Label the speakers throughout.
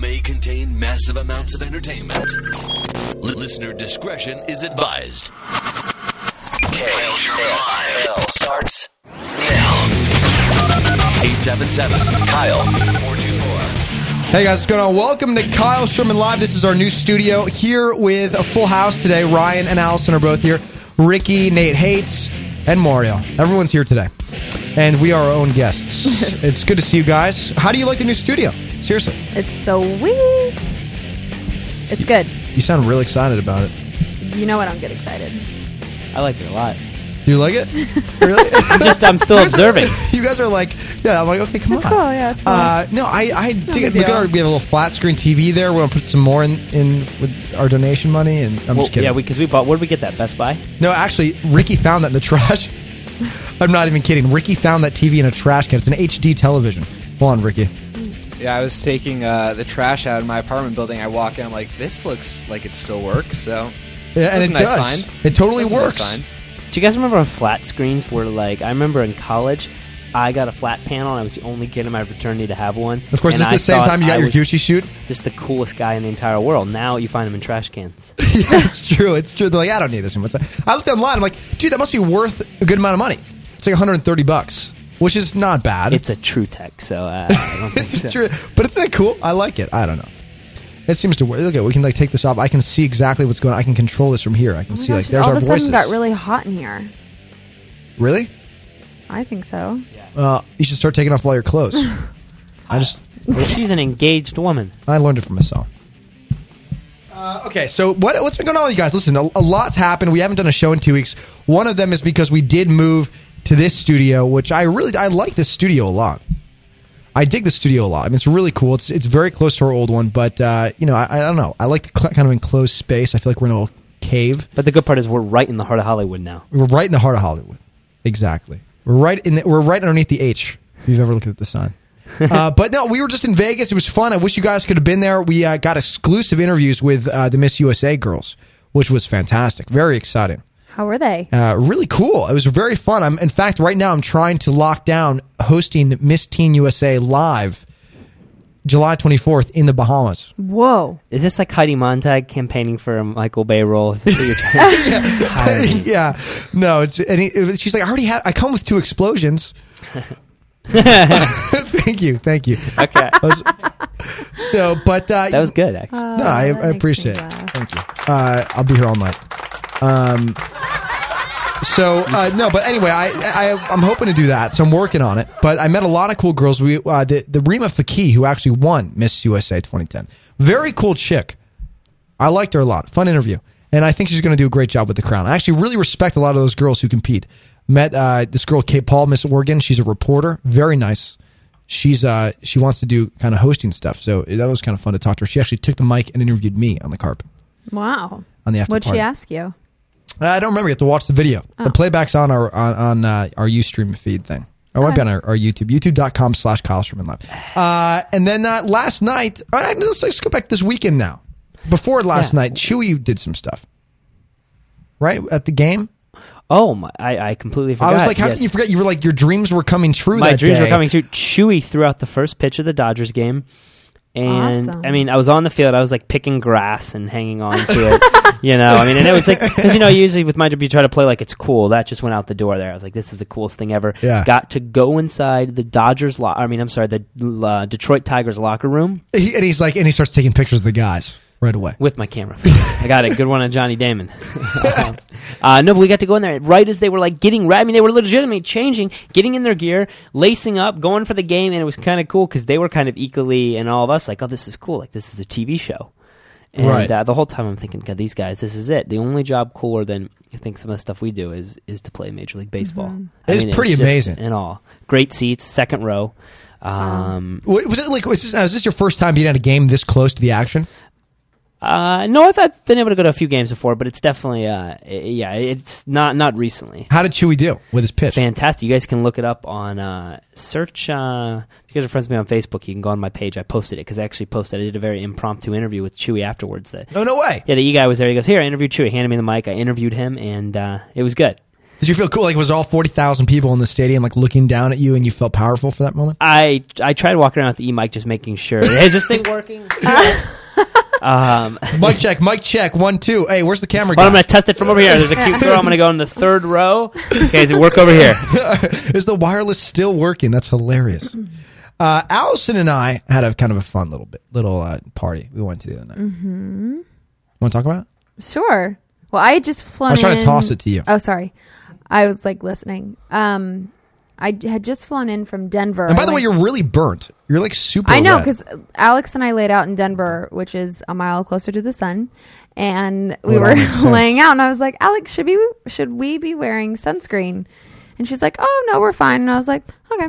Speaker 1: may contain massive amounts of entertainment. L- listener discretion is advised. KSL starts now. 877 Kyle 424.
Speaker 2: Hey guys, what's going on? Welcome to Kyle Sherman Live. This is our new studio here with a full house today. Ryan and Allison are both here. Ricky, Nate Hates, and Mario. Everyone's here today. And we are our own guests. it's good to see you guys. How do you like the new studio? Seriously.
Speaker 3: It's so sweet. It's good.
Speaker 2: You sound really excited about it.
Speaker 3: You know what? I don't get excited.
Speaker 4: I like it a lot.
Speaker 2: Do you like it? really?
Speaker 4: I'm just I'm still observing.
Speaker 2: you guys are like, yeah, I'm like, okay, come
Speaker 3: It's
Speaker 2: on.
Speaker 3: cool. Yeah, it's cool.
Speaker 2: Uh, no, I, I dig it.
Speaker 3: big
Speaker 2: Look at
Speaker 3: deal.
Speaker 2: our, we have a little flat screen TV there. We're going to put some more in, in with our donation money. And I'm
Speaker 4: Well,
Speaker 2: just kidding.
Speaker 4: yeah, because we, bought. Where did we get that Best Buy?
Speaker 2: No, actually, Ricky found that in the trash. I'm not even kidding. Ricky found that TV in a trash can. It's an HD television. Hold on, Ricky.
Speaker 5: Yeah, I was taking uh, the trash out of my apartment building. I walk in, I'm like, this looks like it still works. So,
Speaker 2: Yeah, and
Speaker 5: That's
Speaker 2: it
Speaker 5: a nice
Speaker 2: does.
Speaker 5: find.
Speaker 2: It totally
Speaker 5: That's a nice
Speaker 2: works.
Speaker 5: find.
Speaker 4: Do you guys remember when flat screens were like? I remember in college, I got a flat panel. and I was the only kid in my fraternity to have one.
Speaker 2: Of course,
Speaker 4: and
Speaker 2: this is
Speaker 4: I
Speaker 2: the same
Speaker 4: thought
Speaker 2: time you got
Speaker 4: I
Speaker 2: your
Speaker 4: was
Speaker 2: Gucci shoot.
Speaker 4: Just the coolest guy in the entire world. Now you find them in trash cans.
Speaker 2: yeah, it's true. It's true. They're like, I don't need this anymore. It's like- I looked online. I'm like, dude, that must be worth a good amount of money. It's like 130 bucks, which is not bad.
Speaker 4: It's a true tech, so uh, I don't think
Speaker 2: It's
Speaker 4: so.
Speaker 2: true, but it's not cool. I like it. I don't know. It seems to work. Look at we can like take this off. I can see exactly what's going. on. I can control this from here. I can
Speaker 3: Oh my
Speaker 2: see like
Speaker 3: gosh,
Speaker 2: there's
Speaker 3: all
Speaker 2: our
Speaker 3: of a
Speaker 2: voices.
Speaker 3: sudden got really hot in here.
Speaker 2: really?
Speaker 3: I think so.
Speaker 2: Uh, you should start taking off all your clothes. I just
Speaker 4: She's an engaged woman.
Speaker 2: I learned it from myself. Uh, okay, so what what's been going on with you guys? Listen, a, a lot's happened. We haven't done a show in two weeks. One of them is because we did move to this studio, which I really I like this studio a lot. I dig the studio a lot. I mean, it's really cool. It's it's very close to our old one, but uh, you know, I, I don't know. I like the cl- kind of enclosed space. I feel like we're in a little cave.
Speaker 4: But the good part is we're right in the heart of Hollywood now.
Speaker 2: We're right in the heart of Hollywood. Exactly. We're right in. The, we're right underneath the H. If you've ever looked at the sign. uh, but no, we were just in Vegas. It was fun. I wish you guys could have been there. We uh, got exclusive interviews with uh, the Miss USA girls, which was fantastic. Very exciting.
Speaker 3: How were they?
Speaker 2: Uh, really cool. It was very fun. I'm, in fact, right now I'm trying to lock down hosting Miss Teen USA live, July 24th in the Bahamas.
Speaker 3: Whoa.
Speaker 4: Is this like Heidi Montag campaigning for a Michael Bay role? Is this what you're trying to hire me?
Speaker 2: yeah, no. It's and he, it was- she's like, I already had. I come with two explosions. thank you, thank you.
Speaker 4: Okay.
Speaker 2: I was- so, but uh,
Speaker 4: That was good, actually.
Speaker 2: No, I,
Speaker 3: Oh, that
Speaker 2: I
Speaker 3: makes
Speaker 2: appreciate
Speaker 3: me
Speaker 2: it.
Speaker 3: laugh.
Speaker 2: Thank you. Uh, I'll be here all night. Um, so uh, no, but anyway, I, I I'm hoping to do that. So I'm working on it. But I met a lot of cool girls. We uh, the the Rima Faki who actually won Miss USA 2010. Very cool chick. I liked her a lot. Fun interview, and I think she's going to do a great job with the crown. I actually really respect a lot of those girls who compete. Met uh, this girl Kate Paul, Miss Oregon. She's a reporter. Very nice. She's uh she wants to do kind of hosting stuff. So that was kind of fun to talk to her. She actually took the mic and interviewed me on the carpet.
Speaker 3: Wow.
Speaker 2: On the after
Speaker 3: What'd
Speaker 2: party.
Speaker 3: she ask you?
Speaker 2: I don't remember. You have to watch the video. The
Speaker 3: Oh.
Speaker 2: playback's on our on, on uh, our UStream feed thing. Or might be on our, our YouTube, youtube.com slash Kyle Sherman Live. Uh, and then uh, last night, all right, let's, let's go back to this weekend now. Before last
Speaker 4: Yeah.
Speaker 2: night, Chewy did some stuff. Right? At the game?
Speaker 4: Oh my! I, I completely forgot.
Speaker 2: I was like, how
Speaker 4: yes.
Speaker 2: can you forget? You were like, your dreams were coming true
Speaker 4: My
Speaker 2: that
Speaker 4: dreams were
Speaker 2: day.
Speaker 4: coming true. Chewy threw out the first pitch of the Dodgers game, and
Speaker 3: Awesome.
Speaker 4: I mean, I was on the field. I was like picking grass and hanging on to it. you know, I mean, and it was like because you know, usually with my job, you try to play like it's cool. That just went out the door. There, I was like, this is the coolest thing ever.
Speaker 2: Yeah.
Speaker 4: Got to go inside the Dodgers. Lo- I mean, I'm sorry, the uh, Detroit Tigers locker room
Speaker 2: He, and he's like, and he starts taking pictures of the guys right away.
Speaker 4: with my camera. phone. I got a good one on Johnny Damon. uh, no, but we got to go in there right as they were like getting ready. I mean, they were legitimately changing, getting in their gear, lacing up, going for the game, and it was kind of cool because they were kind of equally and all of us like, oh, this is cool. Like this is a TV show. And
Speaker 2: Right.
Speaker 4: uh, the whole time I'm thinking, God, these guys, this is it. The only job cooler than I think some of the stuff we do is is to play Major League Baseball. I
Speaker 2: It is
Speaker 4: mean,
Speaker 2: Mm-hmm. pretty
Speaker 4: just
Speaker 2: amazing.
Speaker 4: and all. Great seats, second row. Um,
Speaker 2: Wa- Was it like, was this, was this your first time being at a game this close to the action?
Speaker 4: Uh, no, I've, I've been able to go to a few games before, but it's definitely, uh, i- yeah, it's not not recently.
Speaker 2: How did Chewy do with his pitch?
Speaker 4: Fantastic. You guys can look it up on uh, search. Uh, if you guys are friends with me on Facebook, you can go on my page. I posted it because I actually posted. I did a very impromptu interview with Chewy afterwards. That
Speaker 2: oh, no way.
Speaker 4: yeah, the e guy was there. He goes, "Here, I interviewed Chewy. Handed me the mic. I interviewed him, and uh, it was good."
Speaker 2: Did you feel cool? Like was all forty thousand people in the stadium like looking down at you, and you felt powerful for that moment?
Speaker 4: I I tried walking around with the e mic, just making sure is this thing working. um,
Speaker 2: mic check, mic check, one two. Hey, where's the camera?
Speaker 4: but I'm
Speaker 2: guy?
Speaker 4: going to test it from over here. There's a cute girl. I'm going to go in the third row. Okay, is it work over here?
Speaker 2: Is the wireless still working? That's hilarious. Uh, Allison and I had a kind of a fun little bit, little uh, party we went to the other night. Mm-hmm. Want to talk about? it?
Speaker 3: Sure. Well, I just flung.
Speaker 2: I was trying to
Speaker 3: in-
Speaker 2: toss it to you.
Speaker 3: Oh, sorry. I was like listening. Um, I j- had just flown in from Denver.
Speaker 2: And by the
Speaker 3: I
Speaker 2: way,
Speaker 3: went-
Speaker 2: you're really burnt. You're like super.
Speaker 3: I know
Speaker 2: red.
Speaker 3: because Alex and I laid out in Denver, which is a mile closer to the sun, and we
Speaker 2: Well, that makes
Speaker 3: were
Speaker 2: sense.
Speaker 3: laying out, and I was like, "Alex, should we should we be wearing sunscreen?" And she's like, "Oh no, we're fine." And I was like, "Okay."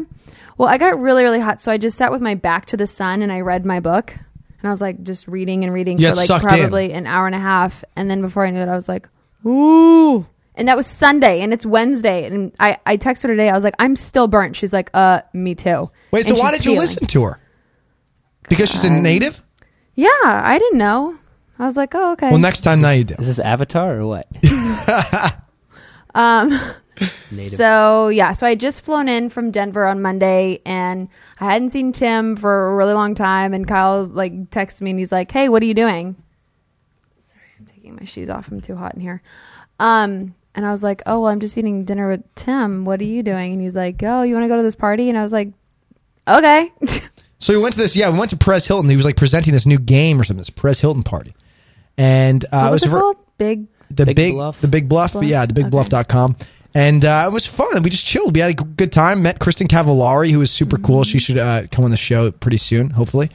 Speaker 3: Well, I got really really hot, so I just sat with my back to the sun and I read my book, and I was like just reading and reading
Speaker 2: You got
Speaker 3: for like
Speaker 2: sucked in.
Speaker 3: probably an hour and a half, and then before I knew it, I was like, "Ooh." And that was Sunday, and it's Wednesday, and I, I texted her today. I was like, "I'm still burnt." She's like, "Uh, me too."
Speaker 2: Wait, so
Speaker 3: And
Speaker 2: why
Speaker 3: she's
Speaker 2: did you
Speaker 3: peeling.
Speaker 2: listen to her? Because she's a native.
Speaker 3: Yeah, I didn't know. I was like, oh, okay.
Speaker 2: Well, next time now you do.
Speaker 4: Is this Avatar or what? Native.
Speaker 3: so yeah, so I had just flown in from Denver on Monday, and I hadn't seen Tim for a really long time. And Kyle's like texts me, and he's like, "Hey, what are you doing?" Sorry, I'm taking my shoes off. I'm too hot in here. Um, and I was like, "Oh, well, I'm just eating dinner with Tim. What are you doing?" And he's like, "Oh, you want to go to this party?" And I was like, "Okay."
Speaker 2: So we went to this. Yeah, we went to Perez Hilton. He was like presenting this new game or something. This Perez Hilton party, and uh,
Speaker 3: what was
Speaker 2: it
Speaker 3: it
Speaker 2: was for-
Speaker 3: called? Big.
Speaker 2: the big,
Speaker 4: Big Bluff?
Speaker 2: the big bluff,
Speaker 3: Bluff?
Speaker 2: yeah the big
Speaker 3: Okay.
Speaker 2: bluff.com and uh, it was fun we just chilled we had a g- good time met kristen cavallari who was super cool she should uh, come on the show pretty soon hopefully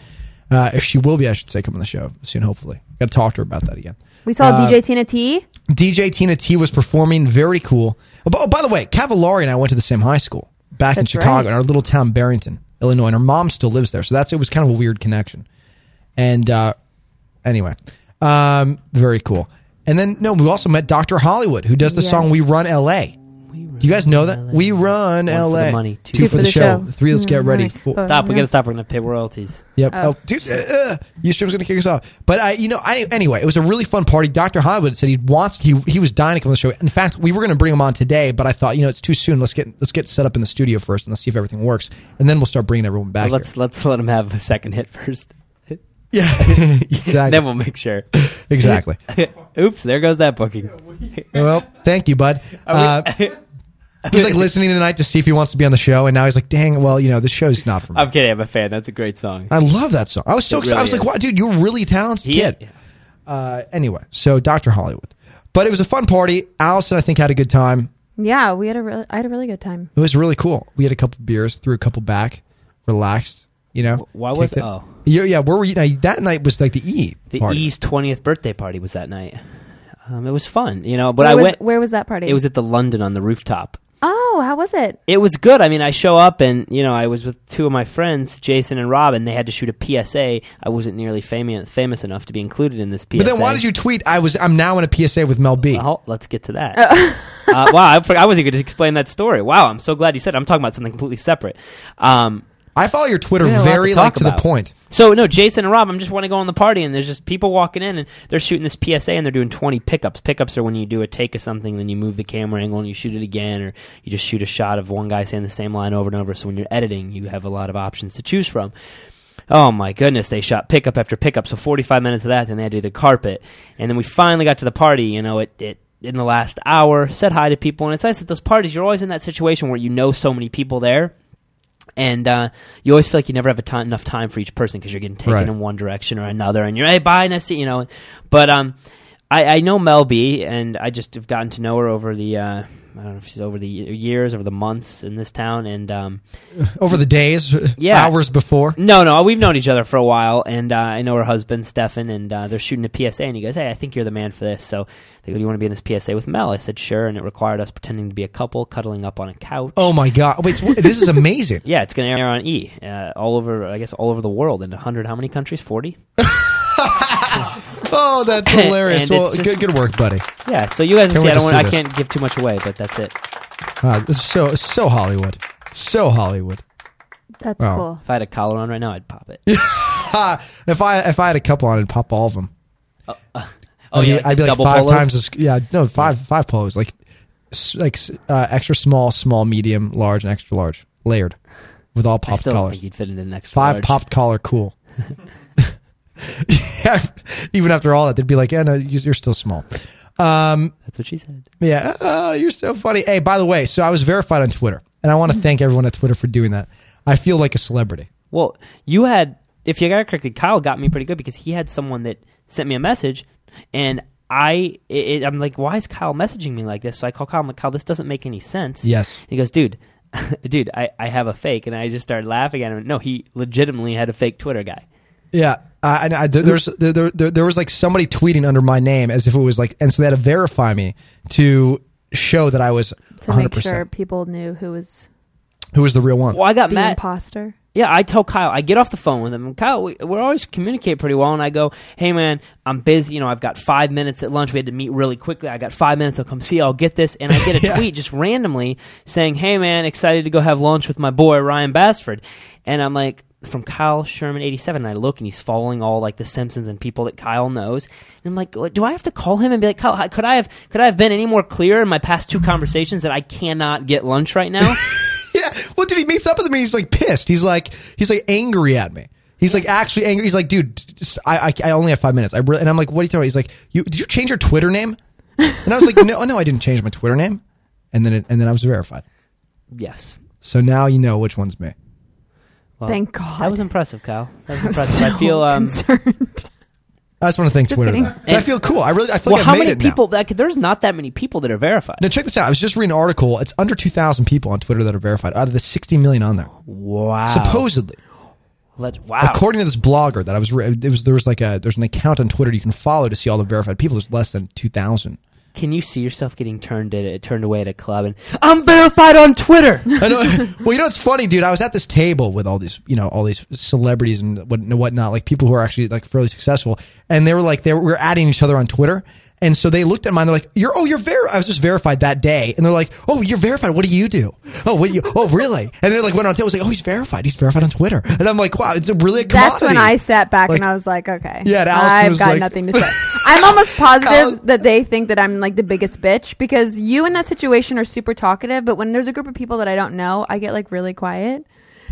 Speaker 2: uh, if she will be i should say come on the show soon hopefully gotta talk to her about that again
Speaker 3: We saw
Speaker 2: Uh,
Speaker 3: DJ Tina T.
Speaker 2: dj tina t was performing very cool oh, b- oh, by the way cavallari and i went to the same high school back in
Speaker 3: That's
Speaker 2: chicago
Speaker 3: right.
Speaker 2: in our little town barrington illinois and her mom still lives there so that's it was kind of a weird connection and uh, anyway, um, very cool. And then no, we also met Dr. Hollywood, who does the
Speaker 3: Yes.
Speaker 2: song "We Run L.A." Do you guys know that we run
Speaker 4: One for
Speaker 2: L.A.
Speaker 4: the money, two,
Speaker 2: for, the, show. three. Let's get ready. Four.
Speaker 4: Stop. We got to stop. We're going to pay royalties.
Speaker 2: Yep. Oh, dude, uh, uh, Ustream's gonna kick us off. But I, you know, I anyway, it was a really fun party. Doctor Hollywood said he wants he he was dying to come on the show. In fact, we were gonna bring him on today, but I thought you know it's too soon. Let's get let's get set up in the studio first and let's see if everything works, and then we'll start bringing everyone back.
Speaker 4: let's let's let him have a second hit first.
Speaker 2: here. yeah, exactly.
Speaker 4: Then we'll make sure.
Speaker 2: exactly.
Speaker 4: Oops, there goes that booking.
Speaker 2: Well, thank you, bud. Uh, he's like listening tonight to see if he wants to be on the show, and now he's like, "Dang, well, you know, the show's not for me."
Speaker 4: I'm kidding. I'm a fan. That's a great song.
Speaker 2: I love that song. I was so
Speaker 4: It
Speaker 2: excited. I was
Speaker 4: really
Speaker 2: like,
Speaker 4: is.
Speaker 2: "Wow, dude, you're a really talented kid." Uh, anyway, so Doctor Hollywood, but it was a fun party. Allison, I think, had a good time.
Speaker 3: Yeah, we had a really, I had a really good time.
Speaker 2: It was really cool. We had a couple beers, threw a couple back, relaxed. You know,
Speaker 4: Why was-
Speaker 2: kicked it.
Speaker 4: oh.
Speaker 2: yeah, yeah. Where were you? Now, that night was like the E
Speaker 4: The
Speaker 2: party.
Speaker 4: E's 20th birthday party was that night. Um, it was fun, you know. But
Speaker 3: where
Speaker 4: I
Speaker 3: was,
Speaker 4: went.
Speaker 3: Where was that party?
Speaker 4: It was at the London on the rooftop.
Speaker 3: Oh, how was it?
Speaker 4: It was good. I mean, I show up and you know I was with two of my friends, Jason and Rob, and they had to shoot a PSA. I wasn't nearly famous famous enough to be included in this PSA.
Speaker 2: But then why did you tweet? I was. I'm now in a PSA with Mel B.
Speaker 4: Well, Oh, let's get to that. uh, wow, I, for- I wasn't going to explain that story. Wow, I'm so glad you said. It. I'm talking about something completely separate. Um,
Speaker 2: I follow your Twitter
Speaker 4: We had a lot
Speaker 2: very
Speaker 4: to
Speaker 2: like
Speaker 4: talk
Speaker 2: to the
Speaker 4: about.
Speaker 2: point.
Speaker 4: So no, Jason and Rob, I'm just want to go on the party, and there's just people walking in, and they're shooting this PSA, and they're doing 20 pickups. Pickups are when you do a take of something, then you move the camera angle and you shoot it again, or you just shoot a shot of one guy saying the same line over and over. So when you're editing, you have a lot of options to choose from. Oh my goodness, they shot pickup after pickup. So 45 minutes of that, then they had to do the carpet, and then we finally got to the party. You know, it it in the last hour said hi to people, and it's nice at those parties. You're always in that situation where you know so many people there and uh, you always feel like you never have a ti enough time for each person because you're getting taken
Speaker 2: Right.
Speaker 4: in one direction or another, and you're hey bye nice to see-" you know. But um, I, I know Mel B, and I just have gotten to know her over the uh, I don't know if she's over the y- years, over the months in this town, and um,
Speaker 2: over the days,
Speaker 4: Yeah.
Speaker 2: hours before.
Speaker 4: no, no, we've known each other for a while, and uh, I know her husband Stefan, and uh, they're shooting a PSA, and he goes, "Hey, I think you're the man for this." So they go, "Do you want to be in this PSA with Mel?" I said, "Sure," and it required us pretending to be a couple, cuddling up on a couch.
Speaker 2: Oh my god! Wait, so this is amazing.
Speaker 4: Yeah, it's going to air on E uh, all over. I guess all over the world in hundred. How many countries? Forty.
Speaker 2: Oh, that's hilarious.
Speaker 4: And
Speaker 2: well,
Speaker 4: it's just-
Speaker 2: good, good work, buddy.
Speaker 4: Yeah. So you guys
Speaker 2: Can't
Speaker 4: can
Speaker 2: wait
Speaker 4: see. I
Speaker 2: to
Speaker 4: don't. Want,
Speaker 2: see
Speaker 4: I
Speaker 2: this.
Speaker 4: can't give too much away, but that's it.
Speaker 2: Wow, Uh, this is so so Hollywood, so Hollywood.
Speaker 3: That's
Speaker 2: Wow.
Speaker 3: cool.
Speaker 4: If I had a collar on right now, I'd pop it.
Speaker 2: Ha! if I if I had a couple on, I'd pop all of them.
Speaker 4: Oh
Speaker 2: I'd
Speaker 4: yeah,
Speaker 2: be,
Speaker 4: like
Speaker 2: I'd
Speaker 4: the
Speaker 2: be like
Speaker 4: double
Speaker 2: five
Speaker 4: polos?
Speaker 2: times as yeah. No, five five polos like s- like s- uh, extra small, small, medium, large, and extra large, layered with all
Speaker 4: I
Speaker 2: popped
Speaker 4: still don't
Speaker 2: collars.
Speaker 4: think you'd fit into next
Speaker 2: Five
Speaker 4: large.
Speaker 2: popped collar, cool. yeah, even after all that, they'd be like, "Yeah, no, you- you're still small." Um,
Speaker 4: That's what she said.
Speaker 2: Yeah, oh, you're so funny. Hey, by the way, so I was verified on Twitter, and I want to thank everyone at Twitter for doing that. I feel like a celebrity.
Speaker 4: Well, you had, if you got it correctly, Kyle got me pretty good because he had someone that sent me a message, and I, it, I'm like, why is Kyle messaging me like this? So I call Kyle. I'm like, Kyle, this doesn't make any sense.
Speaker 2: Yes.
Speaker 4: And he goes, dude, dude, I, I have a fake, and I just started laughing at him. No, he legitimately had a fake Twitter guy.
Speaker 2: Yeah, uh, and I, there, there's there, there there- there was like somebody tweeting under my name as if it was like, and so they had to verify me to show that I was
Speaker 3: to
Speaker 2: 100
Speaker 3: make sure
Speaker 2: percent
Speaker 3: people knew who was
Speaker 2: who was the real one.
Speaker 4: Well, I got
Speaker 3: the
Speaker 4: mad.
Speaker 3: imposter.
Speaker 4: Yeah, I tell Kyle, I get off the phone with him. and Kyle, we, we always communicate pretty well. And I go, hey, man, I'm busy. You know, I've got five minutes at lunch. We had to meet really quickly. I got five minutes. I'll come see you. I'll get this. And I get a
Speaker 2: Yeah.
Speaker 4: tweet just randomly saying, hey, man, excited to go have lunch with my boy, Ryan Basford. And I'm like, from Kyle Sherman 87. And I look and he's following all like the Simpsons and people that Kyle knows. And I'm like, "What- do I have to call him and be like, Kyle, how- could I have, could I have been any more clear in my past two conversations that I cannot get lunch right now?
Speaker 2: Yeah. Well, dude, he meets up with me. And he's like pissed. He's like, he's like angry at me. He's like actually angry. He's like, dude, just- I, I, I only have five minutes. I really, and I'm like, what are you talking about? He's like, you did you change your Twitter name? And I was like, no, no, I didn't change my Twitter name. And then it, and then I was verified.
Speaker 4: yes.
Speaker 2: So now you know which one's me.
Speaker 4: Well,
Speaker 3: Thank God.
Speaker 4: Oh, That was impressive, Kyle. That was
Speaker 3: I'm
Speaker 4: impressive.
Speaker 3: so
Speaker 4: I feel um
Speaker 3: concerned.
Speaker 2: I just want to thank
Speaker 3: Just
Speaker 2: Twitter.
Speaker 3: kidding.
Speaker 2: though. 'Cause I feel cool. I really I feel
Speaker 4: well,
Speaker 2: like
Speaker 4: how
Speaker 2: I made
Speaker 4: many
Speaker 2: it now.
Speaker 4: people? Like, there's not that many people that are verified.
Speaker 2: Now check this out. I was just reading an article. It's under 2,000 people on Twitter that are verified out of the 60 million on there,
Speaker 4: Wow.
Speaker 2: supposedly.
Speaker 4: Let, wow.
Speaker 2: According to this blogger that I was, re- it was there was like a there's an account on Twitter you can follow to see all the verified people. There's less than 2,000.
Speaker 4: Can you see yourself getting turned at a, turned away at a club and I'm verified on Twitter?
Speaker 2: I know. well, you know it's funny, dude. I was at this table with all these, you know, all these celebrities and what- and whatnot, like people who are actually like fairly successful, and they were like they were, we were adding each other on Twitter. And so they looked at mine. They're like, "You're oh, you're ver." I was just verified that day, and they're like, "Oh, you're verified. What do you do? Oh, what you? Oh, really?" And they like went on. I was like, "Oh, he's verified. He's verified on Twitter." And I'm like, "Wow, it's a really a
Speaker 3: That's
Speaker 2: commodity."
Speaker 3: when I sat back
Speaker 2: Like-
Speaker 3: and I was like, okay,
Speaker 2: Yeah, and Allison
Speaker 3: I've
Speaker 2: was
Speaker 3: got
Speaker 2: like-
Speaker 3: nothing to say. I'm almost
Speaker 2: Allison-
Speaker 3: positive that they think that I'm like the biggest bitch because you in that situation are super talkative, but when there's a group of people that I don't know, I get like really quiet.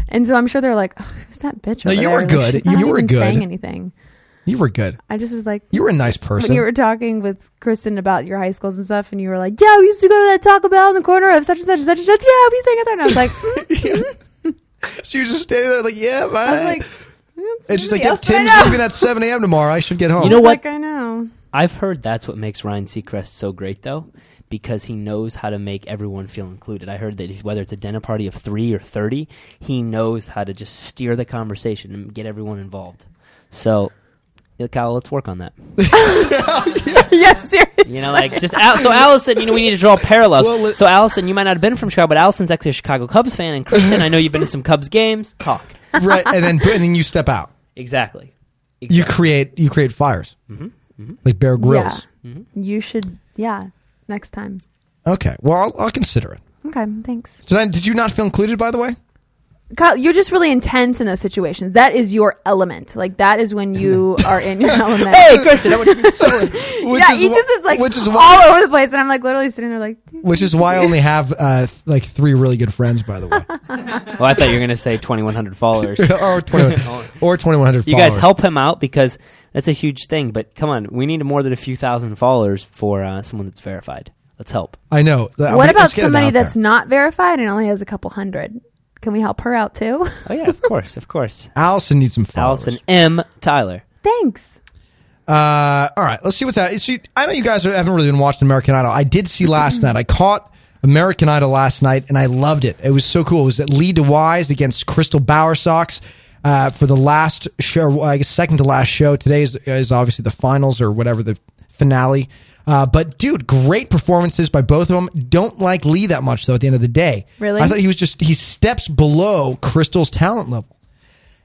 Speaker 3: And so I'm sure they're like, oh, "Who's that bitch?"
Speaker 2: No,
Speaker 3: over
Speaker 2: you
Speaker 3: there?
Speaker 2: were
Speaker 3: Like,
Speaker 2: good.
Speaker 3: she's not
Speaker 2: You were
Speaker 3: even
Speaker 2: good.
Speaker 3: Saying anything,
Speaker 2: You were good.
Speaker 3: I just was like,
Speaker 2: You were a nice person.
Speaker 3: when you were talking with Kristen about your high schools and stuff, and you were like, "Yeah, we used to go to that Taco Bell in the corner of such and such and such and such." Yeah, we sang it there, and I was like, mm.
Speaker 2: she was just standing there like, "Yeah, bye."
Speaker 3: I was like, "That's
Speaker 2: and she's like,
Speaker 3: really
Speaker 2: "Yeah,
Speaker 3: else I
Speaker 2: Tim's
Speaker 3: know."
Speaker 2: leaving at 7 a.m. tomorrow. I should get home."
Speaker 4: You know
Speaker 3: It's
Speaker 4: what?
Speaker 3: Like I know.
Speaker 4: I've heard that's what makes Ryan Seacrest so great, though, because he knows how to make everyone feel included. I heard that if, whether it's a dinner party of three or thirty, he knows how to just steer the conversation and get everyone involved. So, yeah, Kyle, let's work on that.
Speaker 3: yes, seriously.
Speaker 4: You know, like just Al- so Allison. You know, we need to draw parallels.
Speaker 2: Well, let-
Speaker 4: so Allison, you might not have been from Chicago, but Allison's actually a Chicago Cubs fan, and Kristen, I know you've been to some Cubs games. Talk
Speaker 2: right? And then and then you step out.
Speaker 4: exactly. exactly.
Speaker 2: you create you create fires
Speaker 4: Mm-hmm.
Speaker 2: like Bear Grylls.
Speaker 3: You should, yeah, next time.
Speaker 2: Okay, well I'll, I'll consider it.
Speaker 3: Okay, thanks.
Speaker 2: Did, I, did you not feel included? By the way,
Speaker 3: Kyle, you're just really intense in those situations. That is your element. Like that is when you are in your element.
Speaker 4: hey, Kristen, I want you-
Speaker 2: which
Speaker 3: yeah,
Speaker 2: is
Speaker 3: he
Speaker 2: wh-
Speaker 3: just is like
Speaker 2: which is
Speaker 3: all
Speaker 2: why
Speaker 3: over the place, and I'm like literally sitting there like, dude.
Speaker 2: which is why I only have uh, th- like three really good friends. By the way,
Speaker 4: well, I thought you were going to say twenty one hundred followers.
Speaker 2: or twenty or twenty one hundred.
Speaker 4: You guys help him out because that's a huge thing. But come on, we need more than a few thousand followers for uh, someone that's verified. Let's help.
Speaker 2: I know. Th-
Speaker 3: What
Speaker 2: let's
Speaker 3: about
Speaker 2: get it
Speaker 3: somebody
Speaker 2: out there.
Speaker 3: that's not verified and only has a couple hundred? Can we help her out too?
Speaker 4: Oh yeah, of course, of course.
Speaker 2: Allison needs some followers.
Speaker 4: Allison M. Tyler.
Speaker 3: Thanks.
Speaker 2: Uh, all right, let's see what's out. So you- I know you guys haven't really been watching American Idol. I did see last night. I caught American Idol last night, and I loved it. It was so cool. It was at Lee DeWise against Crystal Bowersox uh, for the last show, well, I guess second to last show. Today is, is obviously the finals or whatever the finale. Uh, but dude, great performances by both of them. Don't like Lee that much though. At the end of the day,
Speaker 3: Really?
Speaker 2: I thought he was just he steps below Crystal's talent level.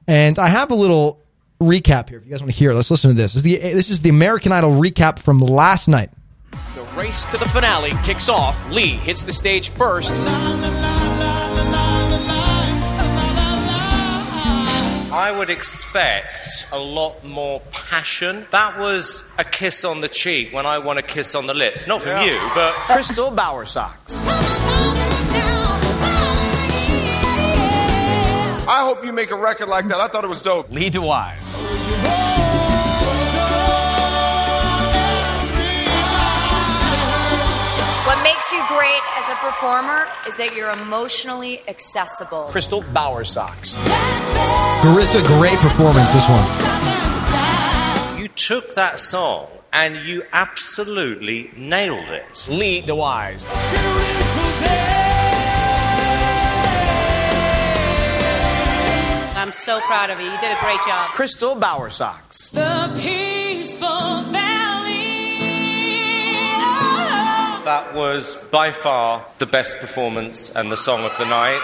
Speaker 2: And I have a little recap here. If you guys want to hear, it, let's listen to this. This is the, this is the American Idol recap from last night.
Speaker 6: The race to the finale kicks off. Lee hits the stage first.
Speaker 7: I would expect a lot more passion. That was a kiss on the cheek when I want a kiss on the lips. Not from you, but
Speaker 8: Crystal Bower socks.
Speaker 9: I hope you make a record like that. I thought it was dope.
Speaker 8: Lead to wise.
Speaker 10: What makes you great as a performer is that you're emotionally accessible.
Speaker 8: Crystal Bower socks.
Speaker 2: Garissa, great performance this one.
Speaker 7: you took that song and you absolutely nailed it.
Speaker 8: Lead to wise.
Speaker 11: I'm so proud of you. You did a great job.
Speaker 8: Crystal Bower socks.
Speaker 11: The peaceful valley.
Speaker 7: That was by far the best performance and the song of the night.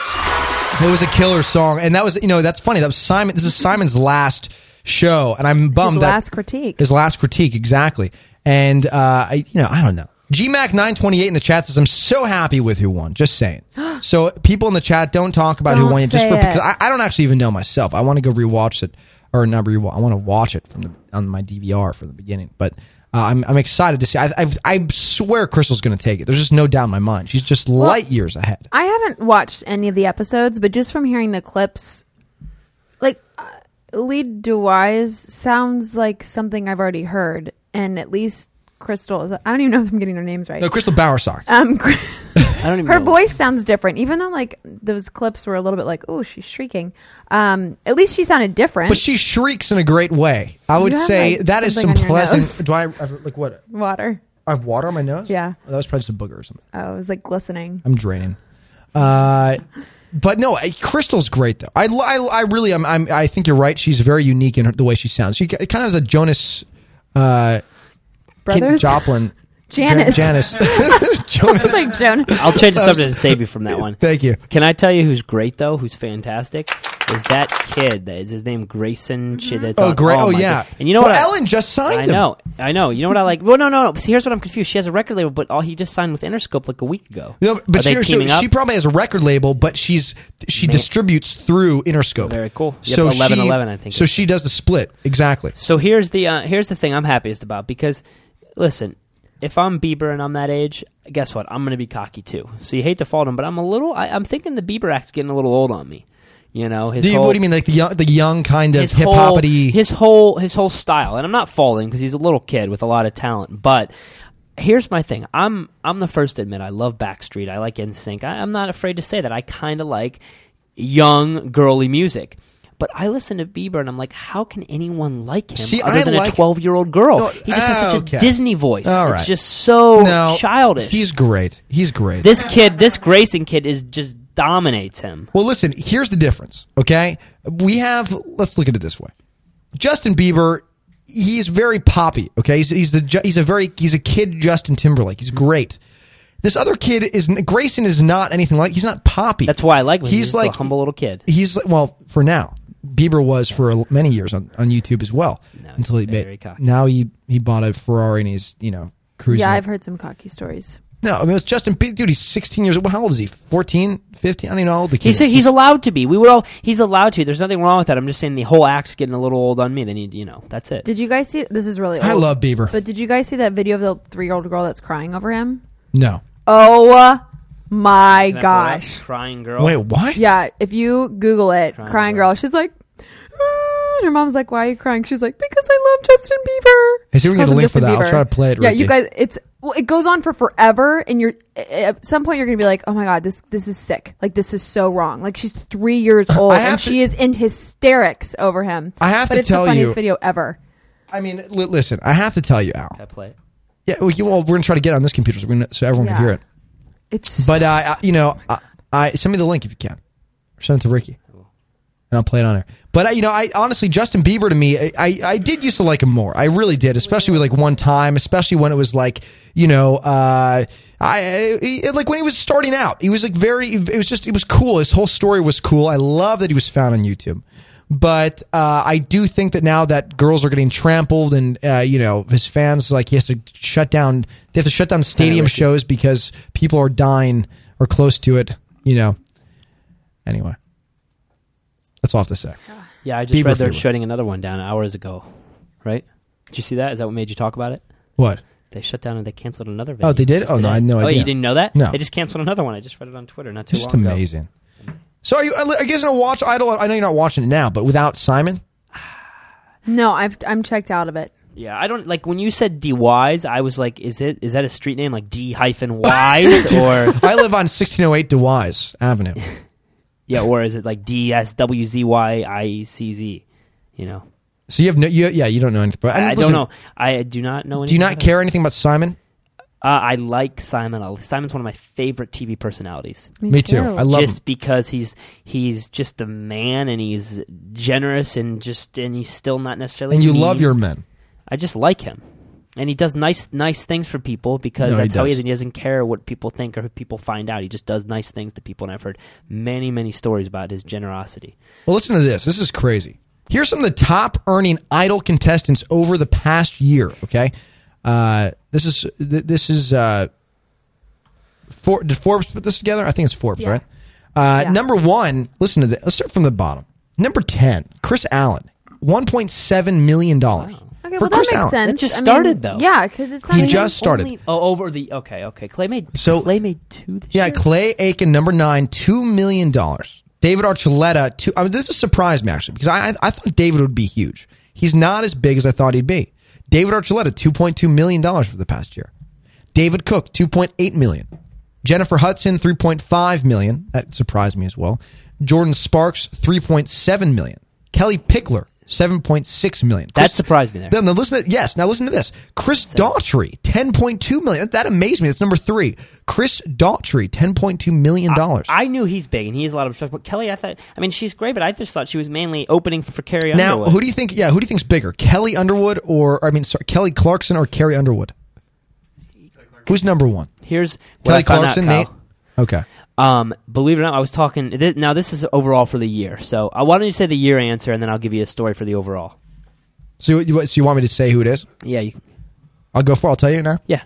Speaker 2: It was a killer song, and that was you know that's funny. That was Simon. This is Simon's last show, and I'm bummed.
Speaker 3: His
Speaker 2: that-
Speaker 3: last critique.
Speaker 2: His last critique, exactly. And uh, I, you know, I don't know. GMAC nine twenty eight in the chat says I'm so happy with who won. Just saying. so people in the chat don't talk about who
Speaker 3: Don't
Speaker 2: won yet, just
Speaker 3: say
Speaker 2: for,
Speaker 3: it.
Speaker 2: because I, I don't actually even know myself. I want to go rewatch it or not rewatch. I want to watch it from the on my DVR from the beginning. But uh, I'm I'm excited to see. I I've, I swear Crystal's going to take it. There's just no doubt in my mind. She's just light years ahead.
Speaker 3: I haven't watched any of the episodes, but just from hearing the clips, like uh, lead DeWise sounds like something I've already heard, and at least Crystal is. I don't even know if I'm getting their names right.
Speaker 2: No, Crystal Bowersock.
Speaker 3: um, Cry-
Speaker 4: I don't even.
Speaker 3: her
Speaker 4: know.
Speaker 3: voice sounds different, even though like those clips were a little bit like, "Oh, she's shrieking." Um, at least she sounded different.
Speaker 2: but she shrieks in a great way. I would
Speaker 3: You have,
Speaker 2: say
Speaker 3: like,
Speaker 2: that is some
Speaker 3: something on your nose.
Speaker 2: pleasant. Do I have, like what?
Speaker 3: Water.
Speaker 2: I have water on my nose. Oh,
Speaker 3: Yeah.
Speaker 2: that was probably just a booger or something.
Speaker 3: Oh, it was like glistening.
Speaker 2: I'm draining. Uh, but no, I, Crystal's great though. I, I, I really am. I'm, I think you're right. She's very unique in her, the way she sounds. She ki- kind of has a Jonas uh,
Speaker 3: Brothers.
Speaker 2: Joplin.
Speaker 3: Janis.
Speaker 2: Janice. Jonas.
Speaker 3: like Jonas.
Speaker 4: I'll change the subject to save you from that one.
Speaker 2: Thank you.
Speaker 4: Can I tell you who's great though? Who's fantastic? Is that kid? That is his name Grayson? Shit, that's
Speaker 2: Oh,
Speaker 4: on-
Speaker 2: great.
Speaker 4: my
Speaker 2: Oh,
Speaker 4: God.
Speaker 2: yeah.
Speaker 4: And you know
Speaker 2: But
Speaker 4: what? I-
Speaker 2: Ellen just signed
Speaker 4: I
Speaker 2: him.
Speaker 4: know. I know. You know what I like? Well, no, no, no. See, here's what I'm confused. She has a record label, but all he just signed with Interscope like a week ago.
Speaker 2: No,
Speaker 4: Are
Speaker 2: but
Speaker 4: they
Speaker 2: she,
Speaker 4: teaming
Speaker 2: she,
Speaker 4: up?
Speaker 2: she probably has a record label, but she's she distributes through Interscope.
Speaker 4: Very cool. Yep, 11-11, I think
Speaker 2: So
Speaker 4: it's-
Speaker 2: she does the split exactly.
Speaker 4: So here's the uh, here's the thing I'm happiest about because listen, if I'm Bieber and I'm that age, guess what? I'm gonna be cocky too. So you hate to fault him, but I'm a little. I, I'm thinking the Bieber act's getting a little old on me. You know his
Speaker 2: Do you,
Speaker 4: whole,
Speaker 2: what do you mean, like the young, the young kind of
Speaker 4: his
Speaker 2: hip
Speaker 4: whole
Speaker 2: hopity?
Speaker 4: his whole his whole style. And I'm not falling because he's a little kid with a lot of talent, but. Here's my thing. I'm I'm the first to admit I love Backstreet. I like NSYNC. I, I'm not afraid to say that. I kind of like young girly music. But I listen to Bieber and I'm like, how can anyone like him
Speaker 2: See,
Speaker 4: other
Speaker 2: I
Speaker 4: than
Speaker 2: like-
Speaker 4: a 12 year old girl?
Speaker 2: No,
Speaker 4: oh, he just has
Speaker 2: ah,
Speaker 4: such a
Speaker 2: okay.
Speaker 4: Disney voice.
Speaker 2: All right.
Speaker 4: It's just so childish.
Speaker 2: He's great. He's great.
Speaker 4: this kid, this Grayson kid, is just dominates him.
Speaker 2: well, listen. Here's the difference. Okay, we have. Let's look at it this way. Justin Bieber. He's very poppy. Okay, he's he's the ju- he's a very he's a kid Justin Timberlake. He's great. This other kid is Grayson is not anything like. He's not poppy.
Speaker 4: That's why I like him. He's,
Speaker 2: He's,
Speaker 4: just
Speaker 2: like
Speaker 4: a humble little kid.
Speaker 2: He's like- well for now. Bieber was for many years on, on YouTube as well
Speaker 4: he's
Speaker 2: until he
Speaker 4: very
Speaker 2: made.
Speaker 4: cocky.
Speaker 2: Now he he bought a Ferrari and he's you know cruising.
Speaker 3: Yeah,
Speaker 2: up-
Speaker 3: I've heard some cocky stories.
Speaker 2: No, I mean, it's Justin Bieber. Dude, he's 16 years old. Well, How old is he? 14, 15? I don't even know how old the kid
Speaker 4: He's
Speaker 2: is.
Speaker 4: he's allowed to be. We were all he's allowed to. There's nothing wrong with that. I'm just saying the whole act's getting a little old on me. They need you know that's it.
Speaker 3: Did you guys see? This is really. Old,
Speaker 2: I love Bieber.
Speaker 3: But did you guys see that video of the three-year-old girl that's crying over him?
Speaker 2: no.
Speaker 3: Oh my
Speaker 4: Can I pull up
Speaker 3: gosh.
Speaker 4: crying girl.
Speaker 2: Wait, what?
Speaker 3: Yeah, if you Google it, crying,
Speaker 4: girl.
Speaker 3: girl. she's like, "Ah," and her mom's like, "Why are you crying?" She's like, "Because I love Justin Bieber."
Speaker 2: Hey, see if we can get
Speaker 3: Calls
Speaker 2: a
Speaker 3: him
Speaker 2: link for
Speaker 3: Justin
Speaker 2: that. I'll
Speaker 3: Bieber.
Speaker 2: try to play it,
Speaker 3: Yeah,
Speaker 2: Ricky.
Speaker 3: you guys, it's well, it goes on for forever, and you're at some point you're gonna be like, "Oh my god, this this is sick. Like this is so wrong. Like she's three years old
Speaker 2: I have
Speaker 3: and
Speaker 2: to-
Speaker 3: she is in hysterics over him."
Speaker 2: I have
Speaker 3: but
Speaker 2: to
Speaker 3: it's
Speaker 2: tell
Speaker 3: the funniest
Speaker 2: you-
Speaker 3: video ever.
Speaker 2: I mean, li- listen, I have to tell you, Al.
Speaker 4: I play. it?
Speaker 2: Yeah, well, you, well we're going to try to get it on this computer so, we know, so everyone
Speaker 3: Yeah.
Speaker 2: can hear it.
Speaker 3: It's
Speaker 2: But, uh, I- you know, I, I send me the link if you can. Or send it to Ricky. And I'll play it on there. But, uh, you know, I honestly, Justin Bieber to me, I, I, I did used to like him more. I really did, especially with like one time, especially when it was like, you know, uh, I, I like when he was starting out, he was like very, it was just, it was cool. His whole story was cool. I love that he was found on YouTube. But uh, I do think that now that girls are getting trampled, and uh, you know his fans like he has to shut down. They have to shut down stadium
Speaker 4: Ricky.
Speaker 2: shows because people are dying or close to it. You know. Anyway, that's all I have to say.
Speaker 4: Yeah, I just read
Speaker 2: Bieber
Speaker 4: they're
Speaker 2: fever.
Speaker 4: shutting another one down hours ago. Right? Did you see that? Is that what made you talk about it?
Speaker 2: What?
Speaker 4: They shut down and they canceled another venue.
Speaker 2: Oh, they did?
Speaker 4: just
Speaker 2: Oh, no,
Speaker 4: today.
Speaker 2: I had no
Speaker 4: Oh,
Speaker 2: idea.
Speaker 4: you didn't know that?
Speaker 2: No.
Speaker 4: They just canceled another one. I just read it on Twitter not too
Speaker 2: Just
Speaker 4: long ago.
Speaker 2: amazing. So are you? I guess gonna watch Idol. I know you're not watching it now, but without Simon,
Speaker 3: No, I've I'm checked out of it.
Speaker 4: Yeah, I don't like when you said D Wise. I was like, is it is that a street name like D hyphen Wise or
Speaker 2: I live on 1608 DeWise Avenue.
Speaker 4: yeah, or is it like D S W Z Y I C Z? You know,
Speaker 2: So you have no. You, yeah, you don't know anything. But, I, mean,
Speaker 4: I,
Speaker 2: listen,
Speaker 4: don't know. I do not
Speaker 2: Do
Speaker 4: know.
Speaker 2: you
Speaker 4: anything
Speaker 2: not
Speaker 4: about
Speaker 2: care anything about Simon?
Speaker 4: it. Uh, I like Simon. I- Simon's one of my favorite TV personalities.
Speaker 2: Me Me too. too. I love
Speaker 4: just
Speaker 2: him.
Speaker 4: because he's he's just a man and he's generous and just and he's still not necessarily.
Speaker 2: And you
Speaker 4: mean.
Speaker 2: love your men.
Speaker 4: I just like him. And he does nice nice things for people because
Speaker 2: No, he
Speaker 4: that's how he is.
Speaker 2: does.
Speaker 4: And he doesn't care what people think or who people find out. He just does nice things to people. And I've heard many, many stories about his generosity.
Speaker 2: Well, listen to this. This is crazy. Here's some of the top earning Idol contestants over the past year. Okay, uh, this is th- this is uh, for, did Forbes put this together? I think it's Forbes,
Speaker 12: Yeah.
Speaker 2: right? Uh, Number one. Listen to this. Let's start from the bottom. Number ten, Chris Allen, one point seven million dollars.
Speaker 3: Okay,
Speaker 2: For
Speaker 3: well that
Speaker 2: Chris
Speaker 3: makes
Speaker 2: Allen.
Speaker 3: sense.
Speaker 4: It just
Speaker 3: I mean,
Speaker 4: started, though.
Speaker 3: Yeah, because it's not
Speaker 2: He
Speaker 3: his
Speaker 2: just started.
Speaker 3: only-
Speaker 4: Oh, over the okay, okay. Clay made
Speaker 2: So Clay
Speaker 4: made two. This
Speaker 2: yeah, Clay Aiken number nine, two million dollars. David Archuleta, two. I mean, this is surprised me actually because I, I I thought David would be huge. He's not as big as I thought he'd be. David Archuleta, two point two million dollars for the past year. David Cook, two point eight million. Jennifer Hudson, three point five million. That surprised me as well. Jordan Sparks, three point seven million. Kelly Pickler, seven point six million.
Speaker 4: That surprised me there.
Speaker 2: Now, now listen to yes. Now listen to this. Chris Daughtry, ten point two million. That, that amazed me. That's number three. Chris Daughtry, ten point two million dollars.
Speaker 4: I knew he's big and he has a lot of respect. But Kelly, I thought, I mean, she's great, but I just thought she was mainly opening for, for Carrie
Speaker 2: Now,
Speaker 4: Underwood.
Speaker 2: who do you think? Yeah, who do you think's bigger, Kelly Underwood or I mean, sorry, Kelly Clarkson or Carrie Underwood? Who's number one?
Speaker 4: Here's what
Speaker 2: Kelly
Speaker 4: I found
Speaker 2: Clarkson.
Speaker 4: out, Kyle.
Speaker 2: Nate. Okay.
Speaker 4: Um, believe it or not, I was talking. Th- now this is overall for the year. So uh, why don't you say the year answer and then I'll give you a story for the overall.
Speaker 2: So you, so you want me to say who it is?
Speaker 4: Yeah, you,
Speaker 2: I'll go for. it. I'll tell you now.
Speaker 4: Yeah.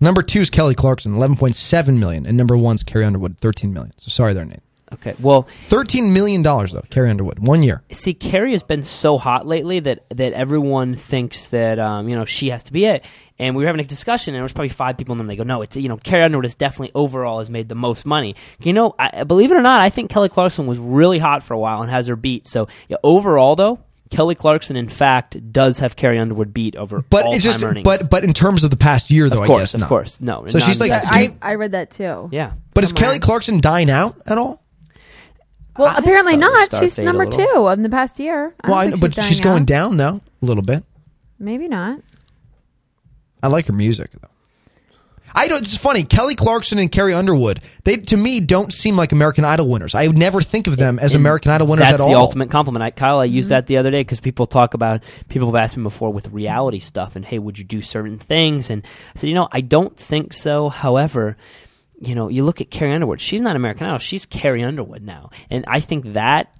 Speaker 2: Number two is Kelly Clarkson, eleven point seven million, and number one's Carrie Underwood, thirteen million. So sorry, there, Nate.
Speaker 4: Okay. Well,
Speaker 2: thirteen million dollars though, Carrie Underwood, one year.
Speaker 4: see Carrie has been so hot lately that that everyone thinks that um, you know she has to be it. And we were having a discussion, and there was probably five people in them. They go, "No, it's you know Carrie Underwood has definitely overall has made the most money." You know, I, believe it or not, I think Kelly Clarkson was really hot for a while and has her beat. So yeah, overall, though, Kelly Clarkson, in fact, does have Carrie Underwood beat over
Speaker 2: But
Speaker 4: all-time
Speaker 2: it's just,
Speaker 4: earnings.
Speaker 2: but but in terms of the past year, though,
Speaker 4: Of course,
Speaker 2: I guess
Speaker 4: of
Speaker 2: not.
Speaker 4: course. No,
Speaker 2: So
Speaker 4: not-
Speaker 2: she's like,
Speaker 4: Yeah,
Speaker 3: But I, I read that too.
Speaker 4: yeah.
Speaker 2: but is Kelly Clarkson dying out at all?
Speaker 3: Well, apparently
Speaker 4: thought it
Speaker 3: not.
Speaker 4: started
Speaker 3: She's
Speaker 4: to fade a
Speaker 3: number
Speaker 4: little.
Speaker 3: two in the past year. I
Speaker 2: well,
Speaker 3: don't
Speaker 2: I
Speaker 3: think
Speaker 2: know, but
Speaker 3: dying
Speaker 2: she's going
Speaker 3: out.
Speaker 2: down though a little bit.
Speaker 3: Maybe not.
Speaker 2: I like her music though. I don't. It's funny. Kelly Clarkson and Carrie Underwood. They to me don't seem like American Idol winners. I would never think of them as
Speaker 4: And
Speaker 2: American Idol winners
Speaker 4: That's
Speaker 2: at
Speaker 4: the
Speaker 2: all.
Speaker 4: ultimate compliment. I, Kyle, I used that the other day because people talk about people have asked me before with reality stuff and hey, would you do certain things? And I said, you know, I don't think so. However, you know, you look at Carrie Underwood. She's not American Idol. She's Carrie Underwood now, and I think that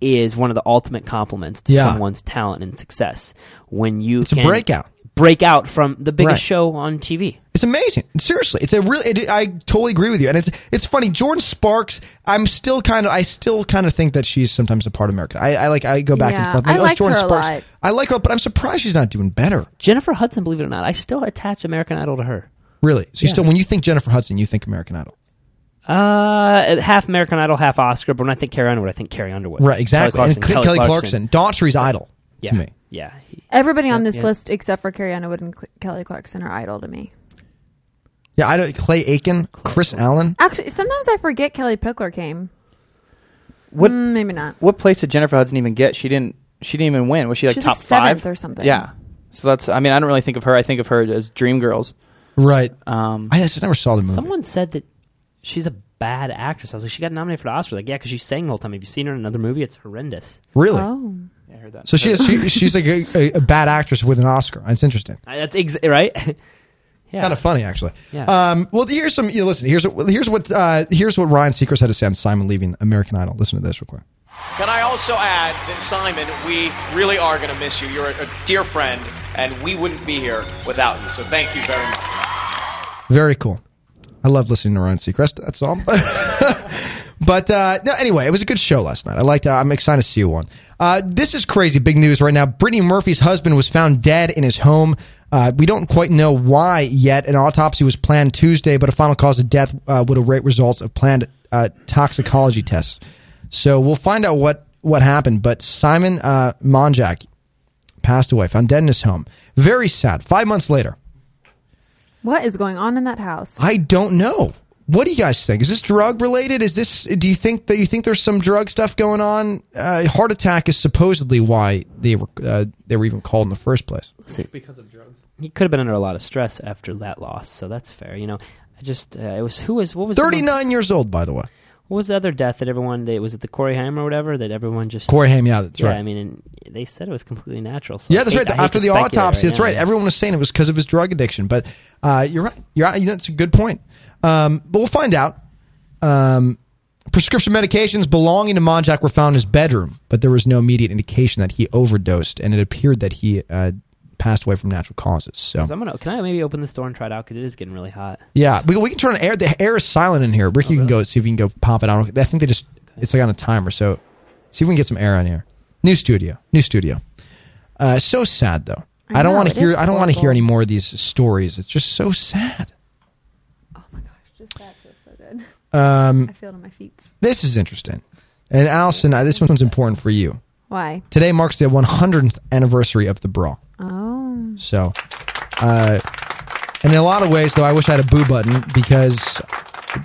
Speaker 4: is one of the ultimate compliments to
Speaker 2: Yeah.
Speaker 4: someone's talent and success when you
Speaker 2: It's a
Speaker 4: can
Speaker 2: breakout.
Speaker 4: break out from the biggest
Speaker 2: Right.
Speaker 4: show on TV.
Speaker 2: It's amazing. Seriously, it's a really. It, I totally agree with you, and it's it's funny. Jordan Sparks. I'm still kind of. I still kind of think that she's sometimes a part of America. I, I like. I go back and
Speaker 3: Yeah,
Speaker 2: forth.
Speaker 3: I
Speaker 2: Oh, it's
Speaker 3: liked
Speaker 2: Jordan
Speaker 3: her a
Speaker 2: Sparks.
Speaker 3: lot.
Speaker 2: I like her, but I'm surprised she's not doing better.
Speaker 4: Jennifer Hudson, believe it or not, I still attach American Idol to her.
Speaker 2: Really. So you
Speaker 4: Yeah.
Speaker 2: still, when you think Jennifer Hudson, you think American Idol.
Speaker 4: Uh, half American Idol, half Oscar. But when I think Carrie Underwood, I think Carrie Underwood.
Speaker 2: Right. Exactly.
Speaker 4: Kelly Clarkson.
Speaker 2: and Kelly, Clarkson. Daughtry's idol
Speaker 4: Yeah.
Speaker 2: to me.
Speaker 4: Yeah.
Speaker 3: Everybody on this
Speaker 2: yeah.
Speaker 3: list except for Carrie Underwood and Cl- Kelly Clarkson are idol to me.
Speaker 2: Yeah. I don't. Clay Aiken, Chris Allen.
Speaker 3: Actually, sometimes I forget Kelly Pickler came.
Speaker 13: What-
Speaker 3: Mm, maybe not.
Speaker 13: What place did Jennifer Hudson even get? She didn't. She didn't even win. Was she like
Speaker 3: She was,
Speaker 13: top
Speaker 3: like, seventh
Speaker 13: five
Speaker 3: or something.
Speaker 13: Yeah. So that's. I mean, I don't really think of her. I think of her as Dream Girls.
Speaker 2: Right.
Speaker 13: Um,
Speaker 2: I just never saw the movie.
Speaker 4: Someone said that she's a bad actress. I was like, she got nominated for the Oscar. Like, yeah, because she sang the whole time. Have you seen her in another movie? It's horrendous.
Speaker 2: Really?
Speaker 3: Oh.
Speaker 13: Yeah, I heard that.
Speaker 2: So she, is, she she's like a, a, a bad actress with an Oscar. It's interesting.
Speaker 4: I- That's ex- right. yeah.
Speaker 2: Kind of funny, actually.
Speaker 4: Yeah.
Speaker 2: Um, well, here's some. You know, listen. Here's what- here's what uh, here's what Ryan Seacrest had to say on Simon leaving American Idol. Listen to this real quick.
Speaker 6: Can I also add that, Simon, we really are going to miss you. You're a, a dear friend, and we wouldn't be here without you. So thank you very much.
Speaker 2: Very cool. I love listening to Ryan Seacrest. That's all. But uh, no, anyway, it was a good show last night. I liked it. I'm excited to see one. Uh, this is crazy big news right now. Brittany Murphy's husband was found dead in his home. Uh, we don't quite know why yet. An autopsy was planned Tuesday, but a final cause of death uh, would await results of planned uh, toxicology tests. So we'll find out what what happened. But Simon uh, Monjak passed away, found dead in his home. Very sad. Five months later.
Speaker 3: What is going on in that house?
Speaker 2: I don't know. What do you guys think? Is this drug related? Is this? Do you think that you think there's some drug stuff going on? Uh, heart attack is supposedly why they were uh, they were even called in the first place.
Speaker 4: because of drugs. He could have been under a lot of stress after that loss, so that's fair. You know, I just uh, it was who was what was the one-
Speaker 2: 39 years old, by the way.
Speaker 4: What was the other death that everyone that was it the Corey Haim or whatever that everyone just
Speaker 2: Corey Haim, yeah, that's right.
Speaker 4: I mean, and they said it was completely natural. So
Speaker 2: Yeah,
Speaker 4: I
Speaker 2: that's
Speaker 4: hate-
Speaker 2: right.
Speaker 4: I hate
Speaker 2: After
Speaker 4: to
Speaker 2: the
Speaker 4: speculate
Speaker 2: autopsy, that's
Speaker 4: now.
Speaker 2: right. Everyone was saying it was because of his drug addiction, but uh, you're right. You're right. You know, it's a good point. Um, but we'll find out. Um, prescription medications belonging to Monjak were found in his bedroom, but there was no immediate indication that he overdosed, and it appeared that he uh, passed away from natural causes. So.
Speaker 4: 'Cause I'm gonna. Can I maybe open this door and try it out? Because it is getting really hot.
Speaker 2: Yeah, we, we can turn on air. The air is silent in here. Ricky,
Speaker 3: Oh,
Speaker 2: you can go see if you can go pop it on. I think they just it's like on a timer. So see if we can get some air on here. New studio, new studio. Uh, so sad though.
Speaker 3: I
Speaker 2: I, don't
Speaker 3: know,
Speaker 2: want
Speaker 3: it
Speaker 2: to hear.
Speaker 3: is
Speaker 2: I don't want to hear
Speaker 3: horrible.
Speaker 2: any more of these stories. It's just so sad. Oh my gosh, just that feels so good. Um,
Speaker 3: I feel it on my feet.
Speaker 2: this is interesting. And Allison, uh, this one's important for you.
Speaker 3: Why?
Speaker 2: Today marks the 100th anniversary of the brawl.
Speaker 3: Oh.
Speaker 2: So, uh, and in a lot of ways, though, I wish I had a boo button because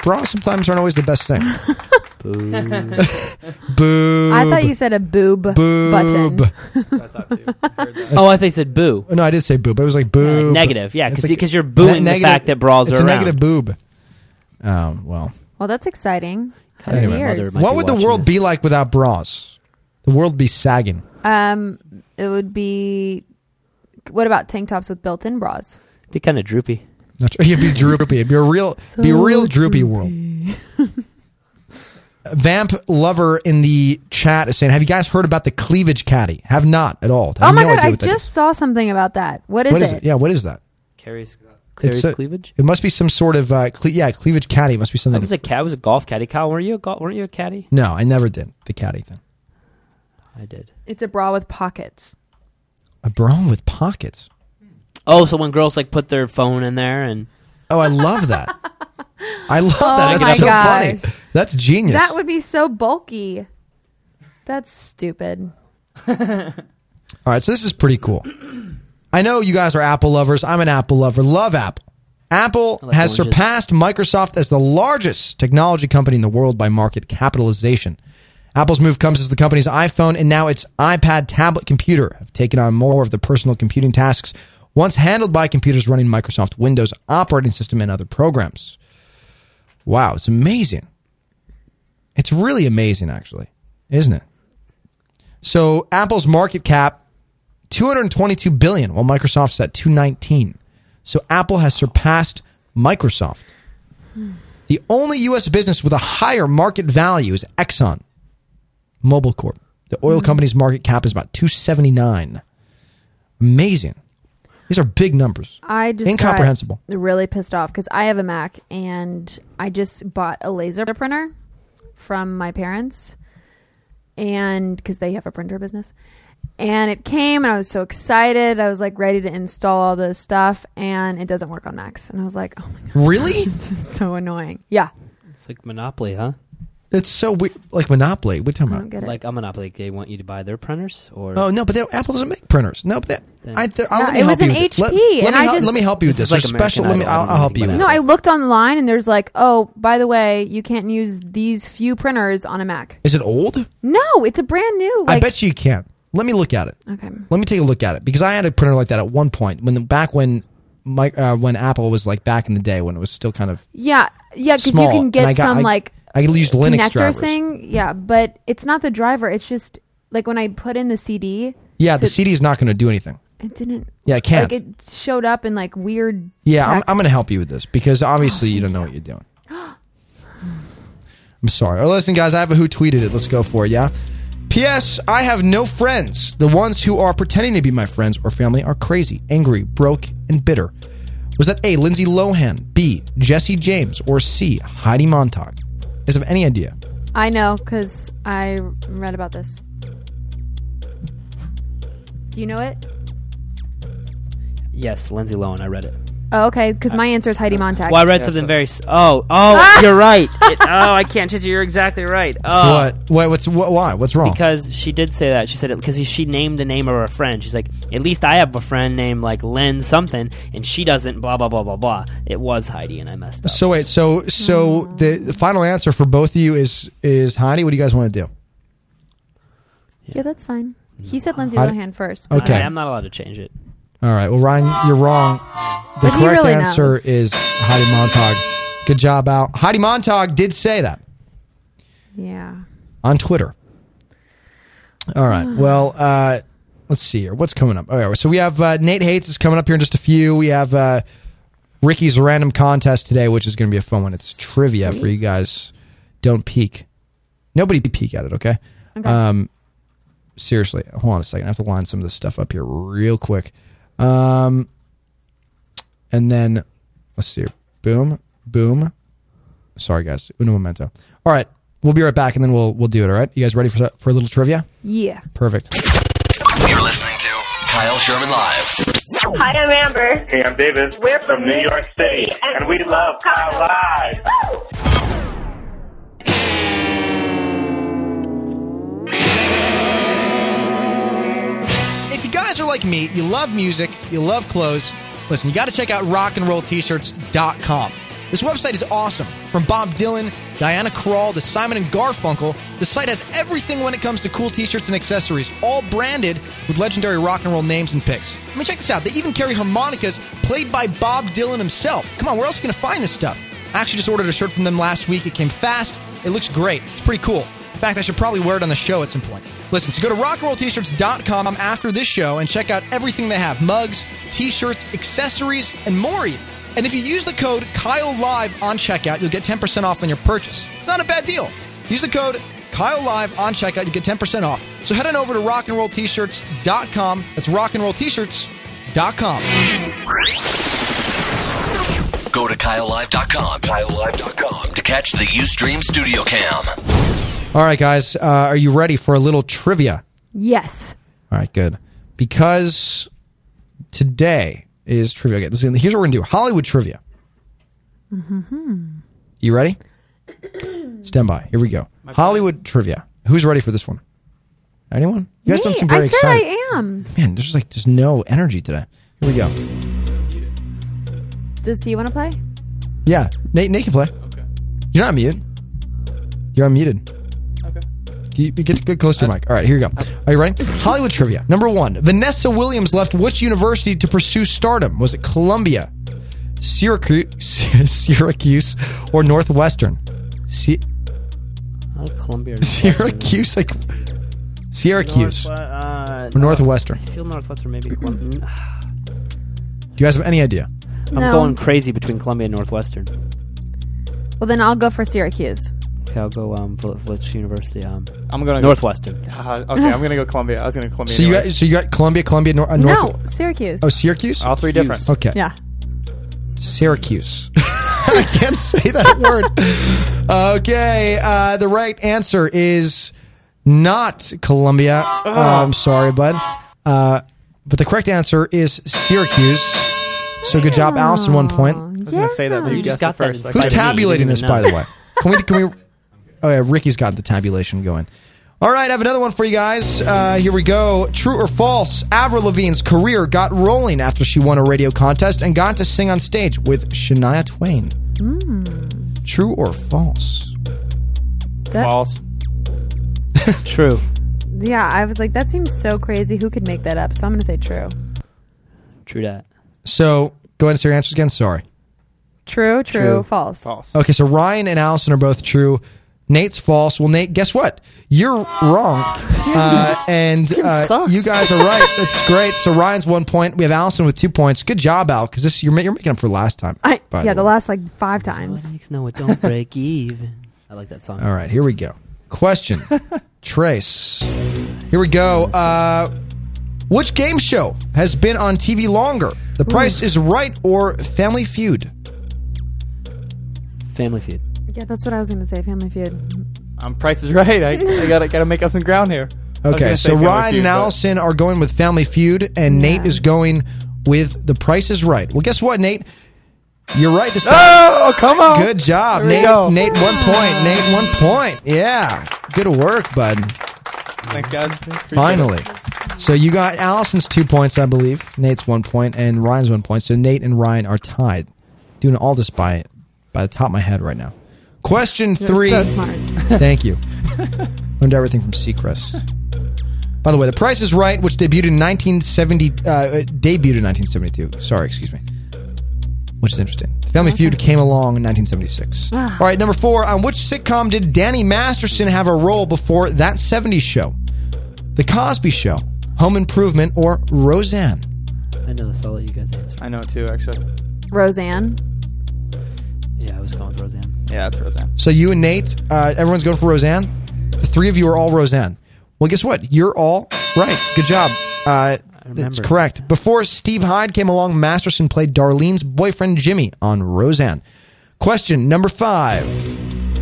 Speaker 2: bras sometimes aren't always the best thing. boo.
Speaker 3: I thought you said a boob, button.
Speaker 4: Oh, I thought you said boo.
Speaker 2: No, I did say boo, but it was like boo.
Speaker 4: negative, yeah, 'cause- 'cause you're booing the fact that bras
Speaker 2: it's
Speaker 4: are
Speaker 2: a
Speaker 4: around.
Speaker 2: negative boob. Um, well,
Speaker 3: Well, that's exciting.
Speaker 2: anyway.
Speaker 3: Years.
Speaker 2: what would the world be like without bras? The world would be sagging.
Speaker 3: Um, it would be. What about tank tops with built-in bras?
Speaker 4: Be kind of droopy.
Speaker 2: Not sure. You'd be droopy. It'd be a real, be a
Speaker 3: So
Speaker 2: real droopy, world. Vamp lover in the chat is saying, "Have you guys heard about the cleavage caddy? Have not at all. I
Speaker 3: oh
Speaker 2: have
Speaker 3: my
Speaker 2: no
Speaker 3: god!
Speaker 2: idea
Speaker 3: I
Speaker 2: what that
Speaker 3: just saw something about that. What
Speaker 2: is.
Speaker 3: is,
Speaker 2: What is
Speaker 3: it?
Speaker 2: Yeah, what is that?
Speaker 4: Carries Carries
Speaker 2: It's a-
Speaker 4: cleavage.
Speaker 2: It must be some sort of uh, cle- yeah cleavage caddy. It must be
Speaker 4: I
Speaker 2: something.
Speaker 4: was a cat. I was a golf caddy. Kyle, were you a gol- weren't you a caddy?
Speaker 2: no, I never did the caddy thing.
Speaker 4: I did.
Speaker 3: It's a bra with pockets.
Speaker 2: A bra with pockets.
Speaker 4: Oh, so when girls like put their phone in there and
Speaker 2: Oh, I love that. I love
Speaker 3: Oh
Speaker 2: that. That's
Speaker 3: my
Speaker 2: so
Speaker 3: gosh.
Speaker 2: funny. That's genius.
Speaker 3: That would be so bulky. That's stupid.
Speaker 2: All right, so this is pretty cool. I know you guys are Apple lovers. I'm an Apple lover. Love Apple. Apple has
Speaker 12: oranges.
Speaker 2: surpassed Microsoft as the largest technology company in the world by market capitalization. Apple's move comes as the company's iPhone and now its iPad tablet computer have taken on more of the personal computing tasks once handled by computers running Microsoft Windows operating system and other programs. Wow, it's amazing. It's really amazing, actually, isn't it? So Apple's market cap 222 billion, while Microsoft's at 219. So Apple has surpassed Microsoft. The only U.S. business with a higher market value is Exxon Mobil Corp. The oil company's market cap is about 279. Amazing. These are big numbers.
Speaker 3: I just got
Speaker 2: incomprehensible.
Speaker 3: really pissed off because I have a Mac and I just bought a laser printer from my parents, and because they have a printer business, and it came and I was so excited. I was like ready to install all this stuff, and it doesn't work on Macs, and I was like, oh my god,
Speaker 2: Really?
Speaker 3: this is so annoying. Yeah,
Speaker 4: it's like Monopoly, huh?
Speaker 2: It's so weird. Like Monopoly. What are you talking about?
Speaker 4: Like a Monopoly, they want you to buy their printers or
Speaker 2: Oh no, but they don't, Apple doesn't make printers. No, but they, I, th- I'll, let
Speaker 3: No,
Speaker 2: me
Speaker 3: it
Speaker 2: help
Speaker 3: was
Speaker 2: you
Speaker 3: an
Speaker 2: with this.
Speaker 3: HP,
Speaker 2: Let, let
Speaker 3: and
Speaker 2: me
Speaker 3: I
Speaker 2: hel-
Speaker 3: just-
Speaker 2: let me help you with this.
Speaker 4: This is like
Speaker 2: There's
Speaker 4: American
Speaker 2: special. Let me.
Speaker 4: Idol. I
Speaker 2: I'll,
Speaker 4: don't
Speaker 2: I'll
Speaker 4: know
Speaker 2: help you.
Speaker 4: anything
Speaker 2: with
Speaker 3: No,
Speaker 2: it.
Speaker 3: I looked online and there's like, oh, by the way, you can't use these few printers on a Mac.
Speaker 2: Is it old?
Speaker 3: No, it's a brand new. Like,
Speaker 2: I bet you can. Let me look at it.
Speaker 3: Okay.
Speaker 2: Let me take a look at it because I had a printer like that at one point when the, back when my uh, when Apple was like back in the day when it was still kind of
Speaker 3: Yeah, yeah, because you
Speaker 2: small,
Speaker 3: can
Speaker 2: and I
Speaker 3: get
Speaker 2: got-
Speaker 3: some
Speaker 2: I-
Speaker 3: like
Speaker 2: I used Linux
Speaker 3: connector
Speaker 2: drivers.
Speaker 3: thing. Yeah, but it's not the driver. It's just like when I put in the CD.
Speaker 2: Yeah, the
Speaker 3: to-
Speaker 2: CD is not going to do anything.
Speaker 3: It didn't.
Speaker 2: Yeah, it can't.
Speaker 3: Like it showed up in like weird.
Speaker 2: Yeah, I'm,
Speaker 3: text.
Speaker 2: I'm going to help you with this because obviously you don't know what you're doing. I'm sorry. Oh, listen, guys, I have a who tweeted it. Let's go for it. Yeah. P.S. I have no friends. The ones who are pretending to be my friends or family are crazy, angry, broke, and bitter. Was that A. Lindsay Lohan, B. Jesse James, or C. Heidi Montag? Is have any idea?
Speaker 3: I know because I read about this. Do you know it?
Speaker 4: Yes, Lindsay Lohan. I read it.
Speaker 3: Oh, okay. Because my answer is Heidi Montag.
Speaker 4: Well, I read something very. s- Oh, oh, you're right. It- oh, I can't judge you. You're exactly right. Oh.
Speaker 2: what? What? What's what, why? What's wrong?
Speaker 4: Because she did say that. She said it because she named the name of her friend. She's like, at least I have a friend named like Len something, and she doesn't. Blah blah blah blah blah. It was Heidi, and I messed.
Speaker 2: so wait. So so the, the final answer for both of you is is Heidi. What do you guys want to do?
Speaker 3: Yeah, that's fine. He said Lindsay
Speaker 2: I-
Speaker 3: Lohan first.
Speaker 2: Okay.
Speaker 4: I, am not allowed to change it.
Speaker 2: All right. Well, Ryan, you're wrong. The
Speaker 3: But he
Speaker 2: correct
Speaker 3: really
Speaker 2: answer
Speaker 3: knows.
Speaker 2: is Heidi Montag. Good job, out. Heidi Montag did say that
Speaker 3: Yeah.
Speaker 2: on Twitter. All right. Well, uh, let's see here. What's coming up? All right. So we have uh, Nate Hates is coming up here in just a few. We have uh, Ricky's random contest today, which is going to be a fun one. It's trivia for you guys. Don't peek. Nobody peek at it. Okay.
Speaker 12: Okay.
Speaker 2: Um, seriously, hold on a second. I have to line some of this stuff up here real quick. Um, and then let's see. here. Boom, boom. Sorry, guys. Uno momento. All right, we'll be right back, and then we'll we'll do it. All right, you guys ready for for a little trivia?
Speaker 3: Yeah.
Speaker 2: Perfect.
Speaker 1: You're listening to Kyle Sherman Live.
Speaker 14: Hi, I'm Amber.
Speaker 15: Hey, I'm David. We're from New York City, and we love Kyle Live.
Speaker 2: If you guys are like me, you love music, you love clothes, listen, you got to check out rockandrolltshirts.com. This website is awesome. From Bob Dylan, Diana Krall, to Simon and Garfunkel, the site has everything when it comes to cool t shirts and accessories, all branded with legendary rock and roll names and picks. I mean, check this out. They even carry harmonicas played by Bob Dylan himself. Come on, where else are you going to find this stuff? I actually just ordered a shirt from them last week. It came fast, it looks great, it's pretty cool. In fact, I should probably wear it on the show at some point. Listen, so go to rockandrolltshirts.com after this show and check out everything they have mugs, t shirts, accessories, and more. even. And if you use the code KyleLive on checkout, you'll get 10% off on your purchase. It's not a bad deal. Use the code KyleLive on checkout, you get 10% off. So head on over to rockandrolltshirts.com. That's rockandrolltshirts.com.
Speaker 1: Go to KyleLive.com. KyleLive.com to catch the Ustream Studio Cam.
Speaker 2: All right, guys, uh, are you ready for a little trivia?
Speaker 3: Yes.
Speaker 2: All right, good. Because today is trivia. Okay, this is, here's what we're gonna do: Hollywood trivia.
Speaker 3: Mm-hmm.
Speaker 2: You ready? Stand by. Here we go. Hollywood trivia. Who's ready for this one? Anyone? You guys don't seem very
Speaker 3: I said
Speaker 2: excited.
Speaker 3: I am.
Speaker 2: Man, there's like there's no energy today. Here we go.
Speaker 3: Does he want to play?
Speaker 2: Yeah, Nate, Nate can play. Okay. You're not muted. You're unmuted. Okay. You, get, get close to your mic. All right, here you go. Are you ready? Hollywood trivia. Number one Vanessa Williams left which university to pursue stardom? Was it Columbia, Syracuse, Syracuse or Northwestern? Sy-
Speaker 4: Oh, Columbia.
Speaker 2: Syracuse, like Syracuse.
Speaker 4: Northwe- uh,
Speaker 2: or Northwestern.
Speaker 4: I feel Northwestern maybe. Colum-
Speaker 2: Do you guys have any idea?
Speaker 4: I'm
Speaker 3: No.
Speaker 4: going crazy between Columbia and Northwestern.
Speaker 3: Well, then I'll go for Syracuse.
Speaker 4: Okay, I'll go um, Vel- Velch University. Um,
Speaker 13: I'm gonna go-
Speaker 4: Northwestern.
Speaker 13: Uh, okay, I'm gonna go Columbia. I was gonna go Columbia.
Speaker 2: So you,
Speaker 13: anyway.
Speaker 2: got, so you got Columbia, Columbia, Nor- uh, North.
Speaker 3: No, Syracuse.
Speaker 2: Oh, Syracuse?
Speaker 13: All three different.
Speaker 2: Okay.
Speaker 3: Yeah.
Speaker 2: Syracuse. I can't say that word. Okay. Uh, the right answer is not Columbia. Uh, I'm sorry, bud. Uh, but the correct answer is Syracuse. So good job, Allison. One point.
Speaker 13: I was gonna say that, but you, guessed it first.
Speaker 2: Who's tabulating this, by the way? Can we? Can we? Oh yeah, Ricky's got the tabulation going. All right, I have another one for you guys. Uh, here we go. True or false? Avril Lavigne's career got rolling after she won a radio contest and got to sing on stage with Shania Twain. True or false?
Speaker 13: False.
Speaker 4: True.
Speaker 3: Yeah, I was like, that seems so crazy. Who could make that up? So I'm going to say true.
Speaker 4: True that.
Speaker 2: So go ahead and say your answers again. Sorry.
Speaker 3: True,
Speaker 2: True.
Speaker 3: true, false.
Speaker 2: Okay, so Ryan and Allison are both true. Nate's false. Well, Nate, guess what? You're wrong, uh, and
Speaker 12: This game
Speaker 2: uh,
Speaker 12: sucks.
Speaker 2: you guys are right. That's great. So Ryan's one point. We have Allison with two points. Good job, Al, because this you're, ma- you're making up for last time.
Speaker 3: I,
Speaker 2: by
Speaker 3: yeah,
Speaker 2: the
Speaker 3: the last like five times.
Speaker 4: No, it don't break even. I like that song.
Speaker 2: way. All right, here we go. Question, Trace. Here we go. Uh, which game show has been on TV longer? The Price is Right or Family Feud?
Speaker 4: Family Feud.
Speaker 3: Yeah, that's what I was going to say. Family Feud.
Speaker 13: I'm Price is Right. I, I gotta gotta make up some ground here. I was
Speaker 2: Okay,
Speaker 13: gonna say
Speaker 2: so
Speaker 13: Family
Speaker 2: Ryan
Speaker 13: Feud,
Speaker 2: and
Speaker 13: but-
Speaker 2: Allison are going with Family Feud, and Nate is going with The Price is Right. Well, guess what, Nate? You're right this time.
Speaker 13: Oh, come on.
Speaker 2: Good job,
Speaker 13: Here we
Speaker 2: Nate.
Speaker 13: go.
Speaker 2: Nate, one point. Nate, one point. Yeah, good work, bud.
Speaker 13: Thanks, guys. Appreciate it.
Speaker 2: Finally. So you got Allison's two points, I believe. Nate's one point, and Ryan's one point. So Nate and Ryan are tied. Doing all this by by the top of my head right now. Question
Speaker 3: You're
Speaker 2: three.
Speaker 3: so smart.
Speaker 2: Thank you. Learned everything from Seacrest. By the way, The Price is Right, which debuted in 1970, uh, uh, debuted in 1972. Sorry, excuse me. Which is interesting. Family Feud came along in 1976. All right, number four. On which sitcom did Danny Masterson have a role before that 70s show? The Cosby Show, Home Improvement, or Roseanne?
Speaker 4: I know this. I'll let you guys answer.
Speaker 13: I know it too, actually.
Speaker 3: Roseanne.
Speaker 4: Yeah, I was going with Roseanne.
Speaker 13: Yeah, it's Roseanne.
Speaker 2: So you and Nate, uh, everyone's going for Roseanne. The three of you are all Roseanne. Well, guess what? You're all right. Good job. Uh, that's
Speaker 4: remember.
Speaker 2: correct. Before Steve Hyde came along, Masterson played Darlene's boyfriend Jimmy on Roseanne. Question number five: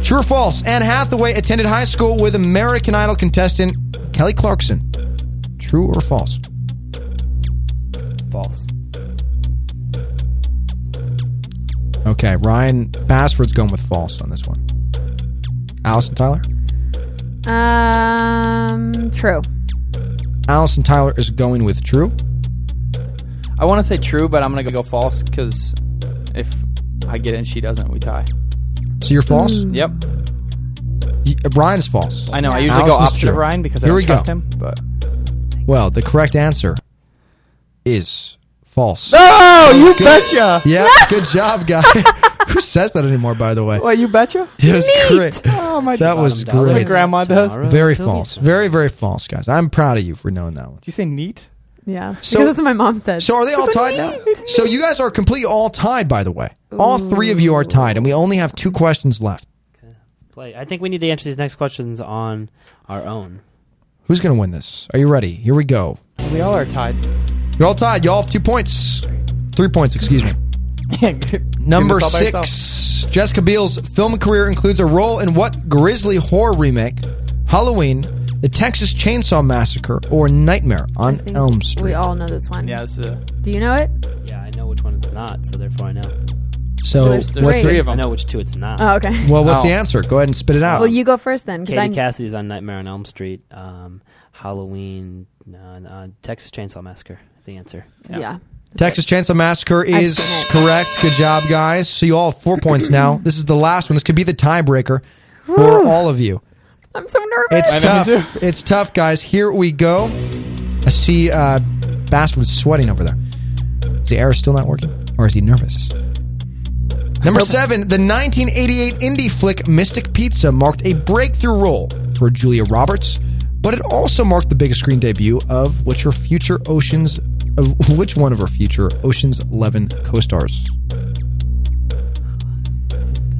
Speaker 2: True or false? Anne Hathaway attended high school with American Idol contestant Kelly Clarkson. True or false?
Speaker 13: False.
Speaker 2: Okay, Ryan Basford's going with false on this one. Allison Tyler.
Speaker 3: Um, true.
Speaker 2: Allison Tyler is going with true.
Speaker 13: I want to say true, but I'm gonna go false because if I get it and she doesn't, we tie.
Speaker 2: So you're false.
Speaker 13: Yep.
Speaker 2: Y- uh, Ryan is false.
Speaker 13: I know. I usually go
Speaker 2: Allison's
Speaker 13: opposite of
Speaker 2: true.
Speaker 13: Ryan because I
Speaker 2: Here
Speaker 13: don't
Speaker 2: we
Speaker 13: trust
Speaker 2: go.
Speaker 13: him. But
Speaker 2: Well, the correct answer is false. Oh,
Speaker 13: No, you
Speaker 2: Good-
Speaker 13: betcha.
Speaker 2: Yeah, good job, guy. Who says that anymore? By the way,
Speaker 13: What you betcha?
Speaker 2: It was great.
Speaker 13: Oh my!
Speaker 2: that was
Speaker 13: dollar.
Speaker 2: great.
Speaker 13: My grandma does. Tomorrow
Speaker 2: Very
Speaker 13: till we
Speaker 2: false. Very very false, guys. I'm proud of you for knowing that one.
Speaker 13: Did you say neat?
Speaker 3: Yeah.
Speaker 2: So-
Speaker 3: because that's what my mom said.
Speaker 2: So are they all tied now? So you guys are completely all tied. By the way, all three of you are tied, and we only have two questions left.
Speaker 4: Play. I think we need to answer these next questions on our own.
Speaker 2: Who's going to win this? Are you ready? Here we go.
Speaker 13: We all are tied.
Speaker 2: You're all tied. Y'all have two points. Three points, excuse me. Number
Speaker 13: all by
Speaker 2: six. Jessica Biel's film career includes a role in what Grizzly horror remake? Halloween, The Texas Chainsaw Massacre, or Nightmare on Elm Street?
Speaker 3: We all know this one.
Speaker 13: Yeah, this is a-
Speaker 3: Do you know it?
Speaker 4: Yeah, I know which one it's not, so therefore I know.
Speaker 2: So
Speaker 3: There's- there's
Speaker 2: what's
Speaker 3: three
Speaker 2: the,
Speaker 3: of 'em.
Speaker 4: I know which two it's not.
Speaker 2: Uh,
Speaker 3: Oh, okay.
Speaker 2: Well, what's the answer? Go ahead and spit it out.
Speaker 3: Well, you go first then. 'cause
Speaker 4: Katie
Speaker 3: I-
Speaker 4: Cassidy's on Nightmare on Elm Street. Um, Halloween, uh, uh, Texas Chainsaw Massacre is the answer.
Speaker 3: Yeah.
Speaker 2: Texas Chainsaw Massacre is
Speaker 4: seen it.
Speaker 2: correct. Good job, guys. So you all have four points now. This is the last one. This could be the tiebreaker for
Speaker 3: Whew.
Speaker 2: all of you.
Speaker 3: I'm so nervous.
Speaker 2: It's tough. It's tough, guys. Here we go. I see uh, Bastard's sweating over there. Is the air still not working? Or is he nervous? Number seven, the 1988 indie flick Mystic Pizza marked a breakthrough role for Julia Roberts, but it also marked the biggest screen debut of which her future Oceans of which one of her future Oceans 11 co-stars.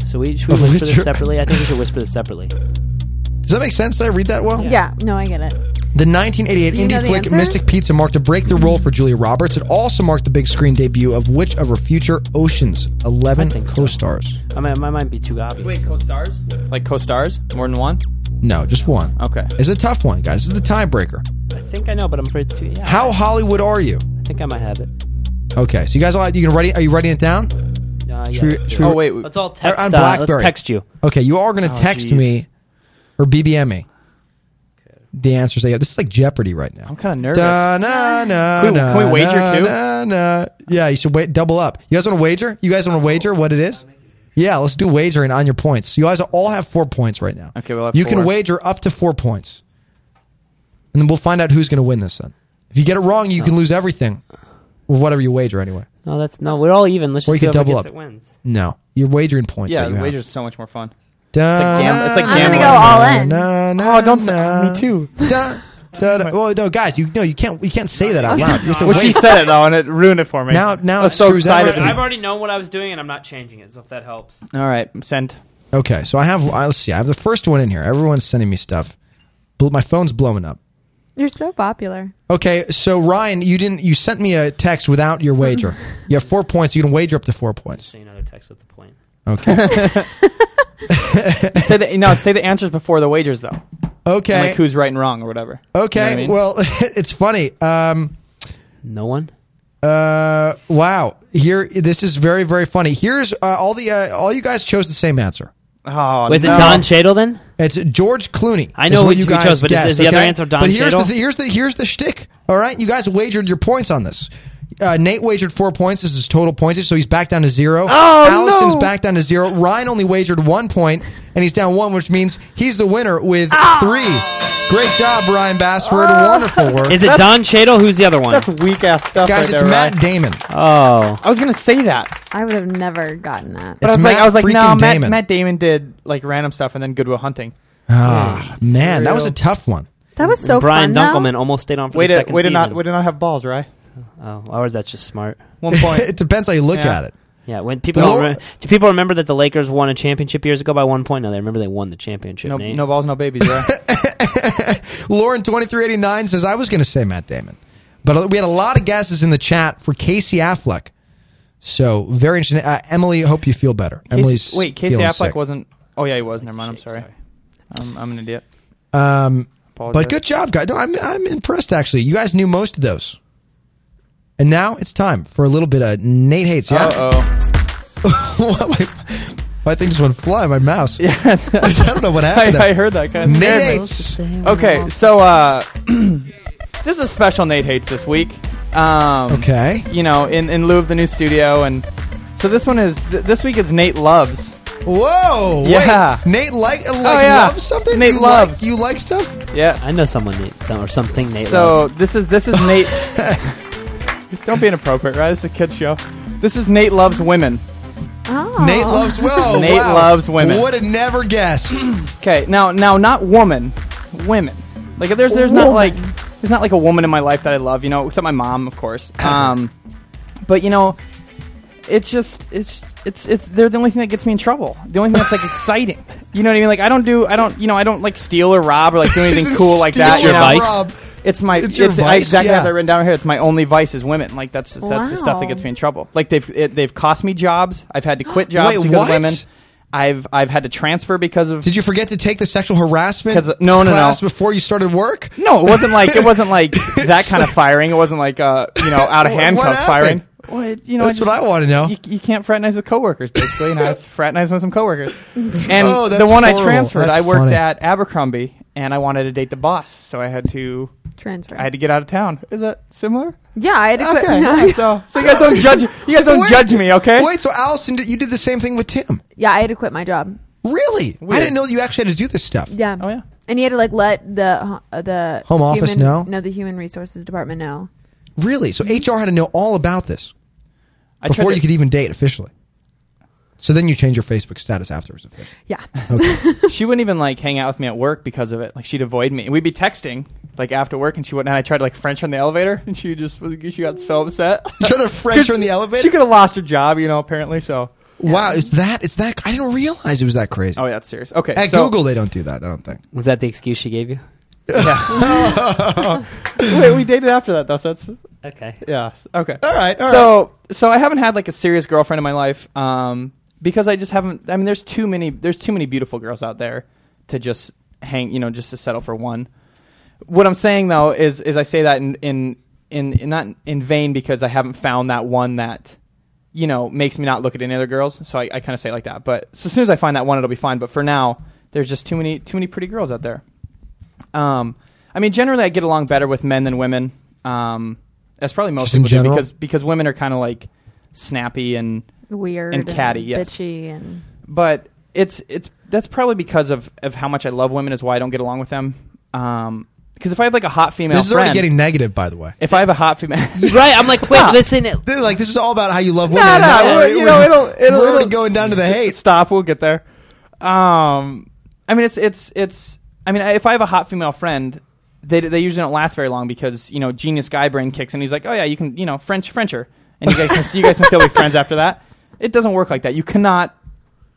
Speaker 4: So we should we
Speaker 2: Of
Speaker 4: whisper
Speaker 2: which-
Speaker 4: this separately? I think we should whisper this separately.
Speaker 2: Does that make sense? Did I read that well?
Speaker 3: Yeah. No, I get it.
Speaker 2: The 1988
Speaker 3: Do you know
Speaker 2: indie
Speaker 3: the
Speaker 2: flick
Speaker 3: answer?
Speaker 2: Mystic Pizza marked a breakthrough role for Julia Roberts. It also marked the big screen debut of which of her future Ocean's 11 co-stars?
Speaker 4: I mean, mine might be too obvious.
Speaker 13: Wait, co-stars? Like co-stars? More than one?
Speaker 2: No, just one.
Speaker 13: Okay.
Speaker 2: It's a tough one, guys. This is the tiebreaker.
Speaker 4: I think I know, but I'm afraid it's too. Yeah,
Speaker 2: How Hollywood are you?
Speaker 4: I think I might have it.
Speaker 2: Okay, so you guys all you can write. Are you writing it down?
Speaker 4: Uh, yeah,
Speaker 2: Should we-
Speaker 4: let's do
Speaker 2: should
Speaker 4: it.
Speaker 2: we-
Speaker 13: Oh, wait, we-
Speaker 4: let's all text.
Speaker 2: on
Speaker 4: Uh,
Speaker 2: BlackBerry.
Speaker 4: let's text you.
Speaker 2: Okay, you are going to
Speaker 13: Oh,
Speaker 2: text
Speaker 13: geez.
Speaker 2: me or BBM me the answers they have. This is like Jeopardy right now.
Speaker 13: I'm kind of nervous.
Speaker 2: Da, na, na,
Speaker 13: Can we-
Speaker 2: na,
Speaker 13: can we wager
Speaker 2: na,
Speaker 13: too?
Speaker 2: na, na. Yeah, you should wait. Double up. You guys want to wager? You guys want to wager what it is? Yeah, let's do wagering on your points. You guys all have four points right now.
Speaker 13: Okay, we'll have
Speaker 2: you
Speaker 13: four.
Speaker 2: can wager up to four points, and then we'll find out who's going to win this. Then, if you get it wrong, you
Speaker 13: Oh.
Speaker 2: can lose everything, with whatever you wager anyway.
Speaker 4: No, that's no. We're all even. Let's
Speaker 2: Or
Speaker 4: just
Speaker 2: you could
Speaker 4: whoever
Speaker 2: double
Speaker 4: gets
Speaker 2: up.
Speaker 4: it wins.
Speaker 2: No, you're wagering points.
Speaker 13: Yeah,
Speaker 2: that you
Speaker 13: the
Speaker 2: have.
Speaker 13: wager's so much more fun.
Speaker 2: Da,
Speaker 13: gam- it's like
Speaker 2: na,
Speaker 13: gambling.
Speaker 2: na,
Speaker 13: I'm gonna go all
Speaker 3: in.
Speaker 2: na, na,
Speaker 13: Oh, don't say-
Speaker 2: na.
Speaker 13: me too.
Speaker 2: Da, da, da. Well, no, guys, you no, you can't you can't say that out loud. You have to
Speaker 13: Well, she
Speaker 2: wait.
Speaker 13: said it though, and it ruined it for me.
Speaker 2: Now- now
Speaker 13: I was
Speaker 2: it
Speaker 13: so
Speaker 2: screws
Speaker 13: excited.
Speaker 2: everything.
Speaker 13: All
Speaker 4: I've already known what I was doing, and I'm not changing it. So if that helps,
Speaker 13: right, send.
Speaker 2: Okay, so I have. I- Let's see. I have the first one in here. Everyone's sending me stuff. Bl- My phone's blowing up.
Speaker 3: You're so popular.
Speaker 2: Okay, so Ryan, you didn't. You sent me a text without your wager. You have four points. You can wager up to four points.
Speaker 4: say another text with the point.
Speaker 2: Okay.
Speaker 13: say the, no, say the answers before the wagers, though.
Speaker 2: Okay.
Speaker 13: And, like who's right and wrong or whatever.
Speaker 2: Okay.
Speaker 13: You know what I mean?
Speaker 2: Well, it's funny. Um,
Speaker 4: no one.
Speaker 2: Uh, wow. Here, this is very, very funny. Here's uh, all the uh, all you guys chose the same answer.
Speaker 13: Oh,
Speaker 4: Was it Don Cheadle then?
Speaker 2: It's George Clooney.
Speaker 4: I
Speaker 2: is
Speaker 4: know
Speaker 2: what
Speaker 4: what
Speaker 2: you
Speaker 4: you
Speaker 2: guys
Speaker 4: chose, but is-
Speaker 2: guessed,
Speaker 4: is the other
Speaker 2: okay?
Speaker 4: answer Don
Speaker 2: But here's
Speaker 4: Cheadle?
Speaker 2: the th- here's the here's the shtick. All right, you guys wagered your points on this. Uh, Nate wagered four points. This is total pointage, so he's back down to zero.
Speaker 4: Oh,
Speaker 2: Allison's
Speaker 4: no.
Speaker 2: back down to zero. Ryan only wagered one point, and he's down one, which means he's the winner with
Speaker 4: Ah!
Speaker 2: three. Great job, Ryan Bassford. Wonderful work.
Speaker 4: Is it Don Cheadle? Who's the other one?
Speaker 13: That's weak ass stuff,
Speaker 2: Guys,
Speaker 13: right
Speaker 2: it's
Speaker 13: there,
Speaker 2: Matt
Speaker 13: Ryan.
Speaker 2: Damon.
Speaker 4: Oh,
Speaker 13: I was gonna say that,
Speaker 3: I would have never gotten that.
Speaker 13: but
Speaker 2: It's
Speaker 13: I was like,
Speaker 2: Matt
Speaker 13: I was like, no,
Speaker 2: freaking
Speaker 13: Matt
Speaker 2: Damon.
Speaker 13: Matt Damon did like random stuff, and then Goodwill Hunting.
Speaker 2: Ah, man, that was
Speaker 13: real.
Speaker 2: a tough one.
Speaker 3: That was so fun.
Speaker 4: Brian
Speaker 3: though.
Speaker 4: Dunkelman almost stayed on for
Speaker 13: Way
Speaker 4: the
Speaker 13: to
Speaker 4: second
Speaker 13: way to
Speaker 4: season.
Speaker 13: not way to not have balls, right?
Speaker 4: oh, or that's just smart.
Speaker 13: One point.
Speaker 2: it depends how you look
Speaker 13: Yeah.
Speaker 2: at it.
Speaker 4: Yeah, when people
Speaker 2: No.
Speaker 4: don't remember, do people remember that the Lakers won a championship years ago by one point? No, they remember they won the championship.
Speaker 13: no,
Speaker 4: Nate.
Speaker 13: no balls, no babies, right?
Speaker 2: Lauren twenty three eighty nine says I was going to say Matt Damon, but we had a lot of guesses in the chat for Casey Affleck. So very interesting. Uh, Emily, hope you feel better. Emily's
Speaker 13: Casey, wait, Casey
Speaker 2: feeling
Speaker 13: Affleck
Speaker 2: sick.
Speaker 13: wasn't. Oh yeah, he was. Never mind. I'm sorry. I'm, I'm an idiot.
Speaker 2: Um,
Speaker 13: Apologize.
Speaker 2: but good job, guys. No, I'm I'm impressed actually. You guys knew most of those. And now it's time for a little bit of Nate hates. Yeah.
Speaker 13: Uh oh.
Speaker 2: What? my, my thing just went fly. My mouse. Yeah. I don't know what happened.
Speaker 13: I, I heard that kind of
Speaker 2: Nate
Speaker 13: scared me.
Speaker 2: hates.
Speaker 13: Okay, so uh, this is a special Nate hates this week. Um,
Speaker 2: Okay.
Speaker 13: you know, in, in lieu of the new studio, and so this one is th- this week is Nate loves.
Speaker 2: Whoa! wait.
Speaker 13: Yeah. Oh,
Speaker 2: Nate like, like
Speaker 13: yeah.
Speaker 2: loves something.
Speaker 13: Nate
Speaker 2: you
Speaker 13: loves.
Speaker 2: Like, you like stuff.
Speaker 13: Yes,
Speaker 4: I know someone Nate, or something Nate.
Speaker 13: so
Speaker 4: loves.
Speaker 13: this is this is Nate. Don't be inappropriate, right? This is a kid show. This is Nate loves women.
Speaker 3: Oh.
Speaker 2: Nate loves whoa.
Speaker 13: Nate
Speaker 2: wow.
Speaker 13: loves women.
Speaker 2: Would have never guessed.
Speaker 13: Okay, now now not woman, women. Like there's there's not like there's not like a woman in my life that I love, you know, except my mom, of course. Um, but you know, it's just it's it's it's they're the only thing that gets me in trouble. The only thing that's like exciting. You know what I mean? Like I don't do I don't you know I don't like steal or rob or like do anything
Speaker 2: Isn't
Speaker 13: cool like
Speaker 2: steal
Speaker 13: that.
Speaker 4: or
Speaker 13: you know?
Speaker 4: vice?
Speaker 2: rob-
Speaker 13: It's my
Speaker 2: It's
Speaker 13: it's,
Speaker 2: your
Speaker 13: I
Speaker 2: vice,
Speaker 13: exactly
Speaker 2: yeah.
Speaker 13: have that written down here. It's my only vice is women. Like that's that's the stuff that
Speaker 3: Wow.
Speaker 13: gets me in trouble. Like they've it, they've cost me jobs. I've had to quit jobs
Speaker 2: Wait,
Speaker 13: because
Speaker 2: what?
Speaker 13: of women. I've I've had to transfer because of
Speaker 2: Did you forget to take the sexual harassment
Speaker 13: 'Cause- no, no, no.
Speaker 2: class before you started work?
Speaker 13: No, it wasn't like it wasn't like that kind of firing. It wasn't like uh, you know out of
Speaker 2: What-
Speaker 13: handcuffs
Speaker 2: what
Speaker 13: firing.
Speaker 2: happened?
Speaker 13: Well, it- you know,
Speaker 2: That's
Speaker 13: just-
Speaker 2: what I wanna know.
Speaker 13: You, you can't fraternize with coworkers, basically, and I was fraternizing with some coworkers. And
Speaker 2: Oh, that's
Speaker 13: the one
Speaker 2: horrible.
Speaker 13: I transferred,
Speaker 2: That's
Speaker 13: I worked
Speaker 2: funny.
Speaker 13: at Abercrombie, and I wanted to date the boss, so I had to
Speaker 3: transfer.
Speaker 13: I had to get out of town. Is that similar?
Speaker 3: yeah, I had to quit.
Speaker 13: Okay, yeah, so so you guys don't judge you guys don't
Speaker 2: Wait-
Speaker 13: judge me, okay?
Speaker 2: Wait, so Allison, did- you did the same thing with Tim?
Speaker 3: yeah, I had to quit my job.
Speaker 2: Really? I
Speaker 13: Weird.
Speaker 2: didn't know that you actually had to do this stuff.
Speaker 3: Yeah.
Speaker 13: Oh yeah.
Speaker 3: And you had to like let the uh, the
Speaker 2: Home office
Speaker 3: human-
Speaker 2: know?
Speaker 3: No, the human resources department know.
Speaker 2: Really? So HR had to know all about this
Speaker 13: Mm-hmm. I tried
Speaker 2: before
Speaker 13: to-
Speaker 2: you could even date officially. So then you change your Facebook status afterwards. officially.
Speaker 3: Yeah.
Speaker 13: she wouldn't even like hang out with me at work because of it. Like she'd avoid me. We'd be texting like after work, and she wouldn't. And I tried to like French her in the elevator, and she just was she got so upset.
Speaker 2: You tried to French her in the elevator?
Speaker 13: She could have lost her job, you know. Apparently, so.
Speaker 2: Wow, it's that. It's that. I didn't realize it was that crazy.
Speaker 13: Oh yeah, that's serious. Okay,
Speaker 2: At
Speaker 13: so,
Speaker 2: Google, they don't do that. I don't think.
Speaker 4: was that the excuse she gave you?
Speaker 13: Wait, we dated after that though. So that's
Speaker 4: Okay.
Speaker 13: yeah. s- Okay.
Speaker 2: All right, all
Speaker 13: so so I haven't had like a serious girlfriend in my life, um, because I just haven't. I mean, there's too many. There's too many beautiful girls out there to just hang. You know, just to settle for one. What I'm saying though is is I say that in in in, in not in vain because I haven't found that one that you know makes me not look at any other girls. So I, I kind of say it like that. But so as soon as I find that one, it'll be fine. But for now, there's just too many too many pretty girls out there. Um, I mean, generally, I get along better with men than women. Um, that's probably most
Speaker 2: Just in
Speaker 13: people do
Speaker 2: general?
Speaker 13: because because women are kind of like snappy and
Speaker 3: Weird
Speaker 13: And catty, yes.
Speaker 3: bitchy, and
Speaker 13: but it's it's that's probably because of of how much I love women is why I don't get along with them. Um, because if I have like a hot female
Speaker 2: This is
Speaker 13: friend,
Speaker 2: already getting negative, by the way.
Speaker 13: if I have a hot female,
Speaker 4: Right, I'm like, wait,
Speaker 13: Stop.
Speaker 4: listen.
Speaker 2: They're Like this is all about how you love
Speaker 13: no,
Speaker 2: women.
Speaker 13: no,
Speaker 2: Now
Speaker 13: we're, you know it'll it'll
Speaker 2: we're already
Speaker 13: it'll
Speaker 2: going down to the
Speaker 13: s-
Speaker 2: hate.
Speaker 13: Stop, we'll get there. Um, I mean, it's it's it's. I mean, if I have a hot female friend, they they usually don't last very long because you know genius guy brain kicks in. He's like, oh yeah, you can you know French Frencher, and you guys can, you guys can still be friends after that. It doesn't work like that. You cannot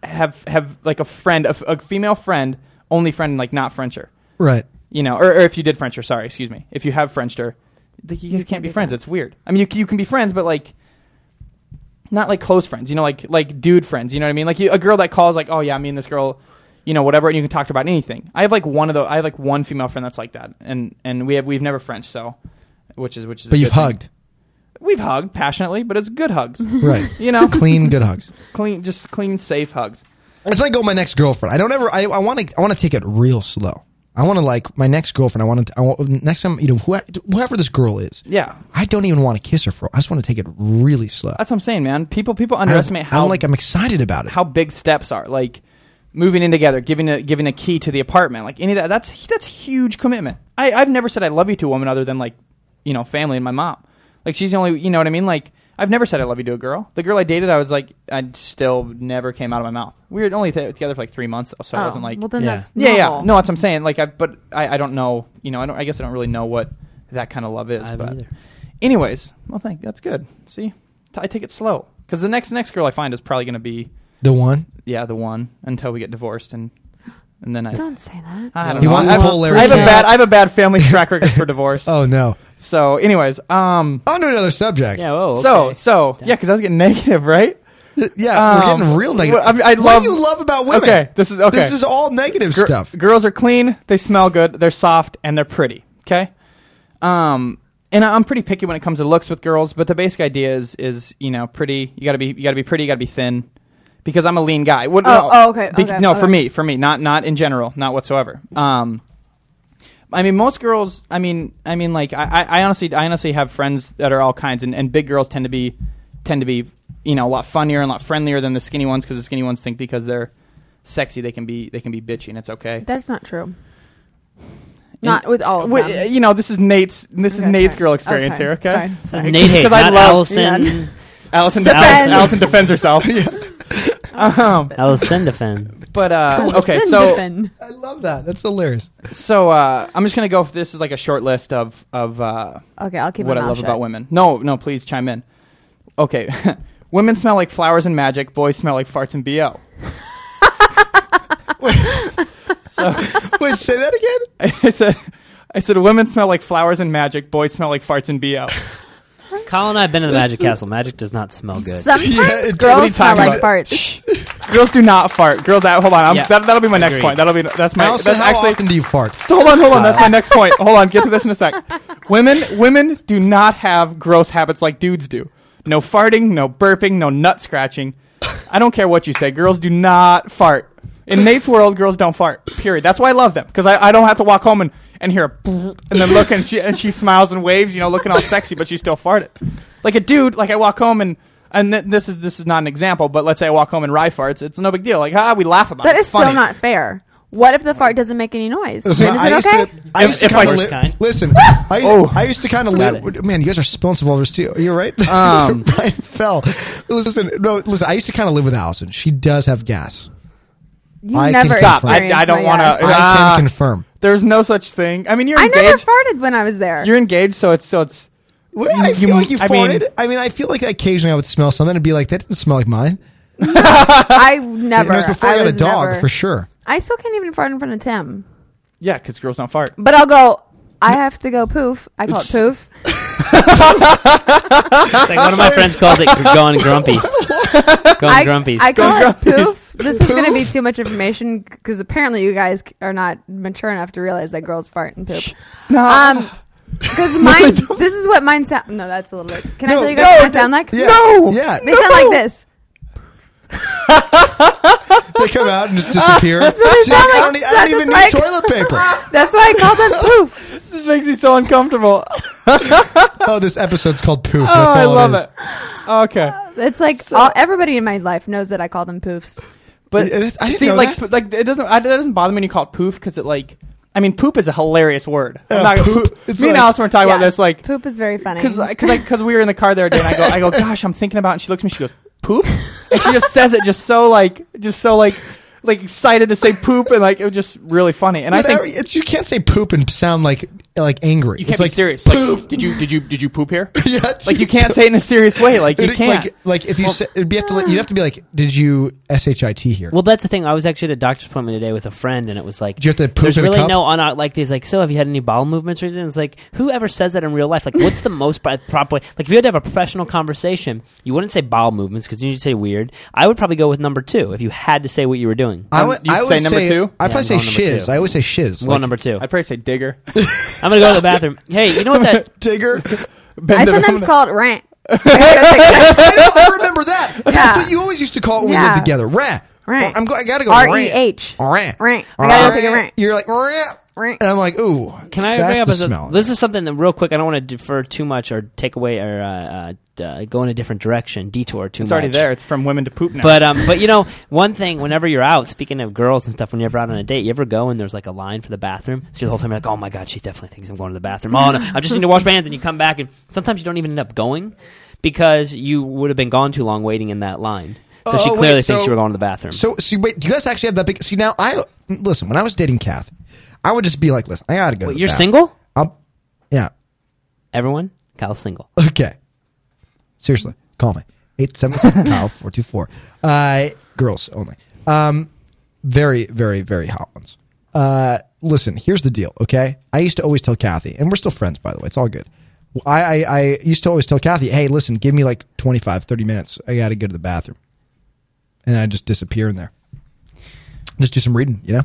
Speaker 13: have have like a friend a, f- a female friend only friend like not Frencher.
Speaker 2: Right.
Speaker 13: You know, or, or if you did Frencher, sorry, excuse me. If you have Frencher, like, you guys can't, be friends. It's weird. I mean, you, c- you can be friends, but like not like close friends, you know, like like dude friends, you know what I mean? Like you, a girl that calls like, "Oh yeah, me and this girl, you know, whatever," and you can talk to her about anything. I have like one of the I have like one female friend that's like that. And and we have we've never French, so which is which is a
Speaker 2: But you've
Speaker 13: good thing.
Speaker 2: hugged.
Speaker 13: We've hugged passionately, but it's good hugs.
Speaker 2: Right.
Speaker 13: you know,
Speaker 2: Clean, good hugs.
Speaker 13: Clean just clean safe hugs.
Speaker 2: That's my goal. with My next girlfriend. I don't ever. I want to. I want to take it real slow. I want to like my next girlfriend. I want to. I want next time. You know, whoe- whoever this girl is.
Speaker 13: Yeah.
Speaker 2: I don't even want to kiss her for. I just want to take it really slow.
Speaker 13: That's what I'm saying, man. People people
Speaker 2: I-
Speaker 13: underestimate how
Speaker 2: I'm like I'm excited about it.
Speaker 13: how big steps are. Like moving in together, giving a giving a key to the apartment, like any of that. That's that's huge commitment. I I've never said I love you to a woman other than like you know family and my mom. Like she's the only you know what I mean. Like I've never said I love you to a girl. The girl I dated, I was like I still never came out of my mouth. We were only th- together for like three months, though, so I
Speaker 4: Oh,
Speaker 13: wasn't like
Speaker 4: well, then
Speaker 13: yeah.
Speaker 4: that's
Speaker 13: yeah yeah
Speaker 4: normal.
Speaker 13: no. That's what I'm saying. Like I but I, I don't know you know I don't I guess I don't really know what that kind of love is.
Speaker 4: I haven't
Speaker 13: but
Speaker 4: either.
Speaker 13: anyways, well thank that's good. See, T- I take it slow because the next next girl I find is probably going to be
Speaker 2: The one.
Speaker 13: yeah, the one until we get divorced and and then I
Speaker 3: Don't say that.
Speaker 13: I don't
Speaker 2: He
Speaker 13: know.
Speaker 2: wants
Speaker 13: I
Speaker 2: to
Speaker 13: have-
Speaker 2: pull Larry
Speaker 13: I have a
Speaker 2: King.
Speaker 13: bad I have a bad family track record for divorce.
Speaker 2: Oh no.
Speaker 13: So, anyways, um
Speaker 2: on to another subject.
Speaker 13: Yeah. Oh. So so yeah, because I was getting negative, right?
Speaker 2: Yeah, we're getting real negative.
Speaker 13: um, I, mean, I
Speaker 2: What do
Speaker 13: love,
Speaker 2: you love about women?
Speaker 13: Okay, this is okay.
Speaker 2: This is all negative stuff.
Speaker 13: Girls are clean, they smell good, they're soft, and they're pretty. Okay, um, and I- I'm pretty picky when it comes to looks with girls, but the basic idea is is you know pretty. You gotta be you gotta be pretty. You gotta be thin. Because I'm a lean guy. What,
Speaker 3: Oh,
Speaker 13: no,
Speaker 3: oh, okay, okay,
Speaker 13: no, for
Speaker 3: okay.
Speaker 13: me, for me, not not in general, not whatsoever. Um, I mean, most girls. I mean, I mean, like I, I I honestly, I honestly have friends that are all kinds, and, and big girls tend to be tend to be you know a lot funnier and a lot friendlier than the skinny ones because the skinny ones think because they're sexy they can be they can be bitchy and it's okay.
Speaker 3: That's not true. Not with all of
Speaker 13: Wait,
Speaker 3: them.
Speaker 13: uh, You know, this is Nate's this is
Speaker 3: Okay,
Speaker 13: Nate's
Speaker 3: sorry.
Speaker 13: girl
Speaker 3: Oh,
Speaker 13: experience
Speaker 3: sorry,
Speaker 13: here. Okay,
Speaker 3: sorry, This is sorry.
Speaker 4: Nate hate,
Speaker 13: 'Cause I
Speaker 4: not
Speaker 13: love-
Speaker 4: Allison. Yeah.
Speaker 13: Allison,
Speaker 4: Defend.
Speaker 13: Allison, Allison defends herself. um,
Speaker 4: Allison defend.
Speaker 13: But uh, okay,
Speaker 2: Allison
Speaker 13: so
Speaker 2: defend. I love that. That's hilarious.
Speaker 13: So uh, I'm just gonna go. For, this is like a short list of of uh,
Speaker 3: Okay, I'll keep my
Speaker 13: what I
Speaker 3: mouth
Speaker 13: love
Speaker 3: shut.
Speaker 13: about women. No, no, please chime in. Okay, women smell like flowers and magic. Boys smell like farts and bo. so
Speaker 2: wait, say that again.
Speaker 13: I said, I said, women smell like flowers and magic. Boys smell like farts and bo.
Speaker 4: Colin and I have been to the Magic Castle. Magic does not smell good.
Speaker 3: Sometimes
Speaker 13: Yeah, it's- what are you
Speaker 3: girls smell
Speaker 13: talking
Speaker 3: like
Speaker 13: about?
Speaker 3: farts.
Speaker 13: Girls do not fart. Girls out. Hold on. I'm,
Speaker 4: Yeah.
Speaker 13: that, that'll be my next
Speaker 4: Agreed.
Speaker 13: point. That'll be that's my.
Speaker 2: Allison,
Speaker 13: that's
Speaker 2: how
Speaker 13: actually,
Speaker 2: often do you fart?
Speaker 13: Just hold on, hold on. That's my
Speaker 2: Wow.
Speaker 13: next point. Hold on, get to this in a sec. Women, women do not have gross habits like dudes do. No farting, no burping, no nut scratching. I don't care what you say. Girls do not fart. In Nate's world, girls don't fart. Period. That's why I love them because I, I don't have to walk home and, and hear a and then look and she and she smiles and waves, you know, looking all sexy, but she still farted. Like a dude, like I walk home and. And th- this is this is not an example, but let's say I walk home and Rye farts. It's no big deal. Like, ah, we laugh about
Speaker 3: That
Speaker 13: it.
Speaker 3: is
Speaker 13: It's
Speaker 3: so
Speaker 13: funny.
Speaker 3: not fair. What if the fart doesn't make any noise? Is
Speaker 2: Listen,
Speaker 3: it
Speaker 2: I used
Speaker 3: okay?
Speaker 2: to, I
Speaker 13: If-
Speaker 2: used to
Speaker 13: if I
Speaker 2: kind of
Speaker 13: s-
Speaker 2: li-
Speaker 13: kind.
Speaker 2: listen. I, I used to kind of live. Man, you guys are spilling some lovers too. You're right.
Speaker 13: Oh. Um.
Speaker 2: Brian fell. Listen, no, listen. I used to kind of live with Allison. She does have gas.
Speaker 3: You
Speaker 2: I
Speaker 3: never
Speaker 2: can
Speaker 13: Stop.
Speaker 2: confirm.
Speaker 13: I, I don't want to.
Speaker 2: I can confirm.
Speaker 13: There's no such thing. I mean, you're
Speaker 3: I never
Speaker 13: engaged.
Speaker 3: farted when I was there.
Speaker 13: You're engaged, so it's so it's.
Speaker 2: What? I
Speaker 13: you-
Speaker 2: feel like you
Speaker 13: I
Speaker 2: farted.
Speaker 13: mean-
Speaker 2: I mean, I feel like occasionally I would smell something and be like, "That doesn't smell like mine."
Speaker 3: I
Speaker 2: And
Speaker 3: never.
Speaker 2: it was before I, got
Speaker 3: was
Speaker 2: a dog
Speaker 3: never-
Speaker 2: for sure.
Speaker 3: I still can't even fart in front of Tim.
Speaker 13: Yeah, because girls don't fart.
Speaker 3: But I'll go. I have to go poof. I call it
Speaker 13: It's-
Speaker 3: poof.
Speaker 4: It's like one of my friends calls it going grumpy. Going
Speaker 3: I,
Speaker 4: grumpy.
Speaker 3: I call it poof. This is going to be too much information because apparently you guys c- are not mature enough to realize that girls fart and poop.
Speaker 13: No.
Speaker 3: Um, because mine. this is what mine sound. No, that's a little bit. Can I
Speaker 2: No,
Speaker 3: tell you guys what mine sound like?
Speaker 2: Yeah. Yeah.
Speaker 3: They sound like this.
Speaker 2: They come out and just disappear.
Speaker 3: That's what it
Speaker 2: She's like,
Speaker 3: sounds
Speaker 2: I
Speaker 3: like.
Speaker 2: don't, need, I don't
Speaker 3: That's
Speaker 2: even
Speaker 3: what
Speaker 2: need
Speaker 3: I-
Speaker 2: toilet paper.
Speaker 3: That's why I call them poofs.
Speaker 13: This makes me so uncomfortable.
Speaker 2: Oh, this episode's called Poof. That's
Speaker 13: oh, I
Speaker 2: all
Speaker 13: love
Speaker 2: it is.
Speaker 13: it. Okay,
Speaker 3: It's like all, everybody in my life knows that I call them poofs.
Speaker 13: but
Speaker 2: Yeah, that's- I didn't
Speaker 13: see,
Speaker 2: know
Speaker 13: like,
Speaker 2: that.
Speaker 13: p- like it doesn't. I, that doesn't bother me when you call it poof because it like. I mean, poop is a hilarious word. I'm
Speaker 2: Yeah,
Speaker 13: not-
Speaker 2: poop.
Speaker 13: poop-
Speaker 2: It's
Speaker 13: Me and
Speaker 2: like-
Speaker 13: Allison were talking about
Speaker 3: Yeah.
Speaker 13: this, like,
Speaker 3: Poop is very funny.
Speaker 13: because because we were in the car the other day, and I go, I go, gosh, I'm thinking about, it, and she looks at me, she goes, poop, and she just says it just so like, just so like, like excited to say poop and like it was just really funny. And I
Speaker 2: Whatever,
Speaker 13: think
Speaker 2: it's, you can't say poop and sound like like angry.
Speaker 13: you can't
Speaker 2: it's
Speaker 13: be
Speaker 2: like
Speaker 13: serious.
Speaker 2: Poop.
Speaker 13: Like, did you did you did you poop here?
Speaker 2: yeah,
Speaker 13: like you can't say it in a serious way. Like you
Speaker 2: It'd-
Speaker 13: can't. uh,
Speaker 2: Like, like if you say, it'd be have to like, you'd have to be like, did you shit here?
Speaker 4: Well, that's the thing. I was actually at a doctor's appointment today with a friend, and it was like,
Speaker 2: Did you have to poop
Speaker 4: there's
Speaker 2: in a
Speaker 4: really
Speaker 2: cup?
Speaker 4: no on like these like. So, have you had any bowel movements or anything? It's like, whoever says that in real life, like, what's the most pro- proper way? Like, if you had to have a professional conversation, you wouldn't say bowel movements because you'd say weird. I would probuld go with number two if you had to say what you were doing.
Speaker 2: I
Speaker 13: um,
Speaker 2: would- I would say- I
Speaker 4: Yeah,
Speaker 2: probably
Speaker 4: I'm
Speaker 2: say
Speaker 4: going number
Speaker 2: shiz.
Speaker 4: two.
Speaker 2: I always say shiz.
Speaker 4: Well,
Speaker 2: Like-
Speaker 4: number two.
Speaker 13: I'd probably say digger.
Speaker 4: I'm gonna go to the bathroom. Hey, you know what that
Speaker 2: digger?
Speaker 3: I sometimes call it rant.
Speaker 2: I, don't- I remember that. That's what you always used to call it when we
Speaker 3: Yeah.
Speaker 2: lived together. Rah.
Speaker 3: Rant.
Speaker 2: I'm go- I gotta go.
Speaker 3: R E
Speaker 2: rant.
Speaker 3: H.
Speaker 2: Rant.
Speaker 3: Rant. I gotta go take a
Speaker 2: Rant.
Speaker 3: rant.
Speaker 2: You're like rant.
Speaker 3: Rant.
Speaker 2: And I'm like, ooh.
Speaker 4: Can I
Speaker 2: that's
Speaker 4: bring up
Speaker 2: the
Speaker 4: as a,
Speaker 2: smell.
Speaker 4: this is something that real quick? I don't want to defer too much or take away or uh, uh, d- uh, go in a different direction, detour too
Speaker 13: It's
Speaker 4: much.
Speaker 13: already there. It's from women to poop now.
Speaker 4: But um, but you know, one thing. Whenever you're out, speaking of girls and stuff, when you're ever out on a date, you ever go and there's like a line for the bathroom. So the whole time you're like, oh my god, she definitely thinks I'm going to the bathroom. Oh no, I just need to wash my hands. And you come back, and sometimes you don't even end up going because you would have been gone too long waiting in that line. So she
Speaker 2: Oh, wait,
Speaker 4: clearly thinks
Speaker 2: so-
Speaker 4: you were going to the bathroom.
Speaker 2: So, see, wait, do you guys actually have that big? See, now I listen. When I was dating Kath, I would just be like, listen, I gotta go. to
Speaker 4: Wait,
Speaker 2: the
Speaker 4: you're
Speaker 2: bathroom.
Speaker 4: single?
Speaker 2: I'm, yeah.
Speaker 4: Everyone, Kyle's single.
Speaker 2: Okay. Seriously, call me. 877 Kyle 424. Uh, girls only. Um, very, very, very hot ones. Uh, listen, here's the deal, okay? I used to always tell Kathy, and we're still friends, by the way. It's all good. I, I, I used to always tell Kathy, hey, listen, give me like 25, 30 minutes. I got to go to the bathroom. And I just disappear in there. Just do some reading, you know?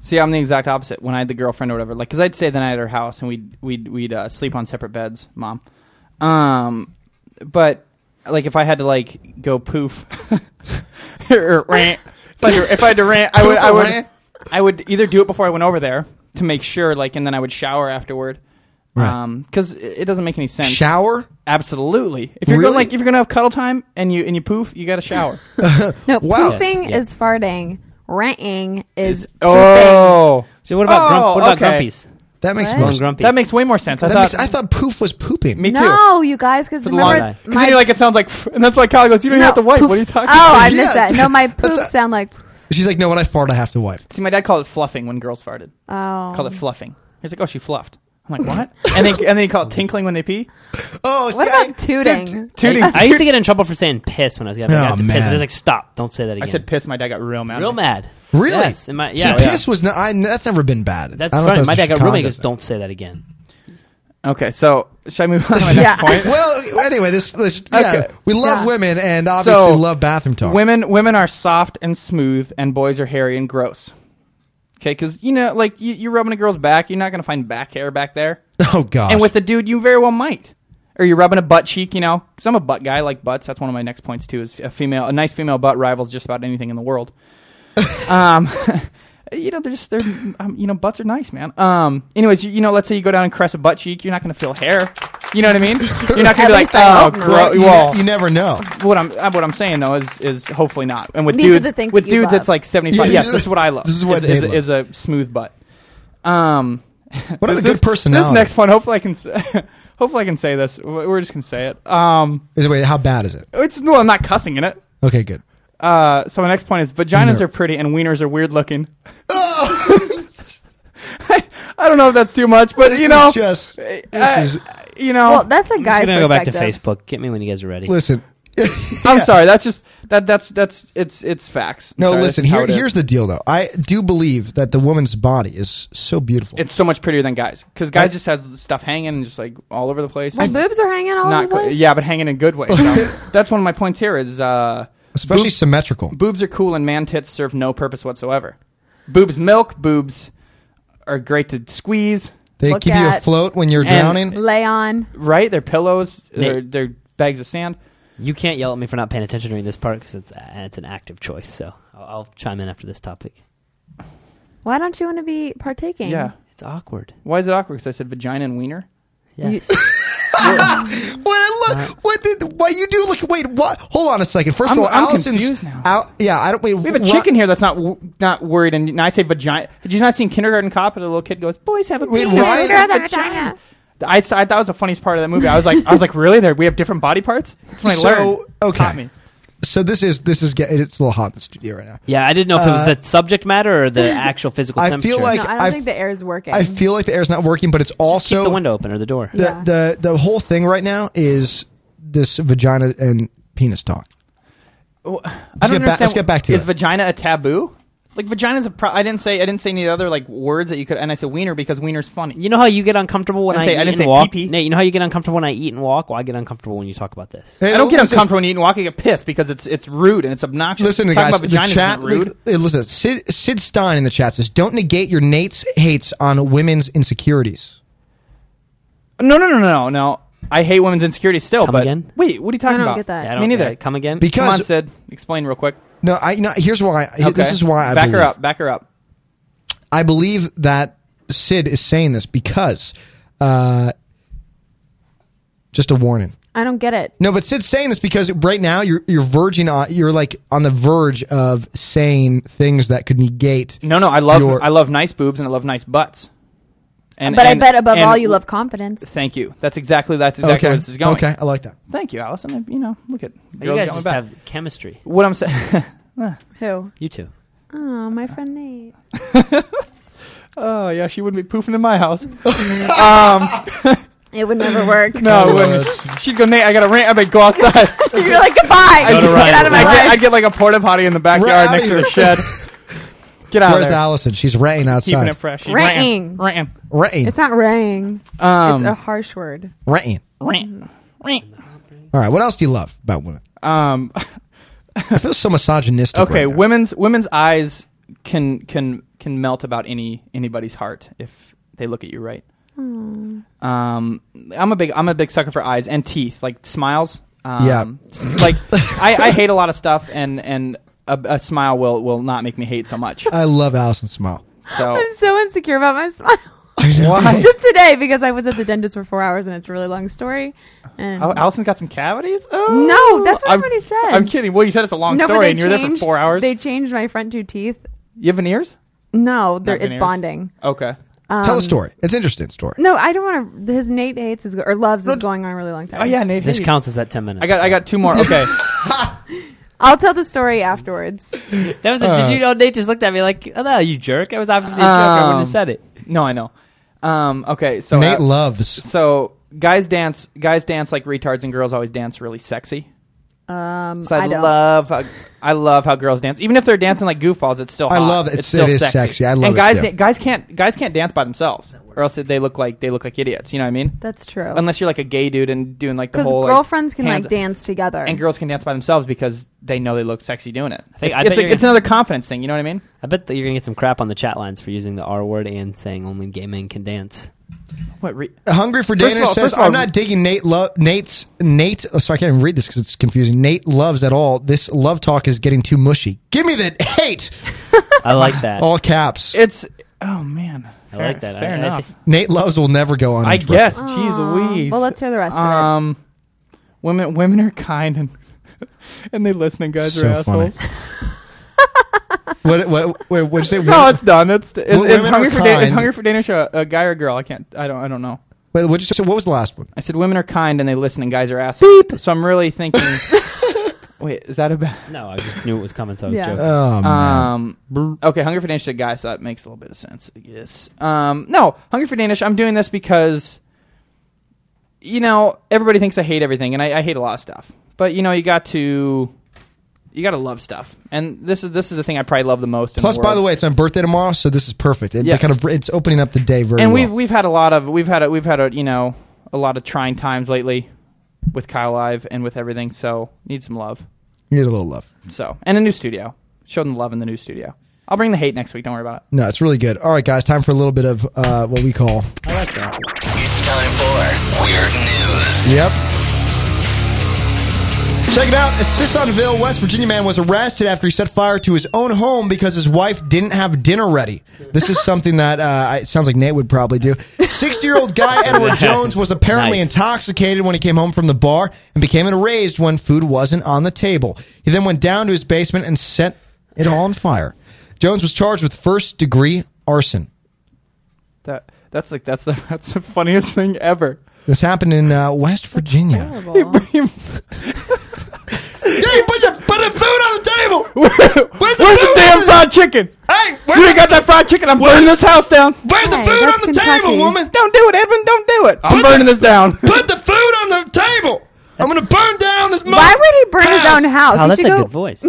Speaker 13: See, I'm the exact opposite. When I had the girlfriend or whatever, like, because I'd stay the night at her house and we'd we'd we'd uh, sleep on separate beds, mom. Um, but like if I had to like go poof or rant, if I, had to, if I had to rant, I would I would I would either do it before I went over there to make sure, like, and then I would shower afterward.
Speaker 2: Right.
Speaker 13: Um, because it it doesn't make any sense.
Speaker 2: Shower?
Speaker 13: Absolutely. If you're
Speaker 2: Really?
Speaker 13: gonna, like if you're gonna have cuddle time and you and you poof, you got to shower.
Speaker 3: No,
Speaker 13: Wow.
Speaker 3: poofing
Speaker 13: Yes, yeah.
Speaker 3: is farting. Ranting is
Speaker 13: oh.
Speaker 4: So what about grump- what about grumpies?
Speaker 2: That makes
Speaker 4: What?
Speaker 2: more
Speaker 4: Going grumpy.
Speaker 13: That makes way more sense. I
Speaker 2: That
Speaker 13: thought
Speaker 2: makes- I thought poof was pooping.
Speaker 13: Me too.
Speaker 3: No, you guys, because
Speaker 13: for the long
Speaker 3: remember
Speaker 13: night. Because then you're like, it sounds like, "Pff," and that's why Kyle goes, you don't even
Speaker 3: No,
Speaker 13: have to wipe. What are
Speaker 3: poof.
Speaker 13: you talking
Speaker 3: Oh,
Speaker 13: about?
Speaker 3: I missed that. No, my poops sound like
Speaker 2: She's like, no, when I fart, I have to wipe.
Speaker 13: See, my dad called it fluffing when girls farted.
Speaker 3: Oh.
Speaker 13: Called it fluffing. He's like, oh, she fluffed. I'm like, what? and then and then he called it tinkling when they pee.
Speaker 2: Oh,
Speaker 3: What about tooting?
Speaker 13: Tooting.
Speaker 4: I, I used to get in trouble for saying piss when I was young. I
Speaker 2: Oh,
Speaker 4: got to piss.
Speaker 2: man.
Speaker 4: I was like, stop, don't say that again.
Speaker 13: I said piss. My dad got real mad. at
Speaker 4: real
Speaker 13: me.
Speaker 4: mad.
Speaker 2: Really?
Speaker 4: Yes. in my-
Speaker 2: See,
Speaker 13: oh,
Speaker 4: yeah,
Speaker 2: piss was not. I, that's never been bad.
Speaker 4: That's
Speaker 2: I don't know if
Speaker 4: funny.
Speaker 2: was
Speaker 4: My dad
Speaker 2: just
Speaker 4: got real mad. He
Speaker 2: Chicago.
Speaker 4: goes, don't say that again.
Speaker 13: Okay, so should I move on to my next point?
Speaker 2: well, anyway, this, this yeah,
Speaker 13: Okay.
Speaker 2: we love
Speaker 13: Yeah.
Speaker 2: women and obviously
Speaker 13: So,
Speaker 2: love bathroom talk.
Speaker 13: Women women are soft and smooth, and boys are hairy and gross. Okay, because you know, like you, you're rubbing a girl's back, you're not gonna find back hair back there.
Speaker 2: Oh gosh.
Speaker 13: And with a dude, you very well might. Or you're rubbing a butt cheek, you know? 'Cause I'm a butt guy, I like butts. That's one of my next points too. Is a female, a nice female butt rivals just about anything in the world. um, you know, they're just they're um, you know butts are nice, man. Um, anyways, you, you know, let's say you go down and caress a butt cheek, you're not gonna feel hair. You know what I mean? You're not
Speaker 2: At
Speaker 13: gonna be like,
Speaker 2: least I
Speaker 13: oh,
Speaker 2: hope not." Well,
Speaker 13: gross.
Speaker 2: you-
Speaker 13: Well,
Speaker 2: you never know.
Speaker 13: What I'm uh, what I'm saying though is is hopefully not. And with
Speaker 3: These are
Speaker 13: dudes,
Speaker 3: the things
Speaker 13: with
Speaker 3: that you
Speaker 13: dudes,
Speaker 3: love.
Speaker 13: it's like 75.
Speaker 2: Yeah,
Speaker 13: yes,
Speaker 2: these
Speaker 13: this is
Speaker 2: are-
Speaker 13: what I love.
Speaker 2: this is what
Speaker 13: is,
Speaker 2: they
Speaker 13: is, is a smooth butt. Um,
Speaker 2: What a
Speaker 13: this-
Speaker 2: good personality.
Speaker 13: This next one, hopefully I can, s- hopefully I can say this. W- We're just gonna say it. Um,
Speaker 2: Is it- wait, how bad is it?
Speaker 13: it's no, I'm not cussing in it.
Speaker 2: Okay, good.
Speaker 13: Uh, so my next point is vaginas
Speaker 2: No.
Speaker 13: are pretty and wieners are weird looking.
Speaker 2: Oh!
Speaker 13: I, I don't know if that's too much, but you know,
Speaker 2: just
Speaker 13: uh, you know,
Speaker 3: Well, that's a
Speaker 4: I'm
Speaker 3: guy's
Speaker 4: gonna go back to
Speaker 3: perspective.
Speaker 4: Facebook. Get me when you guys are ready.
Speaker 2: listen.
Speaker 13: I'm sorry. That's just that. That's that's it's it's facts. I'm
Speaker 2: No,
Speaker 13: sorry, that's
Speaker 2: listen.
Speaker 13: just how
Speaker 2: Here,
Speaker 13: it is.
Speaker 2: here's the deal, though. I do believe that the woman's body is so beautiful.
Speaker 13: It's so much prettier than guys because guys just has stuff hanging and just like all over the place.
Speaker 3: My boobs are hanging all over
Speaker 13: Not
Speaker 3: the
Speaker 13: cl-
Speaker 3: place.
Speaker 13: yeah, but hanging in good ways. you know? That's one of my points here is uh,
Speaker 2: Especially
Speaker 13: boob-
Speaker 2: symmetrical.
Speaker 13: Boobs are cool, and man tits serve no purpose whatsoever. Boobs milk. Boobs are great to squeeze.
Speaker 2: They
Speaker 3: Look
Speaker 2: keep you
Speaker 3: at-
Speaker 2: afloat when you're
Speaker 13: And-
Speaker 2: drowning.
Speaker 3: Lay on.
Speaker 13: Right? They're pillows.
Speaker 4: Nate.
Speaker 13: They're, they're bags of sand.
Speaker 4: You can't yell at me for not paying attention during this part because it's uh, it's an active choice. So I'll, I'll chime in after this topic.
Speaker 3: Why don't you want to be partaking?
Speaker 13: Yeah.
Speaker 4: It's awkward.
Speaker 13: Why is it awkward? Because I said vagina and wiener.
Speaker 4: Yes.
Speaker 2: What I love, what did, what you do? Like, wait, what? Hold on a second. 1st
Speaker 13: I'm-
Speaker 2: of all,
Speaker 13: I'm
Speaker 2: Allison's
Speaker 13: confused now.
Speaker 2: out. Yeah, I don't. Wait,
Speaker 13: We have a chicken here that's not w- not worried, and, and I say vagina. Did you not seen Kindergarten Cop? And the little kid goes, "Boys have a
Speaker 2: Wait,
Speaker 13: penis,
Speaker 2: Ryan-
Speaker 13: girls
Speaker 3: Girls have
Speaker 13: have
Speaker 3: vagina."
Speaker 13: I, s- I thought it was the funniest part of that movie. I was like, I was like, really? There we have different body parts. That's when I
Speaker 2: So,
Speaker 13: learned.
Speaker 2: okay.
Speaker 13: Taught me.
Speaker 2: So this is this is get, it's a little hot in the studio right now.
Speaker 4: Yeah, I didn't know if it was
Speaker 2: Uh,
Speaker 4: the subject matter or the actual physical
Speaker 2: I feel
Speaker 4: temperature.
Speaker 2: like-
Speaker 3: no, I don't
Speaker 2: I-
Speaker 3: think the air is working.
Speaker 2: I feel like the air's not working, but it's also
Speaker 4: keep the window open or the door.
Speaker 2: The, the the whole thing right now is this vagina and penis talk.
Speaker 13: I
Speaker 2: Let's
Speaker 13: don't
Speaker 2: get back-
Speaker 13: understand.
Speaker 2: let's get back to
Speaker 13: is
Speaker 2: it.
Speaker 13: vagina a taboo? Like vagina's a pro- I didn't say I didn't say any other like words that you could and I said wiener because wiener's funny.
Speaker 4: You know how you get uncomfortable when I,
Speaker 13: I didn't say-
Speaker 4: eat
Speaker 13: I didn't
Speaker 4: and
Speaker 13: say
Speaker 4: walk.
Speaker 13: pee-pee.
Speaker 4: Nate, you know how you get uncomfortable when I eat and walk. Well, I get uncomfortable when you talk about this.
Speaker 13: I don't get uncomfortable when you eat and walk. I get pissed because it's it's rude and it's obnoxious.
Speaker 2: Listen,
Speaker 13: Talking
Speaker 2: guys,
Speaker 13: about
Speaker 2: the
Speaker 13: vaginas is
Speaker 2: chat.
Speaker 13: rude.
Speaker 2: like, hey, listen, Sid, Sid Stein in the chat says, "Don't negate your Nate's hates on women's insecurities."
Speaker 13: No, no, no, no, no. I hate women's insecurities still. but
Speaker 4: again?
Speaker 13: wait, what are you talking
Speaker 4: I don't
Speaker 13: about?
Speaker 4: get that. Yeah, I
Speaker 13: Me
Speaker 4: don't-
Speaker 13: neither.
Speaker 4: yeah, come again?
Speaker 13: Because
Speaker 2: Because-
Speaker 13: come on, Sid, explain real quick.
Speaker 2: No, I you know here's why. he-
Speaker 13: Okay.
Speaker 2: This is why I
Speaker 13: back
Speaker 2: believe,
Speaker 13: her up. Back her up.
Speaker 2: I believe that Sid is saying this because, uh, just a warning.
Speaker 3: I don't get it.
Speaker 2: No, but Sid's saying this because right now you're you're verging on you're like on the verge of saying things that could negate.
Speaker 13: No, no. I love
Speaker 2: Your-
Speaker 13: I love nice boobs and I love nice butts. And,
Speaker 3: but
Speaker 13: and-
Speaker 3: I bet above
Speaker 13: and-
Speaker 3: all, you love confidence.
Speaker 13: Thank you. That's exactly that's exactly
Speaker 2: okay,
Speaker 13: where this is going.
Speaker 2: okay, I like that.
Speaker 13: Thank you, Allison. I- You know, look at
Speaker 4: you
Speaker 13: girls
Speaker 4: guys
Speaker 13: got my
Speaker 4: just
Speaker 13: back.
Speaker 4: have chemistry.
Speaker 13: What I'm saying.
Speaker 3: Who?
Speaker 4: You two.
Speaker 3: Oh, my friend Nate.
Speaker 13: oh yeah, she wouldn't be poofing in my house. um,
Speaker 3: It would never work.
Speaker 13: no, it wouldn't. She'd go, Nate. I got to rant. I mean, go outside.
Speaker 3: You're like goodbye.
Speaker 13: I'd
Speaker 3: Get out of my
Speaker 13: I'd, get,
Speaker 3: life.
Speaker 13: I'd get like a porta potty in the
Speaker 2: Right
Speaker 13: backyard
Speaker 2: out
Speaker 13: next
Speaker 2: of
Speaker 13: to her
Speaker 2: here.
Speaker 13: shed. Get out
Speaker 2: Where's
Speaker 13: of there.
Speaker 2: Allison? She's ranting outside.
Speaker 13: Keeping it fresh. She's
Speaker 3: Ranting.
Speaker 13: Ranting.
Speaker 2: Ranting.
Speaker 3: It's not rang.
Speaker 13: Um,
Speaker 3: it's a harsh word.
Speaker 2: Ranting.
Speaker 13: Rant.
Speaker 4: Mm.
Speaker 13: Rant.
Speaker 2: All right. What else do you love about women?
Speaker 13: Um,
Speaker 2: I feel so misogynistic.
Speaker 13: okay,
Speaker 2: right now.
Speaker 13: women's women's eyes can can can melt about any anybody's heart if they look at you right.
Speaker 3: Hmm.
Speaker 13: Um, I'm a big I'm a big sucker for eyes and teeth, like smiles. Um,
Speaker 2: Yeah.
Speaker 13: s- like I, I hate a lot of stuff, and and a, a smile will will not make me hate so much.
Speaker 2: I love Allison's smile.
Speaker 13: So
Speaker 3: I'm so insecure about my smile.
Speaker 13: why?
Speaker 3: Just today because I was at the dentist for four hours and it's a really long story. And
Speaker 13: Oh, Allison's got some cavities. Oh,
Speaker 3: no, that's what
Speaker 13: I'm-
Speaker 3: everybody said.
Speaker 13: I'm kidding. Well, you said it's a long
Speaker 3: No, but
Speaker 13: story,
Speaker 3: they
Speaker 13: and you were there for
Speaker 3: changed-
Speaker 13: four hours.
Speaker 3: They changed my front two teeth.
Speaker 13: you have veneers?
Speaker 3: No, they're,
Speaker 13: Not
Speaker 3: it's
Speaker 13: veneers.
Speaker 3: bonding.
Speaker 13: Okay.
Speaker 2: Tell
Speaker 3: Um,
Speaker 2: a story. It's an interesting story.
Speaker 3: No, I don't want to. His Nate hates is go- or loves is going on a really long time.
Speaker 13: Oh yeah, Nate.
Speaker 4: This
Speaker 13: Hayes.
Speaker 4: counts as that ten minutes.
Speaker 13: I got I got two more. Okay.
Speaker 3: I'll tell the story afterwards.
Speaker 4: that was. A,
Speaker 13: Uh,
Speaker 4: did you know? Nate just looked at me like, "Oh, no, you jerk." I was obviously a jerk. I wouldn't
Speaker 13: Um,
Speaker 4: have said it.
Speaker 13: No, I know. Um, okay, so
Speaker 2: Nate
Speaker 13: uh,
Speaker 2: loves.
Speaker 13: So guys dance, guys dance like retards, and girls always dance really sexy.
Speaker 3: Um,
Speaker 13: So I,
Speaker 3: I, don't.
Speaker 13: love, how, I love how girls dance, even if they're dancing like goofballs. It's still,
Speaker 2: I
Speaker 13: hot.
Speaker 2: love it.
Speaker 13: It's
Speaker 2: It
Speaker 13: still
Speaker 2: is
Speaker 13: sexy.
Speaker 2: sexy. I love
Speaker 13: And
Speaker 2: it,
Speaker 13: guys,
Speaker 2: too.
Speaker 13: da- guys can't, guys can't dance by themselves, or else they look like they look like idiots. You know what I mean?
Speaker 3: That's true.
Speaker 13: Unless you're like a gay dude and doing like the
Speaker 3: Because
Speaker 13: whole like,
Speaker 3: girlfriends can
Speaker 13: hands-
Speaker 3: like dance together.
Speaker 13: and girls can dance by themselves because they know they look sexy doing it.
Speaker 4: think-
Speaker 13: it's,
Speaker 4: I
Speaker 13: it's,
Speaker 4: bet
Speaker 13: a-
Speaker 4: you're gonna-
Speaker 13: it's another confidence thing. You know what I mean?
Speaker 4: I bet that you're gonna get some crap on the chat lines for using the R word and saying only gay men can dance.
Speaker 13: What? Re-
Speaker 2: Hungry for
Speaker 13: First of
Speaker 2: Dana
Speaker 13: all-
Speaker 2: says,
Speaker 13: first of all-
Speaker 2: "I'm not digging Nate. Lo- Nate's Nate. Oh, sorry, I can't even read this because it's confusing. Nate loves at all. This love talk is getting too mushy. Give me that hate.
Speaker 4: I like that.
Speaker 2: All caps.
Speaker 13: it's oh man.
Speaker 4: I
Speaker 13: Fair-
Speaker 4: like that.
Speaker 13: Fair
Speaker 4: I- I
Speaker 13: enough.
Speaker 4: thi-
Speaker 2: Nate loves will never go on.
Speaker 13: I
Speaker 2: Twitter.
Speaker 13: guess. Jeez Louise.
Speaker 3: Well, let's hear the rest of it.
Speaker 13: um, Women, women are kind and and they listen, and guys
Speaker 2: So
Speaker 13: are
Speaker 2: funny.
Speaker 13: assholes.
Speaker 2: What? What? What? What'd you say?
Speaker 13: No, it's done. It's is,
Speaker 2: Women
Speaker 13: is
Speaker 2: are
Speaker 13: hungry for Dan- is
Speaker 2: kind.
Speaker 13: hungry for Danish a, a guy or a girl? I can't. I don't. I don't know.
Speaker 2: Wait, what'd you say? what was the last one?
Speaker 13: I said women are kind and they listen, and guys are assholes. So I'm really thinking. wait, is that a bad?
Speaker 4: No, I just knew it was coming, so I was
Speaker 3: Yeah.
Speaker 4: joking.
Speaker 2: Oh man.
Speaker 13: Um. Okay, hungry for Danish to guy, so that makes a little bit of sense. I guess. Um. No, hungry for Danish. I'm doing this because, you know, everybody thinks I hate everything, and I, I hate a lot of stuff. But you know, you got to, you got to love stuff, and this is this is the thing I probably love the most. in
Speaker 2: Plus, by
Speaker 13: world.
Speaker 2: the way, it's my birthday tomorrow, so this is perfect. It,
Speaker 13: Yes.
Speaker 2: kind of it's opening up the day very
Speaker 13: and
Speaker 2: well.
Speaker 13: we've we've had a lot of we've had a, we've had a you know a lot of trying times lately with Kyle Live and with everything. So need some love.
Speaker 2: you need a little love.
Speaker 13: So and a new studio. Show them the love in the new studio. I'll bring the hate next week. Don't worry about it.
Speaker 2: No, it's really good. All right, guys, time for a little bit of uh, what we call.
Speaker 1: It's time for Weird News.
Speaker 2: Yep. Check it out. A Sissonville, West Virginia man was arrested after he set fire to his own home because his wife didn't have dinner ready. This is something that uh, I- it sounds like Nate would probably do. 60 year old guy Edward Jones was apparently
Speaker 4: Nice.
Speaker 2: intoxicated when he came home from the bar and became enraged when food wasn't on the table. He then went down to his basement and set it all on fire. Jones was charged with first degree arson.
Speaker 13: That that's like that's the that's the funniest thing ever.
Speaker 2: This happened in uh, West Virginia.
Speaker 3: Horrible.
Speaker 2: Yeah, you bunch of- bunch
Speaker 13: chicken. Hey, you ain't got that fried chicken. I'm burning this house down.
Speaker 12: Where's the Hey, food that's on the Kentucky. table, woman?
Speaker 13: Don't do it, Edwin. Don't do it. I'm
Speaker 12: Put
Speaker 13: burning this down.
Speaker 12: Put the food on the table. I'm gonna burn down this.
Speaker 3: Why would he burn his own house?
Speaker 13: Oh,
Speaker 3: He
Speaker 13: that's
Speaker 3: should
Speaker 13: a
Speaker 3: go-
Speaker 13: good voice.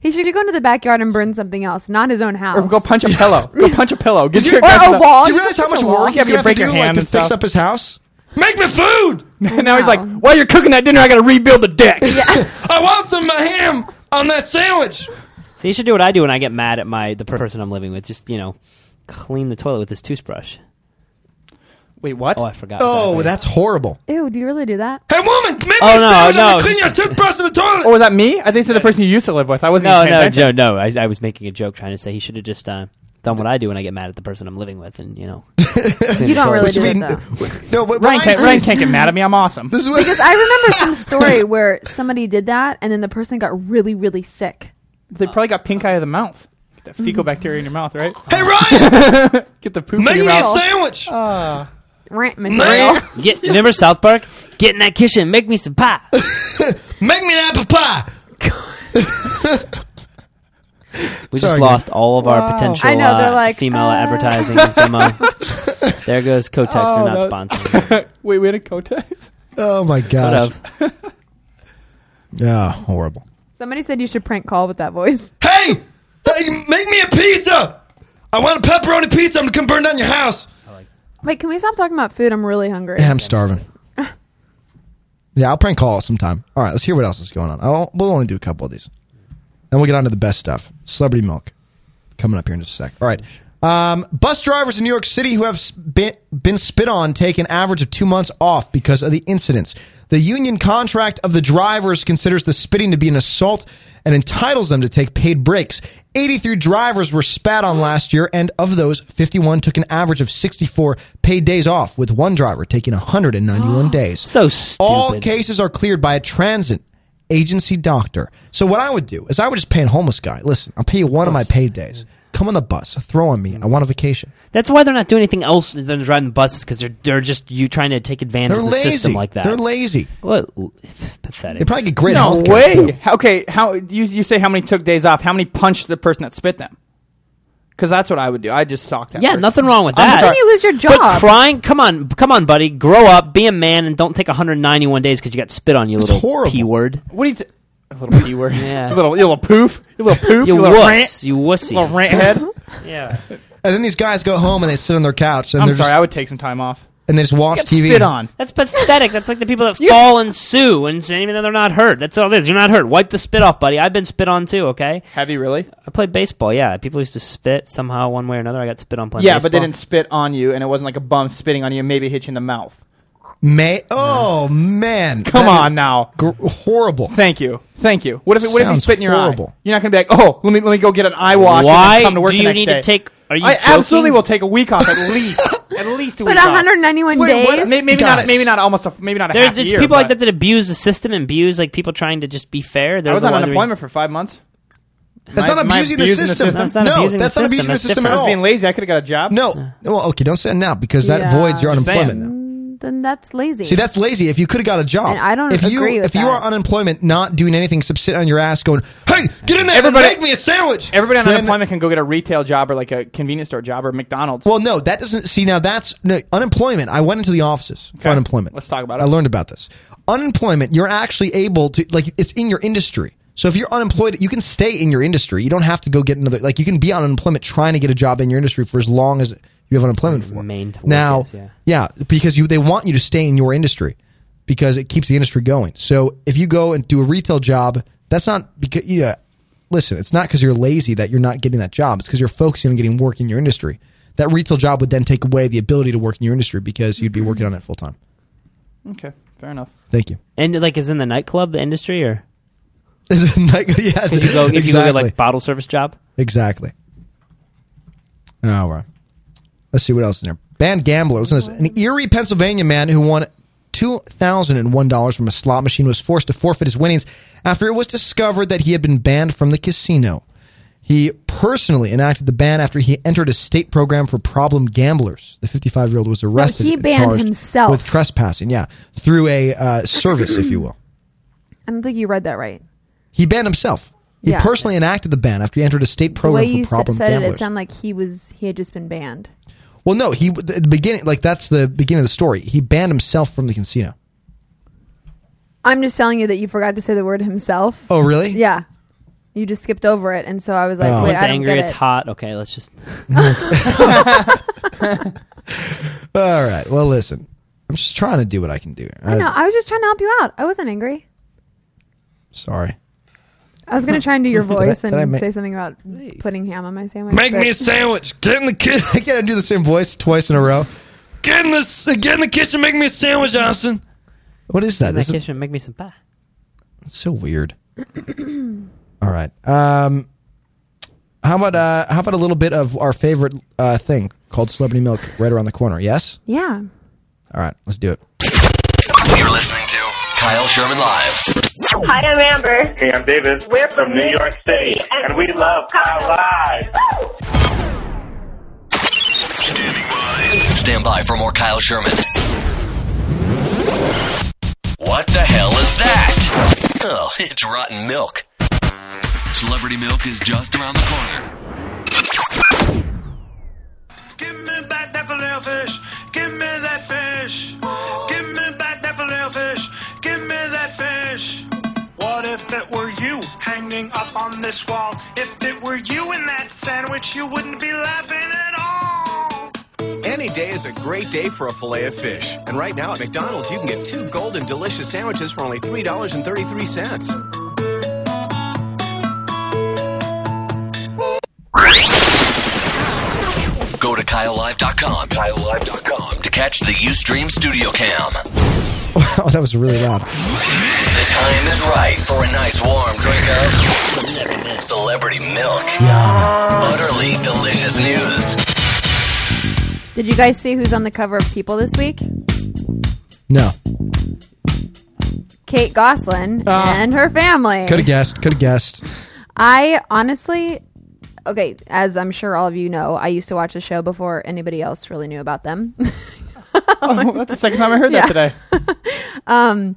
Speaker 3: he should go into the backyard and burn something else, not his own house.
Speaker 13: Or go punch a pillow. Go punch a pillow. Get
Speaker 3: Did
Speaker 13: your
Speaker 3: you-
Speaker 13: guys
Speaker 3: or a
Speaker 13: up.
Speaker 3: wall.
Speaker 2: Do you realize how much work he's
Speaker 13: Yeah, but
Speaker 2: gonna
Speaker 13: you
Speaker 2: have to
Speaker 13: break your
Speaker 2: do like,
Speaker 13: hand
Speaker 2: to
Speaker 13: and
Speaker 2: fix
Speaker 13: stuff.
Speaker 2: up his house?
Speaker 12: Make me food.
Speaker 13: now he's like, while you're cooking that dinner, I got to rebuild the deck.
Speaker 12: I want some ham on that sandwich.
Speaker 4: So you should do what I do when I get mad at my the person I'm living with. Just you know, clean the toilet with this toothbrush.
Speaker 13: Wait, what?
Speaker 4: Oh, I forgot.
Speaker 2: Oh, that's horrible.
Speaker 3: Ew, do you really do that?
Speaker 12: Hey, woman, make
Speaker 4: Oh, no, no.
Speaker 12: toothbrush in the toilet.
Speaker 13: Oh, was that me? I think it's the person you used to live with. I wasn't.
Speaker 4: No,
Speaker 13: even paying
Speaker 4: no,
Speaker 13: attention.
Speaker 4: Joe, no. I, I was making a joke trying to say he should have just uh, done what I do when I get mad at the person I'm living with, and you know,
Speaker 3: You don't really
Speaker 2: What
Speaker 3: do
Speaker 2: you mean?
Speaker 3: that. though.
Speaker 2: No, but
Speaker 13: Ryan can't,
Speaker 2: Ryan's-
Speaker 13: Ryan can't get mad at me. I'm awesome.
Speaker 2: This is what,
Speaker 3: Because I remember some story where somebody did that, and then the person got really, really sick.
Speaker 13: They probably got pink eye of the mouth. Get That fecal bacteria in your mouth, right?
Speaker 12: Hey, Ryan,
Speaker 13: Get the poop in
Speaker 12: make
Speaker 13: your
Speaker 12: me a
Speaker 13: mouth.
Speaker 12: sandwich.
Speaker 3: Rant material.
Speaker 4: get remember South Park? Get in that kitchen, make me some pie.
Speaker 12: Make me an apple pie.
Speaker 4: We just
Speaker 2: Sorry,
Speaker 4: lost all of our
Speaker 13: Wow.
Speaker 4: potential
Speaker 3: I know,
Speaker 4: uh,
Speaker 3: they're like,
Speaker 4: female
Speaker 3: uh.
Speaker 4: advertising demo. There goes Kotex.
Speaker 13: Oh,
Speaker 4: they're not
Speaker 13: no.
Speaker 4: sponsored.
Speaker 13: Wait, we had a Kotex.
Speaker 2: Oh my gosh. Yeah, horrible.
Speaker 3: Somebody said you should prank call with that voice.
Speaker 12: Hey, hey, make me a pizza. I want a pepperoni pizza. I'm gonna come burn down your house.
Speaker 3: Wait, can we stop talking about food? I'm really hungry.
Speaker 2: Yeah, I'm starving. Yeah, I'll prank call sometime. All right, let's hear what else is going on. I'll, we'll only do a couple of these. Then we'll get on to the best stuff. Celebrity milk. Coming up here in just a sec. All right. Um, bus drivers in New York City who have s- been, been spit on take an average of two months off because of the incidents. The union contract of the drivers considers the spitting to be an assault and entitles them to take paid breaks. 83 drivers were spat on last year, and of those, 51 took an average of 64 paid days off, with one driver taking 191 days.
Speaker 4: So stupid.
Speaker 2: All cases are cleared by a transit agency doctor. So what I would do is I would just pay a homeless guy. Listen, I'll pay you one of my paid days. Come on the bus. Throw on me. I want a vacation.
Speaker 4: That's why they're not doing anything else than driving buses because they're they're just you trying to take advantage
Speaker 2: They're
Speaker 4: of the
Speaker 2: lazy.
Speaker 4: system like that.
Speaker 2: They're lazy.
Speaker 4: What
Speaker 2: They
Speaker 4: pathetic.
Speaker 2: probably get great
Speaker 13: No
Speaker 2: health
Speaker 13: way. Okay, how you you say how many took days off? How many punched the person that spit them? Because that's what I would do. I just sock that.
Speaker 4: yeah,
Speaker 13: person.
Speaker 4: nothing wrong with
Speaker 13: I'm
Speaker 4: that.
Speaker 13: sorry.
Speaker 3: Then you lose your job.
Speaker 4: But crying, come on, come on, buddy, grow up, be a man, and don't take 191 days because you got spit on you little
Speaker 2: horrible.
Speaker 4: p word.
Speaker 13: What do you? Th- a little p word.
Speaker 4: Yeah.
Speaker 13: A little, you little poof. You little poof.
Speaker 4: You
Speaker 13: little
Speaker 4: wuss, you
Speaker 13: rant. Little
Speaker 4: wussy.
Speaker 13: rant head.
Speaker 4: Yeah.
Speaker 2: And then these guys go home and they sit on their couch and
Speaker 13: I'm
Speaker 2: they're
Speaker 13: sorry. I
Speaker 2: just,
Speaker 13: would take some time off.
Speaker 2: and they just watch
Speaker 13: Get
Speaker 2: TV.
Speaker 13: spit on.
Speaker 4: That's pathetic. That's like the people that fall and sue, and say- even though they're not hurt, that's all it is. You're not hurt. Wipe the spit off, buddy. I've been spit on too. Okay,
Speaker 13: Have you really?
Speaker 4: I played baseball. Yeah, people used to spit somehow, one way or another. I got spit on playing.
Speaker 13: yeah,
Speaker 4: baseball.
Speaker 13: but they didn't spit on you, and it wasn't like a bum spitting on you, and maybe hit you in the mouth.
Speaker 2: May oh man.
Speaker 13: Come
Speaker 2: That
Speaker 13: on
Speaker 2: is
Speaker 13: now.
Speaker 2: Gr- horrible.
Speaker 13: Thank you. Thank you. What if it, what if you
Speaker 2: Sounds
Speaker 13: spit in your
Speaker 2: horrible.
Speaker 13: eye? You're not gonna be like, oh, let me let me go get an eye wash.
Speaker 4: Why
Speaker 13: and then come to work
Speaker 4: do
Speaker 13: the
Speaker 4: you
Speaker 13: next
Speaker 4: need
Speaker 13: day.
Speaker 4: to take? Are you
Speaker 13: I absolutely
Speaker 4: joking?
Speaker 13: will take a week off at least. at least a
Speaker 3: But
Speaker 13: week off.
Speaker 3: 191
Speaker 2: Wait, what-
Speaker 3: days.
Speaker 13: May- Maybe not.
Speaker 2: Guys.
Speaker 13: Maybe not almost. A, maybe not a
Speaker 4: There's
Speaker 13: half
Speaker 4: it's
Speaker 13: year,
Speaker 4: people like
Speaker 13: but
Speaker 4: that that abuse the system and abuse like people trying to just be fair. They're
Speaker 13: I was
Speaker 4: the
Speaker 13: on
Speaker 4: one that-
Speaker 13: unemployment for five months.
Speaker 2: That's
Speaker 13: Am I-
Speaker 2: not
Speaker 13: am I
Speaker 2: abusing, the,
Speaker 13: abusing the
Speaker 2: system.
Speaker 13: system?
Speaker 4: That's not
Speaker 2: no,
Speaker 4: abusing the
Speaker 2: that's not abusing
Speaker 4: system.
Speaker 2: the
Speaker 4: That's
Speaker 2: system
Speaker 4: different.
Speaker 2: at
Speaker 13: I was
Speaker 2: all.
Speaker 13: being lazy. I could have got a job.
Speaker 2: No. Well, okay, don't say it now because that
Speaker 3: Yeah.
Speaker 2: voids your
Speaker 13: Just saying.
Speaker 2: unemployment now.
Speaker 3: Then that's lazy.
Speaker 2: See, that's lazy. If you could have got a job,
Speaker 3: And I don't
Speaker 2: if you,
Speaker 3: agree with
Speaker 2: If you
Speaker 3: that.
Speaker 2: are unemployment, not doing anything, except sit on your ass going, "Hey, get in there
Speaker 13: Everybody-
Speaker 2: and make me a sandwich."
Speaker 13: Everybody on
Speaker 2: Then-
Speaker 13: unemployment can go get a retail job or like a convenience store job or McDonald's.
Speaker 2: Well, no, that doesn't. See, now that's no, unemployment. I went into the offices for
Speaker 13: Okay,
Speaker 2: unemployment.
Speaker 13: let's talk about it.
Speaker 2: I learned about this. Unemployment. You're actually able to like it's in your industry. So if you're unemployed, you can stay in your industry. You don't have to go get another. Like you can be on unemployment trying to get a job in your industry for as long as you have unemployment for.
Speaker 4: Remain to work,
Speaker 2: now,
Speaker 4: yes, yeah.
Speaker 2: yeah, because you they want you to stay in your industry because it keeps the industry going. So if you go and do a retail job, that's not because yeah. Listen, it's not because you're lazy that you're not getting that job. It's because you're focusing on getting work in your industry. That retail job would then take away the ability to work in your industry because you'd be working on it full time.
Speaker 13: okay, fair enough.
Speaker 2: Thank you.
Speaker 4: and like is in the nightclub the industry or
Speaker 2: Is it like- yeah,
Speaker 4: if you go if you go get
Speaker 2: exactly.
Speaker 4: like bottle service job.
Speaker 2: exactly. All right. Let's see what else is in there. Banned gambler. Listen to this. An Erie, Pennsylvania man who won $2,001 from a slot machine was forced to forfeit his winnings after it was discovered that he had been banned from the casino. He personally enacted the ban after he entered a state program for problem gamblers. The 55 year old was arrested.
Speaker 3: he
Speaker 2: and
Speaker 3: banned
Speaker 2: charged
Speaker 3: himself.
Speaker 2: With trespassing, yeah. Through a uh, service, if you will.
Speaker 3: I don't think you read that right.
Speaker 2: He banned himself. He
Speaker 3: Yeah.
Speaker 2: personally enacted the ban after he entered a state
Speaker 3: The way
Speaker 2: program
Speaker 3: you
Speaker 2: for
Speaker 3: s-
Speaker 2: problem
Speaker 3: said it,
Speaker 2: gamblers.
Speaker 3: it sounded like he was he had just been banned.
Speaker 2: well, no, he at the beginning like that's the beginning of the story. He banned himself from the casino.
Speaker 3: I'm just telling you that you forgot to say the word himself.
Speaker 2: Oh, really?
Speaker 3: Yeah, you just skipped over it, and so I was like,
Speaker 4: Oh,
Speaker 3: wait,
Speaker 4: it's
Speaker 3: I don't
Speaker 4: angry,
Speaker 3: get
Speaker 4: it's
Speaker 3: it.
Speaker 4: hot. Okay, let's just.
Speaker 2: All right. Well, listen. I'm just trying to do what I can do. here.
Speaker 3: I know. I was just trying to help you out. I wasn't angry.
Speaker 2: Sorry.
Speaker 3: I was gonna try and do your
Speaker 2: Did I-
Speaker 3: voice
Speaker 2: did I
Speaker 3: and
Speaker 2: ma-
Speaker 3: say something about putting ham on my sandwich.
Speaker 12: Make
Speaker 3: but-
Speaker 12: me a sandwich. Get in the kitchen.
Speaker 2: I gotta do the same voice twice in a row.
Speaker 12: Get in the get in the kitchen. Make me a sandwich, Austin.
Speaker 2: What is that?
Speaker 4: My
Speaker 2: This is-
Speaker 4: kitchen, make me some pie.
Speaker 2: it's so weird. All right. Um, how about uh, how about a little bit of our favorite uh, thing called celebrity milk right around the corner? Yes.
Speaker 3: Yeah.
Speaker 2: All right. Let's do it.
Speaker 1: You're listening to Kyle Sherman Live.
Speaker 14: Hi, I'm Amber.
Speaker 15: Hey, I'm David. We're from New York City, and we love Kyle Live.
Speaker 1: Stand by for more Kyle Sherman. What the hell is that? Oh, it's rotten milk. Celebrity milk is just around the corner.
Speaker 15: Give me back that filet fish. Give me that fish. Give me back that filet fish. Give me that fish. What if it were you hanging up on this wall? If it were you in that sandwich, you wouldn't be laughing at all.
Speaker 16: Any day is a great day for a filet of fish. And right now at McDonald's, you can get two golden delicious sandwiches for only $3.33.
Speaker 1: Go to KyleLive.com. KyleLive.com to catch the Ustream Studio Cam.
Speaker 2: Wow, Oh, that was really loud.
Speaker 1: The time is right for a nice warm drink of celebrity milk. Utterly delicious news.
Speaker 3: Did you guys see who's on the cover of People this week?
Speaker 2: No.
Speaker 3: Kate Goslin and her family.
Speaker 2: Ah. Could have guessed. Could have guessed.
Speaker 3: I honestly, okay, as I'm sure all of you know, I used to watch the show before anybody else really knew about them.
Speaker 13: oh, that's the second time I heard
Speaker 3: Yeah.
Speaker 13: that today.
Speaker 3: um,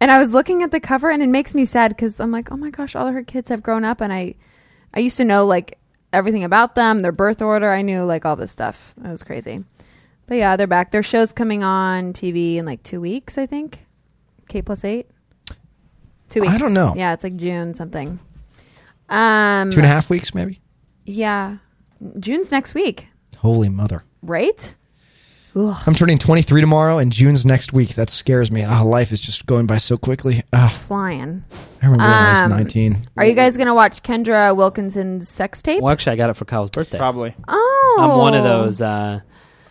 Speaker 3: and I was looking at the cover, and it makes me sad because I'm like, oh my gosh, all her kids have grown up, and I, I used to know like everything about them, their birth order. I knew like all this stuff. It was crazy. But yeah, they're back. Their show's coming on TV in like two weeks, I think. K plus eight. Two
Speaker 2: I
Speaker 3: weeks.
Speaker 2: don't know.
Speaker 3: Yeah, it's like June something. Um,
Speaker 2: Two and a half weeks, maybe.
Speaker 3: Yeah, June's next week,
Speaker 2: Holy mother!
Speaker 3: right? Ugh.
Speaker 2: I'm turning 23 tomorrow, and June's next week. That scares me. Ah, life is just going by so quickly. Ah,
Speaker 3: Flying.
Speaker 2: I remember when I was
Speaker 3: Um,
Speaker 2: 19.
Speaker 3: Are you guys gonna watch Kendra Wilkinson's sex tape?
Speaker 4: Well, actually, I got it for Kyle's birthday.
Speaker 13: Probably.
Speaker 3: Oh,
Speaker 4: I'm one of those. Uh,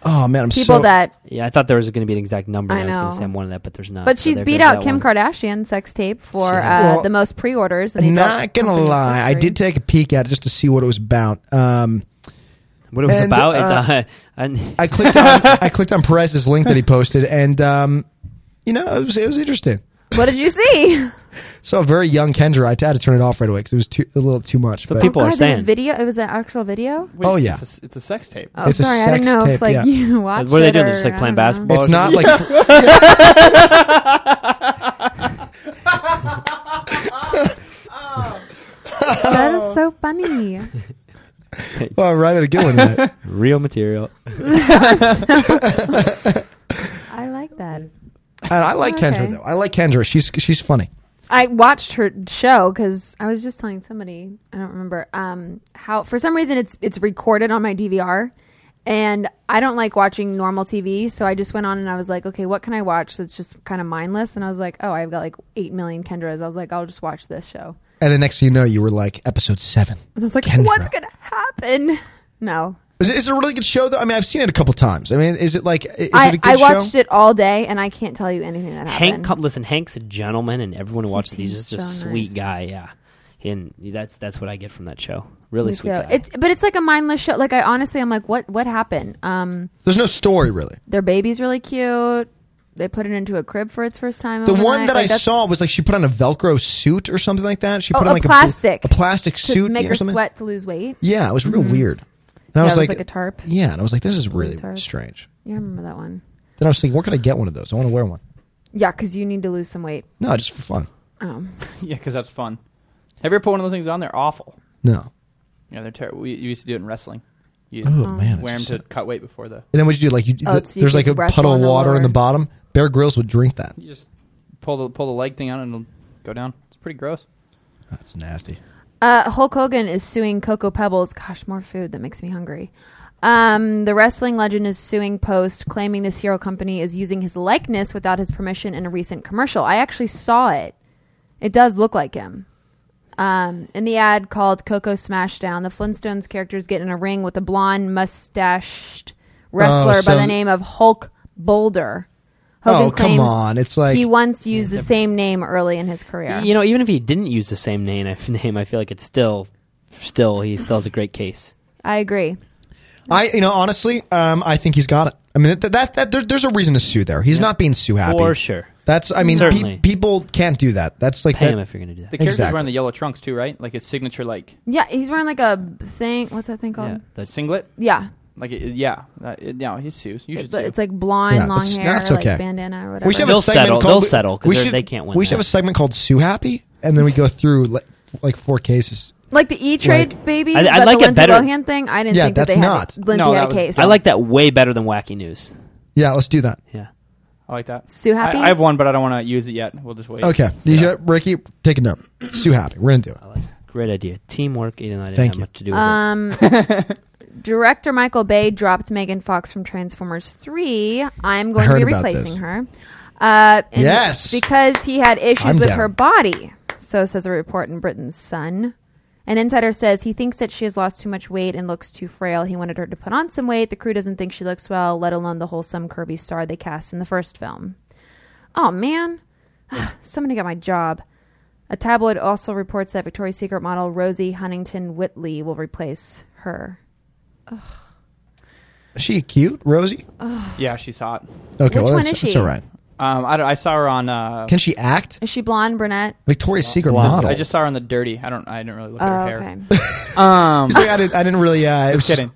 Speaker 2: oh man, I'm
Speaker 3: people that.
Speaker 4: Yeah, I thought there was going to be an exact number.
Speaker 3: I
Speaker 4: and I was going
Speaker 3: know.
Speaker 4: to say I'm one of that, but there's not.
Speaker 3: But
Speaker 4: so
Speaker 3: she's
Speaker 4: there
Speaker 3: beat
Speaker 4: goes
Speaker 3: out
Speaker 4: that
Speaker 3: Kim
Speaker 4: one.
Speaker 3: Kardashian sex tape for
Speaker 4: She
Speaker 3: uh,
Speaker 4: has.
Speaker 2: Well,
Speaker 3: the most pre-orders. in the
Speaker 2: I'm
Speaker 3: adult
Speaker 2: not gonna
Speaker 3: company's
Speaker 2: lie, I
Speaker 3: history.
Speaker 2: did take a peek at it just to see what it was about. Um,
Speaker 4: What it was
Speaker 2: and,
Speaker 4: about?
Speaker 2: uh,
Speaker 4: it's, uh, and-
Speaker 2: I clicked on I clicked on Perez's link that he posted, and um, you know it was it was interesting.
Speaker 3: What did you see?
Speaker 2: So a very young Kendra, I had to turn it off right away because it was too, a little too much.
Speaker 4: So people
Speaker 3: Oh, God,
Speaker 4: are
Speaker 3: there was
Speaker 4: saying.
Speaker 3: video. It was an actual video.
Speaker 2: Oh, yeah.
Speaker 13: it's a, it's a sex tape.
Speaker 3: Oh,
Speaker 2: It's a
Speaker 3: sorry, I
Speaker 2: sex
Speaker 3: didn't know
Speaker 2: tape,
Speaker 3: if like
Speaker 2: yeah.
Speaker 3: you watched.
Speaker 4: what are they
Speaker 3: it
Speaker 4: doing? They're
Speaker 3: or-
Speaker 4: just like
Speaker 3: I
Speaker 4: playing
Speaker 3: don't know.
Speaker 4: basketball.
Speaker 2: It's not like-
Speaker 3: that is so funny.
Speaker 2: well, I'm right at a good one. Tonight.
Speaker 4: real material.
Speaker 3: I like that.
Speaker 2: And I like Kendra
Speaker 3: Okay.
Speaker 2: though. I like Kendra. She's she's funny.
Speaker 3: I watched her show because I was just telling somebody I don't remember um, how for some reason it's it's recorded on my DVR, and I don't like watching normal TV, so I just went on and I was like, okay, what can I watch that's just kind of mindless? And I was like, oh, I've got like eight million Kendras. I was like, I'll just watch this show,
Speaker 2: And the next thing you know, you were like episode seven.
Speaker 3: and I was like,
Speaker 2: Kendra.
Speaker 3: what's gonna happen? No,
Speaker 2: Is it, is it a really good show though? I mean, I've seen it a couple times. I mean, is it like is it
Speaker 3: I,
Speaker 2: a good
Speaker 3: I
Speaker 2: show?
Speaker 3: watched it all day, and I can't tell you anything that happened.
Speaker 4: Hank, come, listen, Hank's a gentleman, and everyone who watches these is
Speaker 3: seems
Speaker 4: just a
Speaker 3: so
Speaker 4: sweet
Speaker 3: nice.
Speaker 4: guy. Yeah, and that's that's what I get from that show. Really
Speaker 3: Me
Speaker 4: sweet
Speaker 3: too.
Speaker 4: guy.
Speaker 3: It's but it's like a mindless show. Like I honestly, I'm like, what what happened? Um.
Speaker 2: There's no story really.
Speaker 3: Their baby's really cute. They put it into a crib for its first time.
Speaker 2: The
Speaker 3: overnight.
Speaker 2: one that
Speaker 3: Like,
Speaker 2: I
Speaker 3: that's
Speaker 2: saw was like she put on a Velcro suit or something like that. She
Speaker 3: Oh,
Speaker 2: put
Speaker 3: a
Speaker 2: on like bl-
Speaker 3: plastic.
Speaker 2: a, plastic
Speaker 3: to
Speaker 2: suit
Speaker 3: make
Speaker 2: or
Speaker 3: her
Speaker 2: something.
Speaker 3: sweat to lose weight.
Speaker 2: Yeah, it was real
Speaker 3: Mhm.
Speaker 2: weird. And
Speaker 3: Yeah,
Speaker 2: I was
Speaker 3: it
Speaker 2: like,
Speaker 3: was like a tarp.
Speaker 2: Yeah, and I was like, this is really
Speaker 3: tarp.
Speaker 2: strange.
Speaker 3: Yeah, I remember that one.
Speaker 2: Then I was thinking, where could I get one of those? I want to wear one.
Speaker 3: Yeah, because you need to lose some weight.
Speaker 2: No, just for fun.
Speaker 3: Um,
Speaker 13: yeah, because that's fun. Have you ever put one of those things on? They're awful.
Speaker 2: No.
Speaker 13: Yeah, they're terrible. We you used to do it in wrestling. You
Speaker 2: Oh, man,
Speaker 13: wear them
Speaker 2: it's
Speaker 13: to cut weight before the.
Speaker 2: And then what you do? Like you,
Speaker 13: Oh,
Speaker 2: th-
Speaker 13: so you
Speaker 2: there's like a
Speaker 13: could wrestle
Speaker 2: puddle of
Speaker 13: on the
Speaker 2: water in the
Speaker 13: lower.
Speaker 2: bottom. Bear Grylls would drink that.
Speaker 13: You just pull the pull the leg thing out and it'll go down. It's pretty gross.
Speaker 2: That's nasty.
Speaker 3: Uh, Hulk Hogan is suing Cocoa Pebbles. Gosh, more food that makes me hungry. Um, the wrestling legend is suing Post, claiming the cereal company is using his likeness without his permission in a recent commercial. I actually saw it. It does look like him. Um, in the ad called Cocoa Smashdown, the Flintstones characters get in a ring with a blonde mustached wrestler
Speaker 2: Oh, so-
Speaker 3: by the name of Hulk Boulder.
Speaker 2: Oh, come
Speaker 3: claims
Speaker 2: on. It's like-
Speaker 3: he once used the same name early in his career.
Speaker 4: You know, even if he didn't use the same name, I, name, I feel like it's still, still he still has a great case.
Speaker 3: I agree.
Speaker 2: I, you know, honestly, um, I think he's got it. I mean, that that, that there, there's a reason to sue there. He's not being sue happy
Speaker 4: For sure.
Speaker 2: That's, I mean, pe-
Speaker 4: Certainly.
Speaker 2: people can't do that. That's like
Speaker 4: Pay
Speaker 2: that-
Speaker 4: him if you're gonna do that.
Speaker 13: The character's
Speaker 2: Exactly.
Speaker 13: wearing the yellow trunks too, right? Like his signature, like
Speaker 3: Yeah, he's wearing like a thing. What's that thing called?
Speaker 13: the singlet.
Speaker 3: Yeah.
Speaker 13: Like it, it- yeah, that, it, no, he sues. You should.
Speaker 3: It's,
Speaker 13: sue.
Speaker 3: it's like blonde,
Speaker 2: Yeah,
Speaker 3: long
Speaker 2: that's-
Speaker 3: hair,
Speaker 2: that's okay.
Speaker 3: like bandana or whatever.
Speaker 2: We should have a segment
Speaker 4: settle-
Speaker 2: called,
Speaker 4: they'll settle 'cause
Speaker 2: we
Speaker 4: they're-
Speaker 2: should-
Speaker 4: they can't win
Speaker 2: We should have a
Speaker 4: that.
Speaker 2: segment called "Sue Happy," and then we go through like, like four cases.
Speaker 3: like the E Trade
Speaker 2: Like-
Speaker 3: baby,
Speaker 4: I'd-
Speaker 3: but
Speaker 4: I'd like a
Speaker 3: the Lindsay
Speaker 4: better-
Speaker 3: Lohan thing. I didn't
Speaker 2: Yeah,
Speaker 3: think
Speaker 2: that's
Speaker 3: that they
Speaker 2: not-
Speaker 3: had. Lindsay
Speaker 2: No,
Speaker 3: had
Speaker 2: that was-
Speaker 3: a case.
Speaker 4: I like that way better than wacky news.
Speaker 2: Yeah, let's do that.
Speaker 4: Yeah,
Speaker 13: I like that.
Speaker 3: Sue happy?
Speaker 13: I, I have one, but I don't want to use it yet. We'll just wait.
Speaker 2: Okay, you should- Ricky, take a note. Sue Happy. We're gonna do it.
Speaker 4: Great idea. Teamwork. Even though I didn't
Speaker 2: Thank
Speaker 4: have
Speaker 2: you.
Speaker 4: much to do with
Speaker 3: Um, director Michael Bay dropped Megan Fox from Transformers Three. I'm going to
Speaker 4: I
Speaker 3: be
Speaker 4: heard about
Speaker 3: replacing
Speaker 4: this.
Speaker 3: her. Uh, and
Speaker 2: Yes.
Speaker 3: because he had issues
Speaker 2: I'm
Speaker 3: with
Speaker 2: down.
Speaker 3: her body. So says a report in Britain's Sun. An insider says he thinks that she has lost too much weight and looks too frail. He wanted her to put on some weight. The crew doesn't think she looks well, let alone the wholesome curvy star they cast in the first film. Oh man, somebody got my job. A tabloid also reports that Victoria's Secret model Rosie Huntington Whitley will replace her.
Speaker 2: Is she cute, Rosie?
Speaker 13: Yeah, she's hot.
Speaker 2: Okay,
Speaker 3: Uh, Which
Speaker 2: well,
Speaker 3: one
Speaker 2: that's,
Speaker 3: is
Speaker 2: that's
Speaker 3: she?
Speaker 2: all right.
Speaker 13: Um, I, don't- I saw her on. Uh,
Speaker 2: Can she act?
Speaker 3: Is she blonde, brunette?
Speaker 2: Victoria's Secret
Speaker 13: Blonde.
Speaker 2: model.
Speaker 13: I just saw her on the dirty. I don't. I didn't really look at
Speaker 3: Oh,
Speaker 13: her hair.
Speaker 3: okay.
Speaker 13: Um,
Speaker 2: He's like, I, didn't, I didn't really. Uh, it was
Speaker 13: just kidding.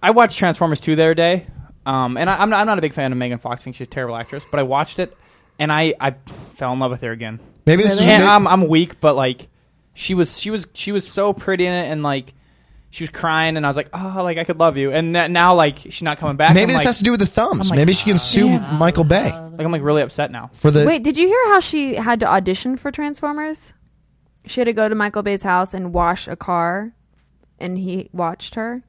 Speaker 13: I watched Transformers 2 the other day, um, and I, I'm, not, I'm not a big fan of Megan Fox. I think she's a terrible actress, but I watched it, and I, I fell in love with her again.
Speaker 2: Maybe this is
Speaker 13: And
Speaker 2: maybe-
Speaker 13: I'm, I'm weak, but like she was she was she was so pretty in it, and like she was crying, and I was like, oh, like I could love you, and n- now like she's not coming back.
Speaker 2: Maybe
Speaker 13: I'm
Speaker 2: this
Speaker 13: like,
Speaker 2: has to do with the thumbs. Maybe she can sue Michael Bay
Speaker 13: like I'm like really upset now.
Speaker 2: for the.
Speaker 3: Wait, did you hear how she had to audition for Transformers? She had to go to Michael Bay's house and wash a car, and he watched her.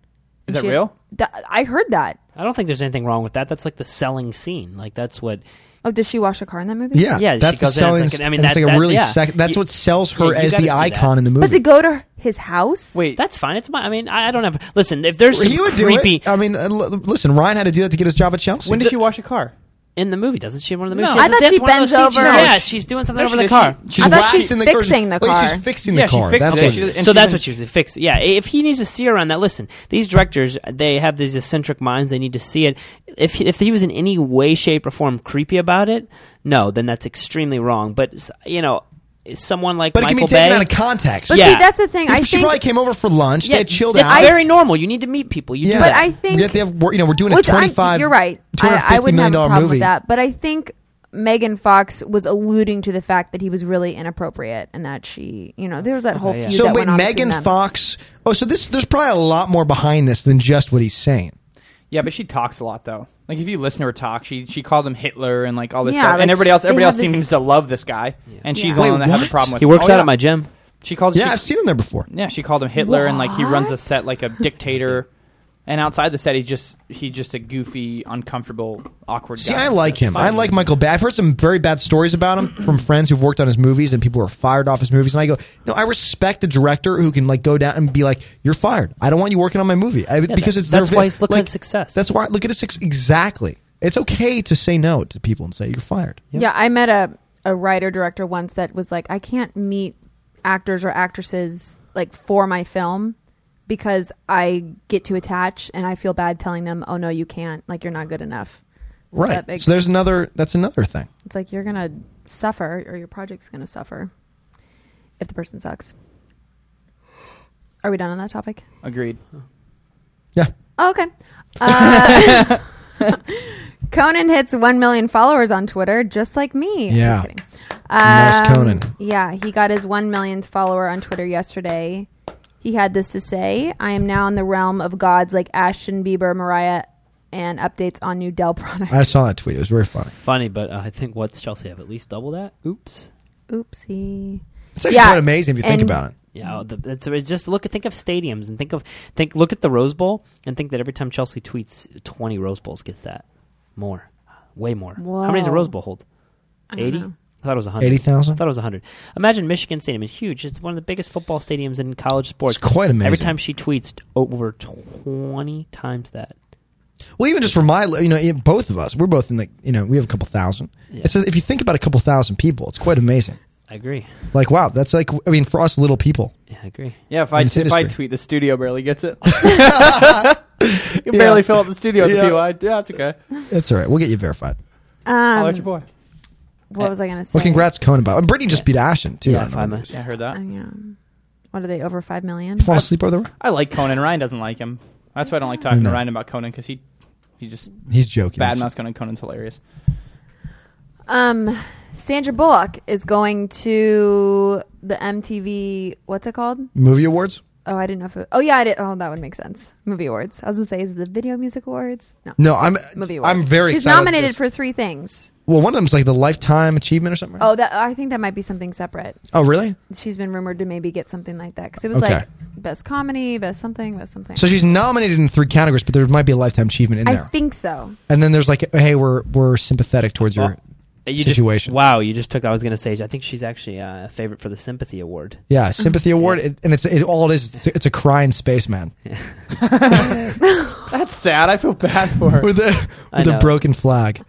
Speaker 4: Is
Speaker 3: And
Speaker 4: that
Speaker 3: she had-
Speaker 4: real?
Speaker 3: That- I heard that.
Speaker 4: it. I don't think there's anything wrong with that. That's like the selling scene. Like that's what.
Speaker 3: Oh, does she wash a car in that movie?
Speaker 2: Yeah,
Speaker 4: Yeah, she
Speaker 2: that's the
Speaker 4: goes in, it's
Speaker 2: selling.
Speaker 4: like an- I mean,
Speaker 2: and it's
Speaker 4: that-
Speaker 2: like a
Speaker 4: that-
Speaker 2: really
Speaker 4: yeah.
Speaker 2: sec- That's
Speaker 4: You-
Speaker 2: what sells her
Speaker 4: yeah, you
Speaker 2: as
Speaker 4: gotta
Speaker 2: the
Speaker 4: see
Speaker 2: icon
Speaker 4: that.
Speaker 2: in the movie.
Speaker 3: But to go to his house? Wait,
Speaker 4: That's fine. It's my. I mean, I, I don't have. Listen, if there's some
Speaker 2: he would
Speaker 4: creepy
Speaker 2: do it. I mean, uh, l- listen, Ryan had to do that to get his job at Chelsea.
Speaker 13: When did she wash a car?
Speaker 4: in the movie, doesn't she? In one of the
Speaker 13: No.
Speaker 4: movies,
Speaker 13: I
Speaker 4: has a
Speaker 13: thought
Speaker 4: dance
Speaker 13: she
Speaker 4: in one of those
Speaker 13: bends
Speaker 4: scenes.
Speaker 13: over-
Speaker 4: Yeah, she's doing something
Speaker 13: No,
Speaker 4: over
Speaker 13: she
Speaker 4: the
Speaker 13: does.
Speaker 4: car.
Speaker 13: She- I thought
Speaker 2: waxing the
Speaker 13: she-
Speaker 3: fixing the
Speaker 2: wait,
Speaker 3: car.
Speaker 2: She's fixing the
Speaker 13: Yeah, she
Speaker 2: car.
Speaker 13: fixed
Speaker 2: That's
Speaker 13: it.
Speaker 2: what
Speaker 13: She- and
Speaker 4: so
Speaker 13: she's
Speaker 4: that's
Speaker 13: in-
Speaker 4: what you should fix. Yeah, i- if he needs to see her on that, listen. These directors, they have these eccentric minds. They need to see it. If he, if he was in any way, shape, or form creepy about it, no, then that's extremely wrong. But s- you know, someone like
Speaker 2: But it can be
Speaker 4: Michael
Speaker 2: taken
Speaker 4: Bay,
Speaker 2: out of context.
Speaker 3: But see, that's the thing. I
Speaker 2: she
Speaker 3: think
Speaker 2: probably came over for lunch.
Speaker 4: yeah,
Speaker 2: they had chilled
Speaker 4: that's
Speaker 2: out.
Speaker 4: very normal. You need to meet people. You
Speaker 2: yeah,
Speaker 4: do that.
Speaker 3: I think-
Speaker 2: we have to have, we're- you know we're doing a
Speaker 3: I-
Speaker 2: twenty five.
Speaker 3: You're right.
Speaker 2: Two hundred
Speaker 3: I, I
Speaker 2: fifty
Speaker 3: wouldn't
Speaker 2: million
Speaker 3: have a
Speaker 2: dollar
Speaker 3: problem
Speaker 2: movie.
Speaker 3: with that. But I think Megan Fox was alluding to the fact that he was really inappropriate and that she, you know, there was that whole feud.
Speaker 2: So,
Speaker 3: that
Speaker 2: but
Speaker 3: went on between
Speaker 2: Megan
Speaker 3: them.
Speaker 2: Fox. Oh, so this there's probably a lot more behind this than just what he's saying.
Speaker 13: Yeah, but she talks a lot though. Like if you listen to her talk, she she called him Hitler and like all this
Speaker 3: Yeah,
Speaker 13: stuff,
Speaker 3: like,
Speaker 13: and everybody
Speaker 3: she-
Speaker 13: else everybody
Speaker 3: they
Speaker 13: else
Speaker 3: have this-
Speaker 13: seems to love this guy, and she's the
Speaker 2: Wait,
Speaker 13: only one that has a
Speaker 2: what?
Speaker 13: problem with.
Speaker 4: he works
Speaker 13: Oh,
Speaker 4: out
Speaker 13: yeah.
Speaker 4: at my gym.
Speaker 13: She calls.
Speaker 2: Yeah,
Speaker 13: she,
Speaker 2: I've seen him there before.
Speaker 13: Yeah, she called him Hitler, and like he runs the set like a dictator. and outside the set, he's just he's just a goofy, uncomfortable, awkward.
Speaker 2: See,
Speaker 13: guy.
Speaker 2: I like him. I like Michael Bay. I've heard some very bad stories about him from friends who've worked on his movies and people who are fired off his movies. And I go, no, I respect the director who can like go down and be like, "You're fired. I don't want you working on my movie I, because it's
Speaker 4: that's
Speaker 2: their vi-
Speaker 4: why he's looking
Speaker 2: like,
Speaker 4: at success.
Speaker 2: That's why look at his success. Exactly. It's okay to say no to people and say you're fired.
Speaker 3: Yeah, I met a, a writer director once that was like, I can't meet actors or actresses like for my film because I get too attached and I feel bad telling them, oh no, you can't. Like you're not good enough. So
Speaker 2: Right.
Speaker 3: that makes-
Speaker 2: so there's another. That's another thing.
Speaker 3: It's like you're gonna suffer, or your project's gonna suffer if the person sucks. Are we done on that topic?
Speaker 13: Agreed.
Speaker 3: Oh, okay. Uh, Conan hits one million followers on Twitter, just like me. I'm
Speaker 2: Yeah.
Speaker 3: just kidding.
Speaker 2: Nice
Speaker 3: Um,
Speaker 2: Conan.
Speaker 3: Yeah, he got his one millionth follower on Twitter yesterday. He had this to say: "I am now in the realm of gods like Ashton Bieber, Mariah, and updates on new Dell products."
Speaker 2: I saw that tweet. It was very funny.
Speaker 4: Funny, but uh, I think what's Chelsea have at least double that. Oops.
Speaker 3: Oopsie.
Speaker 2: It's actually quite amazing if you think
Speaker 3: and-
Speaker 2: about it.
Speaker 4: Yeah, oh, the, it's, it's just look at think of stadiums and think of think look at the Rose Bowl and think that every time Chelsea tweets, twenty Rose Bowls gets that more, way more. How many does a
Speaker 2: Whoa.
Speaker 4: Rose Bowl hold?
Speaker 2: I don't
Speaker 4: Eighty.
Speaker 2: know.
Speaker 4: I thought it was hundred.
Speaker 2: 80,000?
Speaker 4: I thought it was hundred. Imagine Michigan Stadium is huge. It's one of the biggest football stadiums in college sports.
Speaker 2: It's quite amazing.
Speaker 4: Every time she tweets, over twenty times that.
Speaker 2: Well, even just for my, li- you know, e- both of us, we're both in the, you know, we have a couple thousand. It's a, if you think about a couple thousand people, it's quite amazing.
Speaker 4: I agree.
Speaker 2: Like, wow, that's like, I mean, for us little people.
Speaker 4: Yeah, I agree.
Speaker 13: Yeah, if I
Speaker 2: In this
Speaker 13: if I
Speaker 2: industry.
Speaker 13: tweet, the studio barely gets it. you can barely fill up the studio. with
Speaker 2: Yeah.
Speaker 13: people. I, yeah, that's okay.
Speaker 2: That's all right. We'll get you verified.
Speaker 3: Um,
Speaker 13: at your boy.
Speaker 3: What was I gonna say?
Speaker 2: Well, congrats, Conan. But Brittany just beat Ashton too.
Speaker 13: Yeah,
Speaker 2: I don't know.
Speaker 13: five minutes. Yeah, I heard that.
Speaker 3: Uh, yeah. What are they over five million?
Speaker 2: Fall asleep over the.
Speaker 13: I like Conan. Ryan doesn't like him. That's why I don't like talking to
Speaker 2: No.
Speaker 13: Ryan about Conan because he he just
Speaker 2: He's joking.
Speaker 13: Bad mouth Conan. Conan's hilarious.
Speaker 3: Um, Sandra Bullock is going to the MTV. What's it called?
Speaker 2: Movie awards?
Speaker 3: Oh, I didn't know if it. Oh, yeah, I did. Oh, that would make sense. Movie awards. I was gonna say, is it the Video Music Awards? No.
Speaker 2: No, I'm.
Speaker 3: Movie awards.
Speaker 2: Mm. I'm very.
Speaker 3: She's
Speaker 2: excited for
Speaker 3: nominated
Speaker 2: this.
Speaker 3: for three things.
Speaker 2: Well, one of them's like the lifetime achievement or something. Right?
Speaker 3: Oh, that I think that might be something separate.
Speaker 2: Oh, really?
Speaker 3: She's been rumored to maybe get something like that because it was
Speaker 2: Okay.
Speaker 3: like best comedy, best something, best something.
Speaker 2: So she's nominated in three categories, but there might be a lifetime achievement in
Speaker 3: I
Speaker 2: there.
Speaker 3: think so.
Speaker 2: and then there's like, hey, we're we're sympathetic towards your
Speaker 4: You just-
Speaker 2: situation.
Speaker 4: wow, you just took. I was going to say. I think she's actually uh, a favorite for the Sympathy Award.
Speaker 2: yeah,
Speaker 3: Mm-hmm.
Speaker 2: sympathy award, it, and it's it, all it is. It's a, it's a crying spaceman
Speaker 13: That's sad. I feel bad for her.
Speaker 2: with a
Speaker 13: I
Speaker 2: with a
Speaker 13: know.
Speaker 2: broken flag.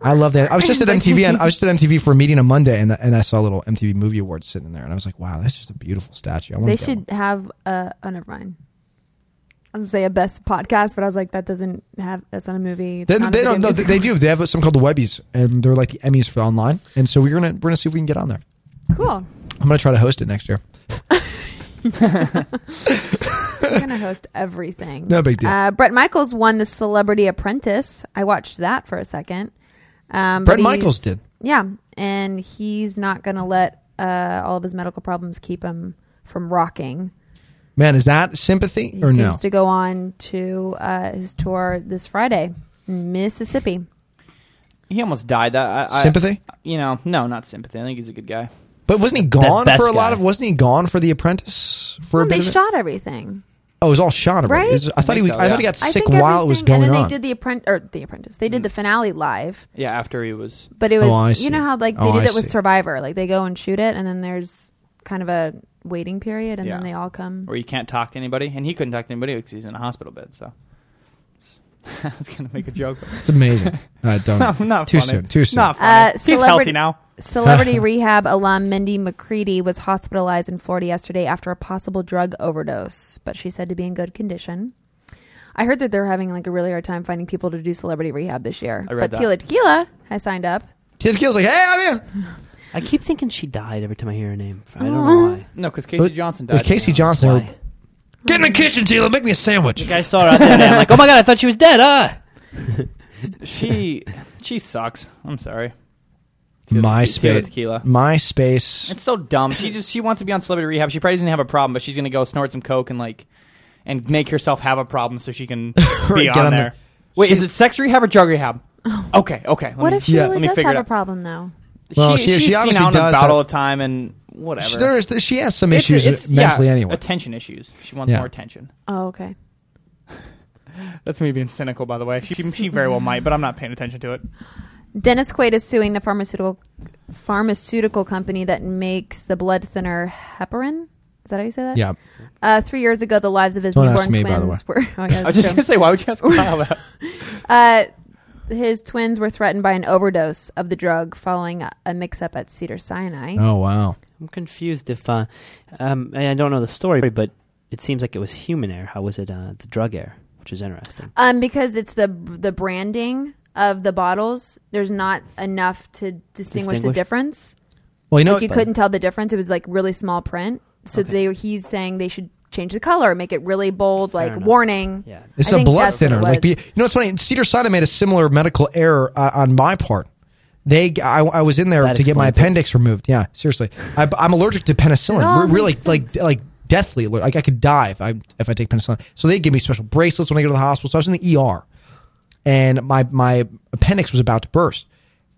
Speaker 2: I love that. I was just at MTV. And I was just at MTV for a meeting on Monday, and and I saw a little MTV Movie Awards sitting there, and I was like, wow, that's just a beautiful statue. I want
Speaker 3: They
Speaker 2: to get one.
Speaker 3: should have a. Oh, never mind. I was gonna say a best podcast, but I was like, that doesn't have. That's not a movie. It's
Speaker 2: They,
Speaker 3: not a
Speaker 2: they
Speaker 3: video
Speaker 2: don't. No, they,
Speaker 3: music
Speaker 2: they
Speaker 3: award.
Speaker 2: do. They have something called the Webbies, and they're like the Emmys for online. And so we're gonna we're gonna see if we can get on there.
Speaker 3: Cool.
Speaker 2: I'm gonna try to host it next year.
Speaker 3: We're gonna host everything.
Speaker 2: No big deal.
Speaker 3: Uh, Brett Michaels won the Celebrity Apprentice. I watched that for a second. Um, but
Speaker 2: Bret Michaels
Speaker 3: he's-
Speaker 2: did.
Speaker 3: Yeah, and he's not gonna let uh, all of his medical problems keep him from rocking.
Speaker 2: Man, is that sympathy
Speaker 3: He
Speaker 2: or
Speaker 3: seems
Speaker 2: no?
Speaker 3: to go on to uh, his tour this Friday in Mississippi.
Speaker 13: He almost died. That I, I,
Speaker 2: Sympathy?
Speaker 13: You know, no, not sympathy. I think he's a good guy.
Speaker 2: But wasn't he gone for a lot of? Wasn't he gone for The Apprentice for a
Speaker 3: Well,
Speaker 2: bit?
Speaker 3: they
Speaker 2: of it?
Speaker 3: shot everything.
Speaker 2: Oh, it was all shot. already.
Speaker 3: Right?
Speaker 2: It was- I thought he. was- I thought he got
Speaker 3: I
Speaker 2: sick
Speaker 3: think
Speaker 2: while it was
Speaker 3: everything-
Speaker 2: going
Speaker 3: and then
Speaker 2: on. Mm.
Speaker 3: They did the apprentice or the apprentice. They did the finale live.
Speaker 13: Yeah, after he was.
Speaker 3: But it was
Speaker 2: Oh, I see.
Speaker 3: you know how like they
Speaker 2: Oh,
Speaker 3: did
Speaker 2: I
Speaker 3: it with
Speaker 2: see.
Speaker 3: Survivor. Like they go and shoot it and then there's kind of a waiting period and then
Speaker 13: Yeah.
Speaker 3: they all come.
Speaker 13: Where you can't talk to anybody, and he couldn't talk to anybody because he's in a hospital bed. So I was gonna make a joke. but-
Speaker 2: It's amazing. Uh, don't.
Speaker 13: Not- not
Speaker 2: too
Speaker 13: funny.
Speaker 2: soon. Too soon.
Speaker 13: Not
Speaker 3: Uh,
Speaker 13: He's healthy now.
Speaker 3: Celebrity rehab alum Mindy McCready was hospitalized in Florida yesterday after a possible drug overdose, but she said to be in good condition. I heard that they're having like a really hard time finding people to do celebrity rehab this year.
Speaker 4: I read
Speaker 3: but
Speaker 4: that.
Speaker 3: Tila Tequila has signed up.
Speaker 2: Tia Tequila's like, hey, I'm in.
Speaker 4: I keep thinking she died every time I hear her name. I don't
Speaker 3: Aw.
Speaker 4: know why.
Speaker 13: No, because Casey
Speaker 2: But-
Speaker 13: Johnson
Speaker 2: It was
Speaker 13: died.
Speaker 2: Casey Johnson. Get in the kitchen, Tila. Make me a sandwich.
Speaker 4: I saw her out there. And I'm like, oh my god, I thought she was dead. Ah.
Speaker 13: she she sucks. I'm sorry. Tila
Speaker 2: MySpace.
Speaker 13: Tequila.
Speaker 2: MySpace.
Speaker 13: It's so dumb. She just she wants to be on celebrity rehab. She probably doesn't have a problem, but she's gonna go snort some coke and like and make herself have a problem so she can be
Speaker 2: Get
Speaker 13: on,
Speaker 2: on the-
Speaker 13: there. Wait,
Speaker 2: She-
Speaker 13: is it sex rehab or drug rehab? Okay, okay. let
Speaker 3: Oh. What
Speaker 13: me-
Speaker 3: if she
Speaker 13: let
Speaker 3: really
Speaker 13: me
Speaker 3: does
Speaker 13: figure
Speaker 3: have
Speaker 13: it
Speaker 3: a
Speaker 13: out.
Speaker 3: problem though?
Speaker 2: Well,
Speaker 13: she,
Speaker 2: she- she
Speaker 13: she's seen
Speaker 2: obviously
Speaker 13: out and
Speaker 2: does
Speaker 13: about
Speaker 2: have-
Speaker 13: all the time and whatever.
Speaker 2: She, there is, she has some
Speaker 13: It's-
Speaker 2: issues
Speaker 13: it's- yeah,
Speaker 2: mentally anyway.
Speaker 13: Attention issues. She wants
Speaker 2: Yeah.
Speaker 13: more attention.
Speaker 3: Oh, okay.
Speaker 13: That's me being cynical, by the way. She, she very well might, but I'm not paying attention to it.
Speaker 3: Dennis Quaid is suing the pharmaceutical pharmaceutical company that makes the blood thinner heparin. Is that how you say that?
Speaker 13: Yeah.
Speaker 3: Uh, three years ago, the lives of his
Speaker 13: Don't
Speaker 3: newborn
Speaker 13: ask me, by the
Speaker 3: twins
Speaker 13: way.
Speaker 3: were. Oh, yeah,
Speaker 13: I was just
Speaker 3: true.
Speaker 13: gonna say, why would you ask Kyle that?
Speaker 3: Uh, his twins were threatened by an overdose of the drug following a, a mix-up at Cedar Sinai.
Speaker 13: Oh.
Speaker 2: Oh, wow.
Speaker 4: I'm confused if uh, um, I I don't know the story, but it seems like it was human air. How was it uh, the drug air? Which is interesting.
Speaker 3: Um, because it's the the branding of the bottles. There's not enough to distinguish, the
Speaker 4: Distinguish?
Speaker 3: difference.
Speaker 2: Well, you know
Speaker 3: Like, you
Speaker 2: what-
Speaker 3: couldn't tell the difference. It was like really small print. So they he's saying they should change the color, make it really bold, like
Speaker 2: enough.
Speaker 3: warning. Yeah,
Speaker 2: It's a blood thinner. Like be- you know, it's funny. Cedar Sinai made a similar medical error uh, on my part. They, I, I was in there
Speaker 4: That
Speaker 2: to get my
Speaker 4: explains it.
Speaker 2: appendix removed. Yeah, seriously, I, I'm allergic to penicillin.
Speaker 4: It all
Speaker 2: We're really
Speaker 4: makes
Speaker 2: like like deathly allergic. Like I could die if I if I take penicillin. So they give me special bracelets when I go to the hospital. So I was in the ER, and my my appendix was about to burst,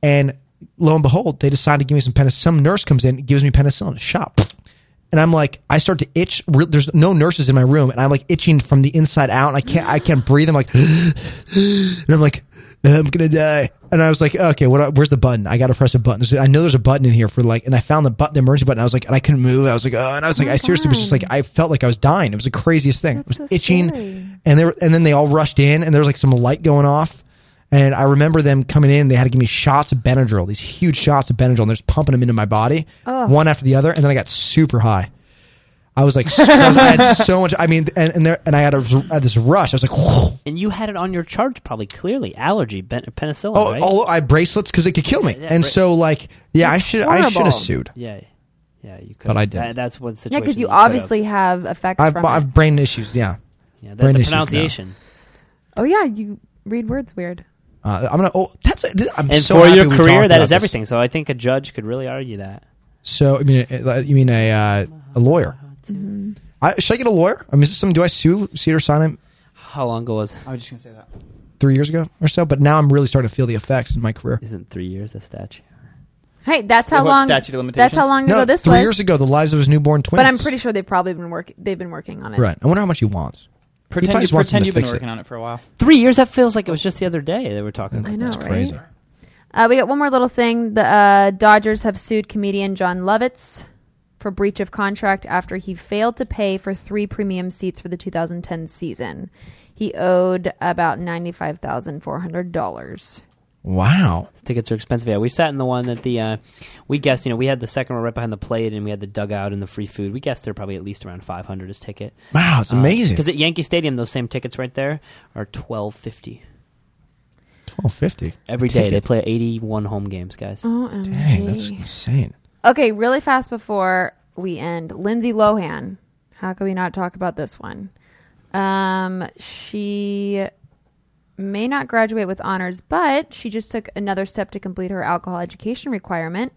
Speaker 2: and lo and behold, they decide to give me some penicillin. Some nurse comes in, gives me penicillin, shot, and I'm like, I start to itch. Re- There's no nurses in my room, and I'm like itching from the inside out, and I can't I can't breathe. I'm like, and I'm like. I'm gonna die. And I was like, okay, what? Where's the button? I gotta press a button. There's, I know there's a button in here for like, and I found the button, the emergency button. I was like, and I couldn't move. I was like, oh, and I was like, I seriously was just like, I felt like I was dying. It was the craziest thing. it was itching, and they were, and then they all rushed in, and there was like some light going off. And I remember them coming in. They had to give me shots of Benadryl, these huge shots of Benadryl, and they're just pumping them into my body,
Speaker 17: Ugh.
Speaker 2: one after the other. And then I got super high. I was like, I, was- I had so much. I mean, and and, there, and I had, a, I had this rush. I was like,
Speaker 4: And you had it on your charge, probably clearly allergy ben- penicillin.
Speaker 2: Oh,
Speaker 4: right?
Speaker 2: all, I bracelets because it could kill me.
Speaker 4: Yeah,
Speaker 2: and
Speaker 4: bra-
Speaker 2: so, like, yeah, I should I should
Speaker 4: Horrible.
Speaker 2: have sued.
Speaker 4: Yeah, yeah, you could.
Speaker 2: But I didn't.
Speaker 4: that's what
Speaker 3: Yeah,
Speaker 4: situation.
Speaker 3: because you
Speaker 4: could have.
Speaker 3: obviously have effects
Speaker 2: I've,
Speaker 3: from it.
Speaker 2: I've brain issues. Yeah,
Speaker 4: Yeah, the,
Speaker 2: brain
Speaker 4: the
Speaker 2: issues now.
Speaker 4: pronunciation.
Speaker 3: Oh yeah, you read words weird.
Speaker 2: Uh, I'm gonna. Oh, that's. I'm
Speaker 4: and
Speaker 2: so
Speaker 4: for
Speaker 2: happy
Speaker 4: your
Speaker 2: we
Speaker 4: career,
Speaker 2: talked
Speaker 4: that
Speaker 2: about
Speaker 4: is
Speaker 2: this.
Speaker 4: everything. So I think a judge could really argue that.
Speaker 2: So I mean, uh, you mean a uh, a lawyer?
Speaker 3: Mm-hmm.
Speaker 2: I, should I get a lawyer? I mean, is this something? Do I sue Cedar Sinai
Speaker 4: How long ago was? I
Speaker 13: was just gonna say that.
Speaker 2: three years ago or so? But now I'm really starting to feel the effects in my career.
Speaker 4: Isn't three years a statute?
Speaker 3: Hey, that's
Speaker 4: So
Speaker 3: how
Speaker 4: what
Speaker 3: long.
Speaker 4: statute of
Speaker 3: that's how
Speaker 4: limitations?
Speaker 3: long ago
Speaker 2: No,
Speaker 3: this
Speaker 2: three
Speaker 3: was.
Speaker 2: years ago, the lives of his newborn twins.
Speaker 3: But I'm pretty sure they've probably been working. They've been working on it.
Speaker 2: right. I wonder how much he wants. He
Speaker 13: Pretend,
Speaker 2: probably
Speaker 13: you,
Speaker 2: just wants them
Speaker 13: pretend
Speaker 2: to
Speaker 13: you've been
Speaker 2: fix it.
Speaker 13: working on it for a while.
Speaker 4: Three years? That feels like it was just the other day that we're talking
Speaker 2: Mm.
Speaker 4: about.
Speaker 3: I know,
Speaker 4: this.
Speaker 3: right? Uh, we got one more little thing. The uh, Dodgers have sued comedian John Lovitz for breach of contract after he failed to pay for three premium seats for the 2010 season. He owed about ninety-five thousand four hundred dollars.
Speaker 2: Wow.
Speaker 4: These tickets are expensive. Yeah, we sat in the one that the, uh, we guessed, you know, we had the second row right behind the plate and we had the dugout and the free food. We guessed they're probably at least around 500 his ticket.
Speaker 2: Wow,
Speaker 4: Uh,
Speaker 2: it's amazing.
Speaker 4: Because at Yankee Stadium, those same tickets right there are 1250
Speaker 2: Twelve fifty
Speaker 4: Every day they play 81 home games, guys.
Speaker 3: OMG.
Speaker 2: Dang, that's insane.
Speaker 3: Okay, really fast before we end, Lindsay Lohan. How could we not talk about this one? Um, she may not graduate with honors, but she just took another step to complete her alcohol education requirement.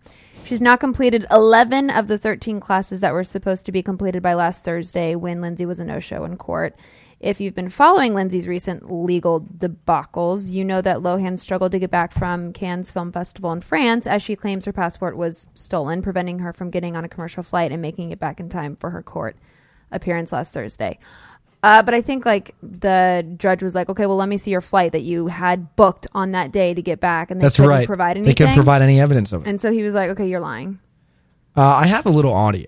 Speaker 3: She's now completed 11 of the 13 classes that were supposed to be completed by last Thursday when Lindsay was a no show in court. If you've been following Lindsay's recent legal debacles, you know that Lohan struggled to get back from Cannes Film Festival in France as she claims her passport was stolen, preventing her from getting on a commercial flight and making it back in time for her court appearance last Thursday. Uh, but I think like the judge was like, okay, well, let me see your flight that you had booked on that day to get back, and they
Speaker 2: That's
Speaker 3: couldn't
Speaker 2: right.
Speaker 3: provide anything.
Speaker 2: They couldn't provide any evidence of it.
Speaker 3: And so he was like, okay, you're lying.
Speaker 2: Uh, I have a little audio,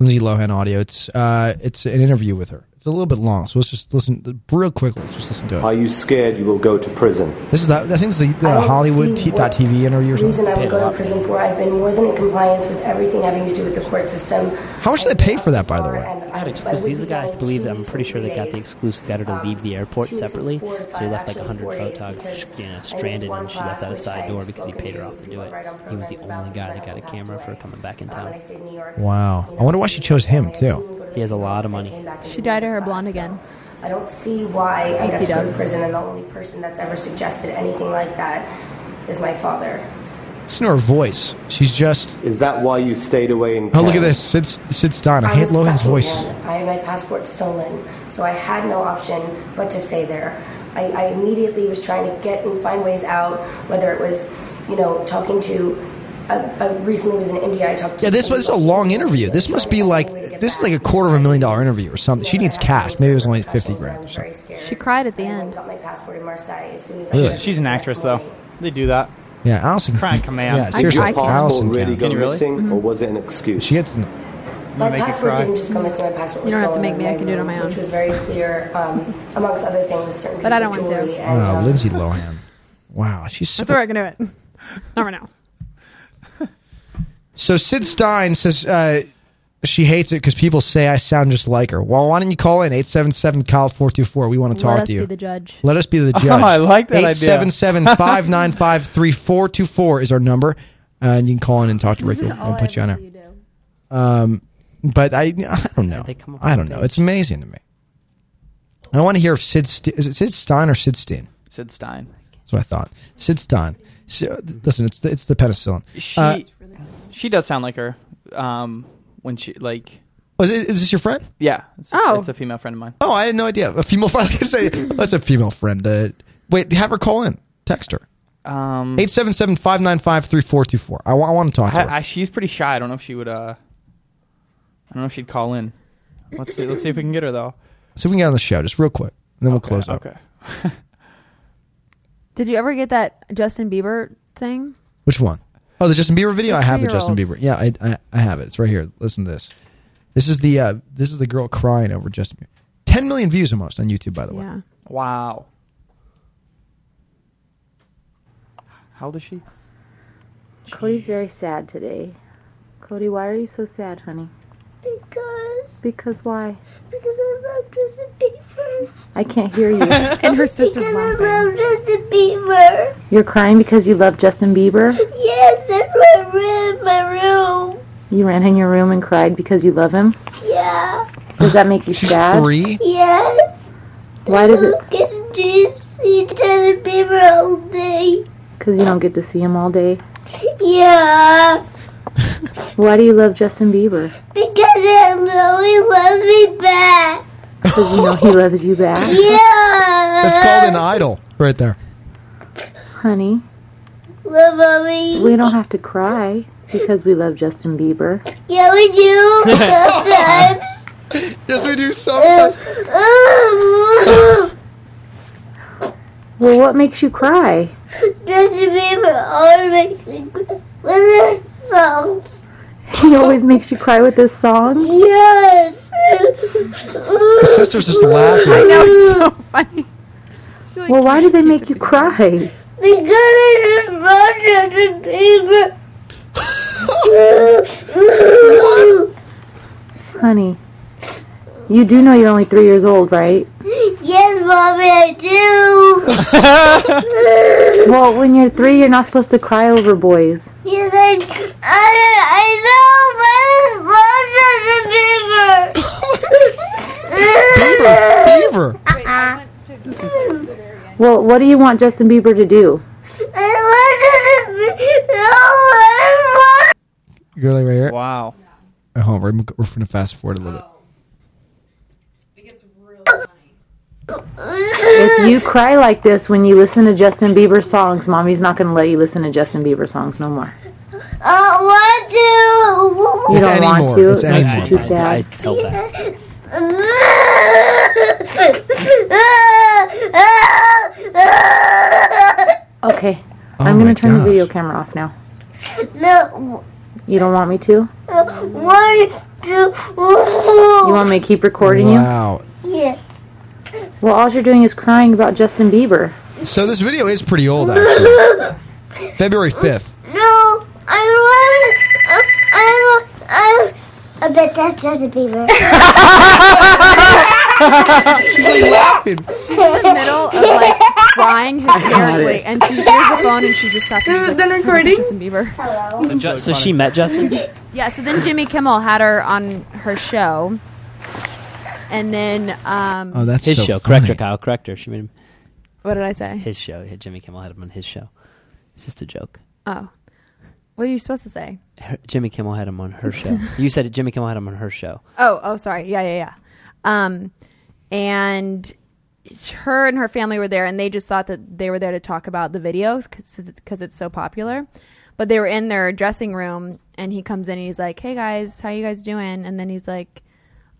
Speaker 2: Lindsay Lohan audio. It's uh, it's an interview with her. It's a little bit long, so let's just listen real quickly. Let's just listen to it.
Speaker 18: Are you scared you will go to prison?
Speaker 2: This is that. I think this is the,
Speaker 18: I
Speaker 2: the
Speaker 18: don't
Speaker 2: Hollywood
Speaker 18: see
Speaker 2: t-
Speaker 18: what
Speaker 2: TV interview or
Speaker 18: reason
Speaker 2: something.
Speaker 18: I would go to prison for. I've been more than in compliance with everything having to do with the court system.
Speaker 2: How much did they pay for that, by the way?
Speaker 4: Not exclusive. These are guys, I believe, I'm pretty sure they got the exclusive, got her to leave the airport separately. So he left like 100 photogs you know, stranded and she left out a side door because he paid her off to do it. He was the only guy that got a camera for coming back in town.
Speaker 2: Wow. I wonder why she chose him too.
Speaker 4: He has a lot of money.
Speaker 3: She dyed her hair blonde again. E
Speaker 18: I don't see why I got to go to
Speaker 3: ATWs.
Speaker 18: prison, and the only person that's ever suggested anything like that is my father.
Speaker 2: Listen to her voice. She's just.
Speaker 18: Is that why you stayed away in?
Speaker 2: Oh, look at this. Sid Sid Stein. I hate
Speaker 18: was
Speaker 2: Lohan's
Speaker 18: stuck in
Speaker 2: voice.
Speaker 18: Canada. I had my passport stolen, so I had no option but to stay there. I, I immediately was trying to get and find ways out, whether it was, you know, talking to. I, I recently was in India. I talked. to
Speaker 2: Yeah, this was a long interview. This must be like this is like a quarter of a million dollar interview or something. She needs cash. Maybe it was only fifty grand. Or something.
Speaker 3: She cried at the end.
Speaker 18: Got my passport in Marseille as soon as I.
Speaker 2: Ugh.
Speaker 13: She's an actress, though. They do that.
Speaker 2: Yeah, Allison.
Speaker 13: Cry on command.
Speaker 2: Yeah, seriously, Allison. Can.
Speaker 13: Can you really?
Speaker 18: or
Speaker 16: was it an excuse?
Speaker 2: She gets.
Speaker 18: My
Speaker 2: make you
Speaker 18: passport
Speaker 2: cry.
Speaker 18: didn't just go missing. My passport
Speaker 3: You
Speaker 18: was
Speaker 3: don't have to
Speaker 18: stolen
Speaker 3: make me, I
Speaker 18: in
Speaker 3: can do it on my
Speaker 18: room,
Speaker 3: own.
Speaker 18: which was very clear, um, amongst other things. Certain
Speaker 3: But I don't
Speaker 18: pieces of
Speaker 3: want to.
Speaker 18: jewelry and,
Speaker 2: Wow,
Speaker 18: um,
Speaker 2: uh, Lindsay Lohan. Wow, she's so
Speaker 3: That's where I can do it. Not right now.
Speaker 2: So Sid Stein says uh, she hates it because people say I sound just like her. Well, why don't you call in 877 Kyle 424? We want to
Speaker 3: Let
Speaker 2: talk
Speaker 3: us
Speaker 2: to you.
Speaker 3: be the judge.
Speaker 2: Let us be the
Speaker 13: Oh,
Speaker 2: judge.
Speaker 13: I like that idea.
Speaker 2: 877 595 3424 is our number. Uh, and you can call in and talk to Ricky. We'll put you on there. Um, but I, I don't know. I don't know. It's amazing to me. I want to hear if Sid St- is it Sid Stein or Sid Stein?
Speaker 13: Sid Stein.
Speaker 2: That's what I thought. Sid's done. Si- listen, it's the, it's the penicillin.
Speaker 13: She
Speaker 2: Uh,
Speaker 13: she does sound like her. Um, when she like
Speaker 2: oh, is, it- is this your friend?
Speaker 13: yeah, it's,
Speaker 3: Oh.
Speaker 13: it's a female friend of mine.
Speaker 2: Oh, I had no idea. A female friend. I was gonna say that's a female friend. Uh, wait, have her call in. Text her.
Speaker 13: Um,
Speaker 2: Eight seven seven five nine five three four two four. I want. I want to talk to her.
Speaker 13: I, I, she's pretty shy. I don't know if she would. uh I don't know if she'd call in. Let's see. Let's see if we can get her though.
Speaker 2: See if we can get on the show just real quick, and then we'll close up.
Speaker 13: Okay.
Speaker 3: Did you ever get that Justin Bieber thing?
Speaker 2: Which one? Oh, the Justin Bieber video. I have the Justin
Speaker 3: Three-year-old.
Speaker 2: Bieber. Yeah, I, I I have it. It's right here. Listen to this. This is the uh, this is the girl crying over Justin. Bieber. Ten million views almost on YouTube, by the way.
Speaker 3: Yeah.
Speaker 13: Wow. How old is she?
Speaker 17: Cody's very sad today. Cody, why are you so sad, honey?
Speaker 19: Because
Speaker 17: Because why?
Speaker 19: because I love Justin Bieber.
Speaker 17: I can't hear you.
Speaker 3: and her sister's
Speaker 19: Because I love Justin Bieber.
Speaker 17: You're crying because you love Justin Bieber?
Speaker 19: Yes, I ran in my room.
Speaker 17: You ran in your room and cried because you love him?
Speaker 19: Yeah.
Speaker 17: Does that make you sad?
Speaker 19: Yes.
Speaker 17: Why does it?
Speaker 19: Get to see Justin Bieber all day.
Speaker 17: Because you don't get to see him all day.
Speaker 19: Yeah.
Speaker 17: Why do you love Justin Bieber?
Speaker 19: Because I know he loves me back.
Speaker 17: Because you know he loves you back.
Speaker 19: Yeah.
Speaker 2: That's called an idol, right there.
Speaker 17: Honey,
Speaker 19: Love mommy.
Speaker 17: we don't have to cry because we love Justin Bieber.
Speaker 19: Yeah, we do. Sometimes.
Speaker 2: yes, we do sometimes.
Speaker 17: Well, what makes you cry?
Speaker 19: Justin Bieber always makes me cry with his songs.
Speaker 17: He always makes you cry with this song.
Speaker 19: Yes.
Speaker 2: The sister's just laughing.
Speaker 3: I know it's so funny.
Speaker 17: Well, why do they make you cry?
Speaker 19: Because I just love Justin Bieber. what?
Speaker 17: Honey, you do know you're only three years old, right?
Speaker 19: Yes, mommy, I do.
Speaker 17: Well, when you're three, you're not supposed to cry over boys.
Speaker 19: yes, I, I, I know. I love
Speaker 2: Bieber, Bieber.
Speaker 19: Justin Bieber.
Speaker 17: Well, what do you want Justin Bieber to do?
Speaker 19: I love Justin Bieber.
Speaker 2: You go like right here.
Speaker 13: Wow.
Speaker 2: Oh, hold on, we're, we're gonna fast forward a little bit.
Speaker 17: If you cry like this when you listen to Justin Bieber songs, mommy's not going to let you listen to Justin Bieber songs no more.
Speaker 19: I want to.
Speaker 17: You don't want
Speaker 2: anymore.
Speaker 17: to.
Speaker 2: It's
Speaker 17: it makes you
Speaker 2: anymore.
Speaker 17: too sad.
Speaker 4: I tell that.
Speaker 17: Okay,
Speaker 2: Oh
Speaker 17: I'm going to turn the video camera off now.
Speaker 19: No,
Speaker 17: You don't want me to?
Speaker 19: one, two,
Speaker 17: You
Speaker 19: oh,
Speaker 17: want me to keep recording
Speaker 2: Wow.
Speaker 19: Yes.
Speaker 17: you? Well, all you're doing is crying about Justin Bieber.
Speaker 2: So this video is pretty old, actually. February fifth.
Speaker 19: No, I want. I want. I. I bet that's Justin Bieber.
Speaker 2: She's like laughing.
Speaker 3: She's in the middle of like crying hysterically, and she hears the phone and she just suffers. She's like,
Speaker 17: Done
Speaker 3: "Oh,
Speaker 17: recording?"
Speaker 3: Justin Bieber. Hello.
Speaker 4: So, Ju- so she met Justin.
Speaker 3: Yeah, so then Jimmy Kimmel had her on her show. And then, um,
Speaker 4: Oh,
Speaker 2: that's
Speaker 4: his
Speaker 2: so
Speaker 4: show.
Speaker 2: funny.
Speaker 4: Correct her, Kyle. Correct her. She made him
Speaker 3: what did I say?
Speaker 4: his show. Yeah, Jimmy Kimmel had him on his show. It's just a joke.
Speaker 3: Oh. What are you supposed to say?
Speaker 4: Her, Jimmy Kimmel had him on her show. you said Jimmy Kimmel had him on her show.
Speaker 3: Oh, oh, sorry. Yeah, yeah, yeah. Um, and her and her family were there, and they just thought that they were there to talk about the videos because it's so popular. But they were in their dressing room, and he comes in and he's like, "Hey guys, how you guys doing?" And then he's like,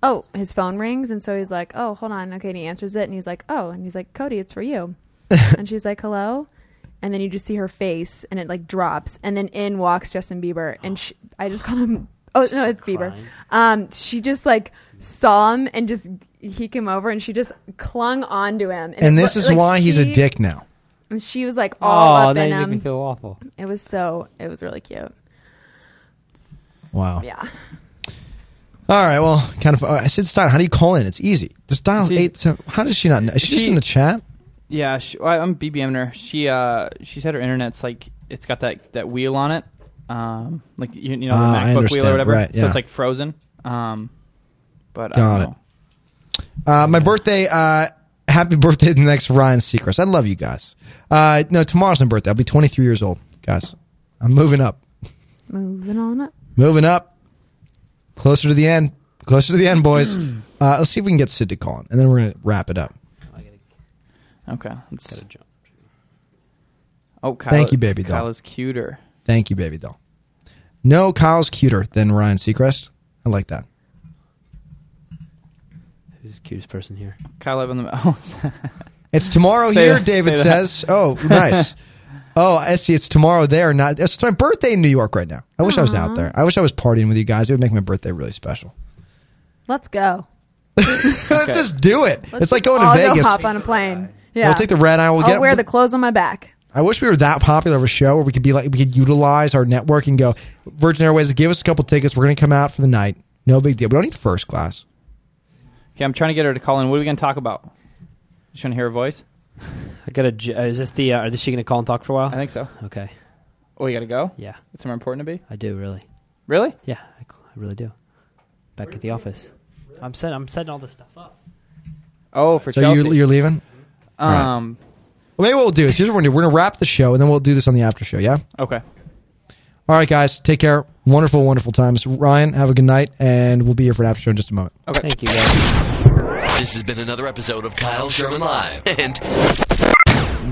Speaker 3: "Oh, his phone rings," and so he's like, "Oh, hold on, okay." And he answers it, and he's like, "Oh," and he's like, "Cody, it's for you," and she's like, "Hello." And then you just see her face, and it like drops, and then in walks Justin Bieber,
Speaker 2: Oh.
Speaker 3: and she, I just called him. Oh no, it's Bieber. Um, she just like saw him, and just he came over, and she just clung onto him.
Speaker 2: And
Speaker 3: it
Speaker 2: this
Speaker 3: wa-
Speaker 2: is
Speaker 3: like,
Speaker 2: why he's
Speaker 3: she-
Speaker 2: a dick now.
Speaker 3: and she was like all
Speaker 4: oh,
Speaker 3: up
Speaker 4: now
Speaker 3: in
Speaker 4: you make me
Speaker 3: him.
Speaker 4: feel awful.
Speaker 3: It was so. It was really cute.
Speaker 2: Wow.
Speaker 3: Yeah.
Speaker 2: All right. Well, kind of. Uh, Sid Stein. How do you call in? It's easy. Just dial
Speaker 13: Dude.
Speaker 2: eight. Seven, how does she not? know? Is she, just
Speaker 13: She-
Speaker 2: in the chat?
Speaker 13: Yeah, she, I, I'm BBMing her. She uh, she said her internet's like it's got that that wheel on it, um, like you, you know
Speaker 2: Ah,
Speaker 13: the
Speaker 2: I
Speaker 13: MacBook wheel
Speaker 2: understand.
Speaker 13: or whatever.
Speaker 2: Right,
Speaker 13: So
Speaker 2: yeah.
Speaker 13: it's like frozen. Um, but I
Speaker 2: Got
Speaker 13: don't
Speaker 2: it.
Speaker 13: know.
Speaker 2: Uh, my birthday uh, happy birthday to the next Ryan Seacrest. I love you guys. Uh, no, tomorrow's my birthday. I'll be 23 years old, guys. I'm moving up.
Speaker 3: Moving on up.
Speaker 2: Moving up. Closer to the end. Closer to the end, boys. Uh, let's see if we can get Sid to call in, and then we're going to wrap it up.
Speaker 13: Okay. Let's... Oh, Kyle,
Speaker 2: Thank you, baby doll.
Speaker 13: Kyle is cuter.
Speaker 2: Thank you, baby doll. No, Kyle's cuter than Ryan Seacrest. I like that.
Speaker 4: Who's the cutest person here?
Speaker 13: Kyle Evan. The... Oh.
Speaker 2: It's tomorrow
Speaker 13: Say-
Speaker 2: here, David
Speaker 13: say that.
Speaker 2: says. Oh, nice. oh, I see. It's tomorrow there. Not it's my birthday in New York right now. I wish I was out there. I wish I was partying with you guys. It would make my birthday really special.
Speaker 3: Let's go.
Speaker 2: Let's just do it.
Speaker 3: Let's
Speaker 2: it's like
Speaker 3: just
Speaker 2: going to
Speaker 3: all
Speaker 2: Vegas.
Speaker 3: Go hop on a plane. Yeah.
Speaker 2: We'll take the red eye. We'll
Speaker 3: I'll
Speaker 2: get-
Speaker 3: wear the clothes on my back.
Speaker 2: I wish we were that popular of a show where we could be like we could utilize our network and go. Virgin Airways, give us a couple tickets. We're going to come out for the night. No big deal. We don't need first class.
Speaker 13: Okay, I'm trying to get her to call in. What are we going to talk about? Just want to hear her voice?
Speaker 4: I got a. Is this the? Uh, is she going to call and talk for a while? I
Speaker 13: think so.
Speaker 4: Okay.
Speaker 13: Oh, you got to go?
Speaker 4: Yeah.
Speaker 13: It's more important to be?
Speaker 4: I do really.
Speaker 13: Really?
Speaker 4: Yeah, I, I really do. Back at the office. I'm setting. I'm setting all this stuff up.
Speaker 13: Oh, for
Speaker 2: so
Speaker 13: Chelsea.
Speaker 2: you, you're leaving. All right.
Speaker 13: Um,
Speaker 2: Well, maybe what we'll do is here's what we're going to do. We're going to wrap the show and then we'll do this on the after show. Yeah.
Speaker 13: Okay.
Speaker 2: All right, guys. Take care. Wonderful, wonderful times. Ryan, have a good night, and we'll be here for an after show in just a moment.
Speaker 13: Okay.
Speaker 4: Thank you guys.
Speaker 1: This has been another episode of Kyle Sherman Live. And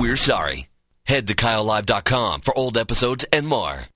Speaker 1: we're sorry. Head to KyleLive.com for old episodes and more.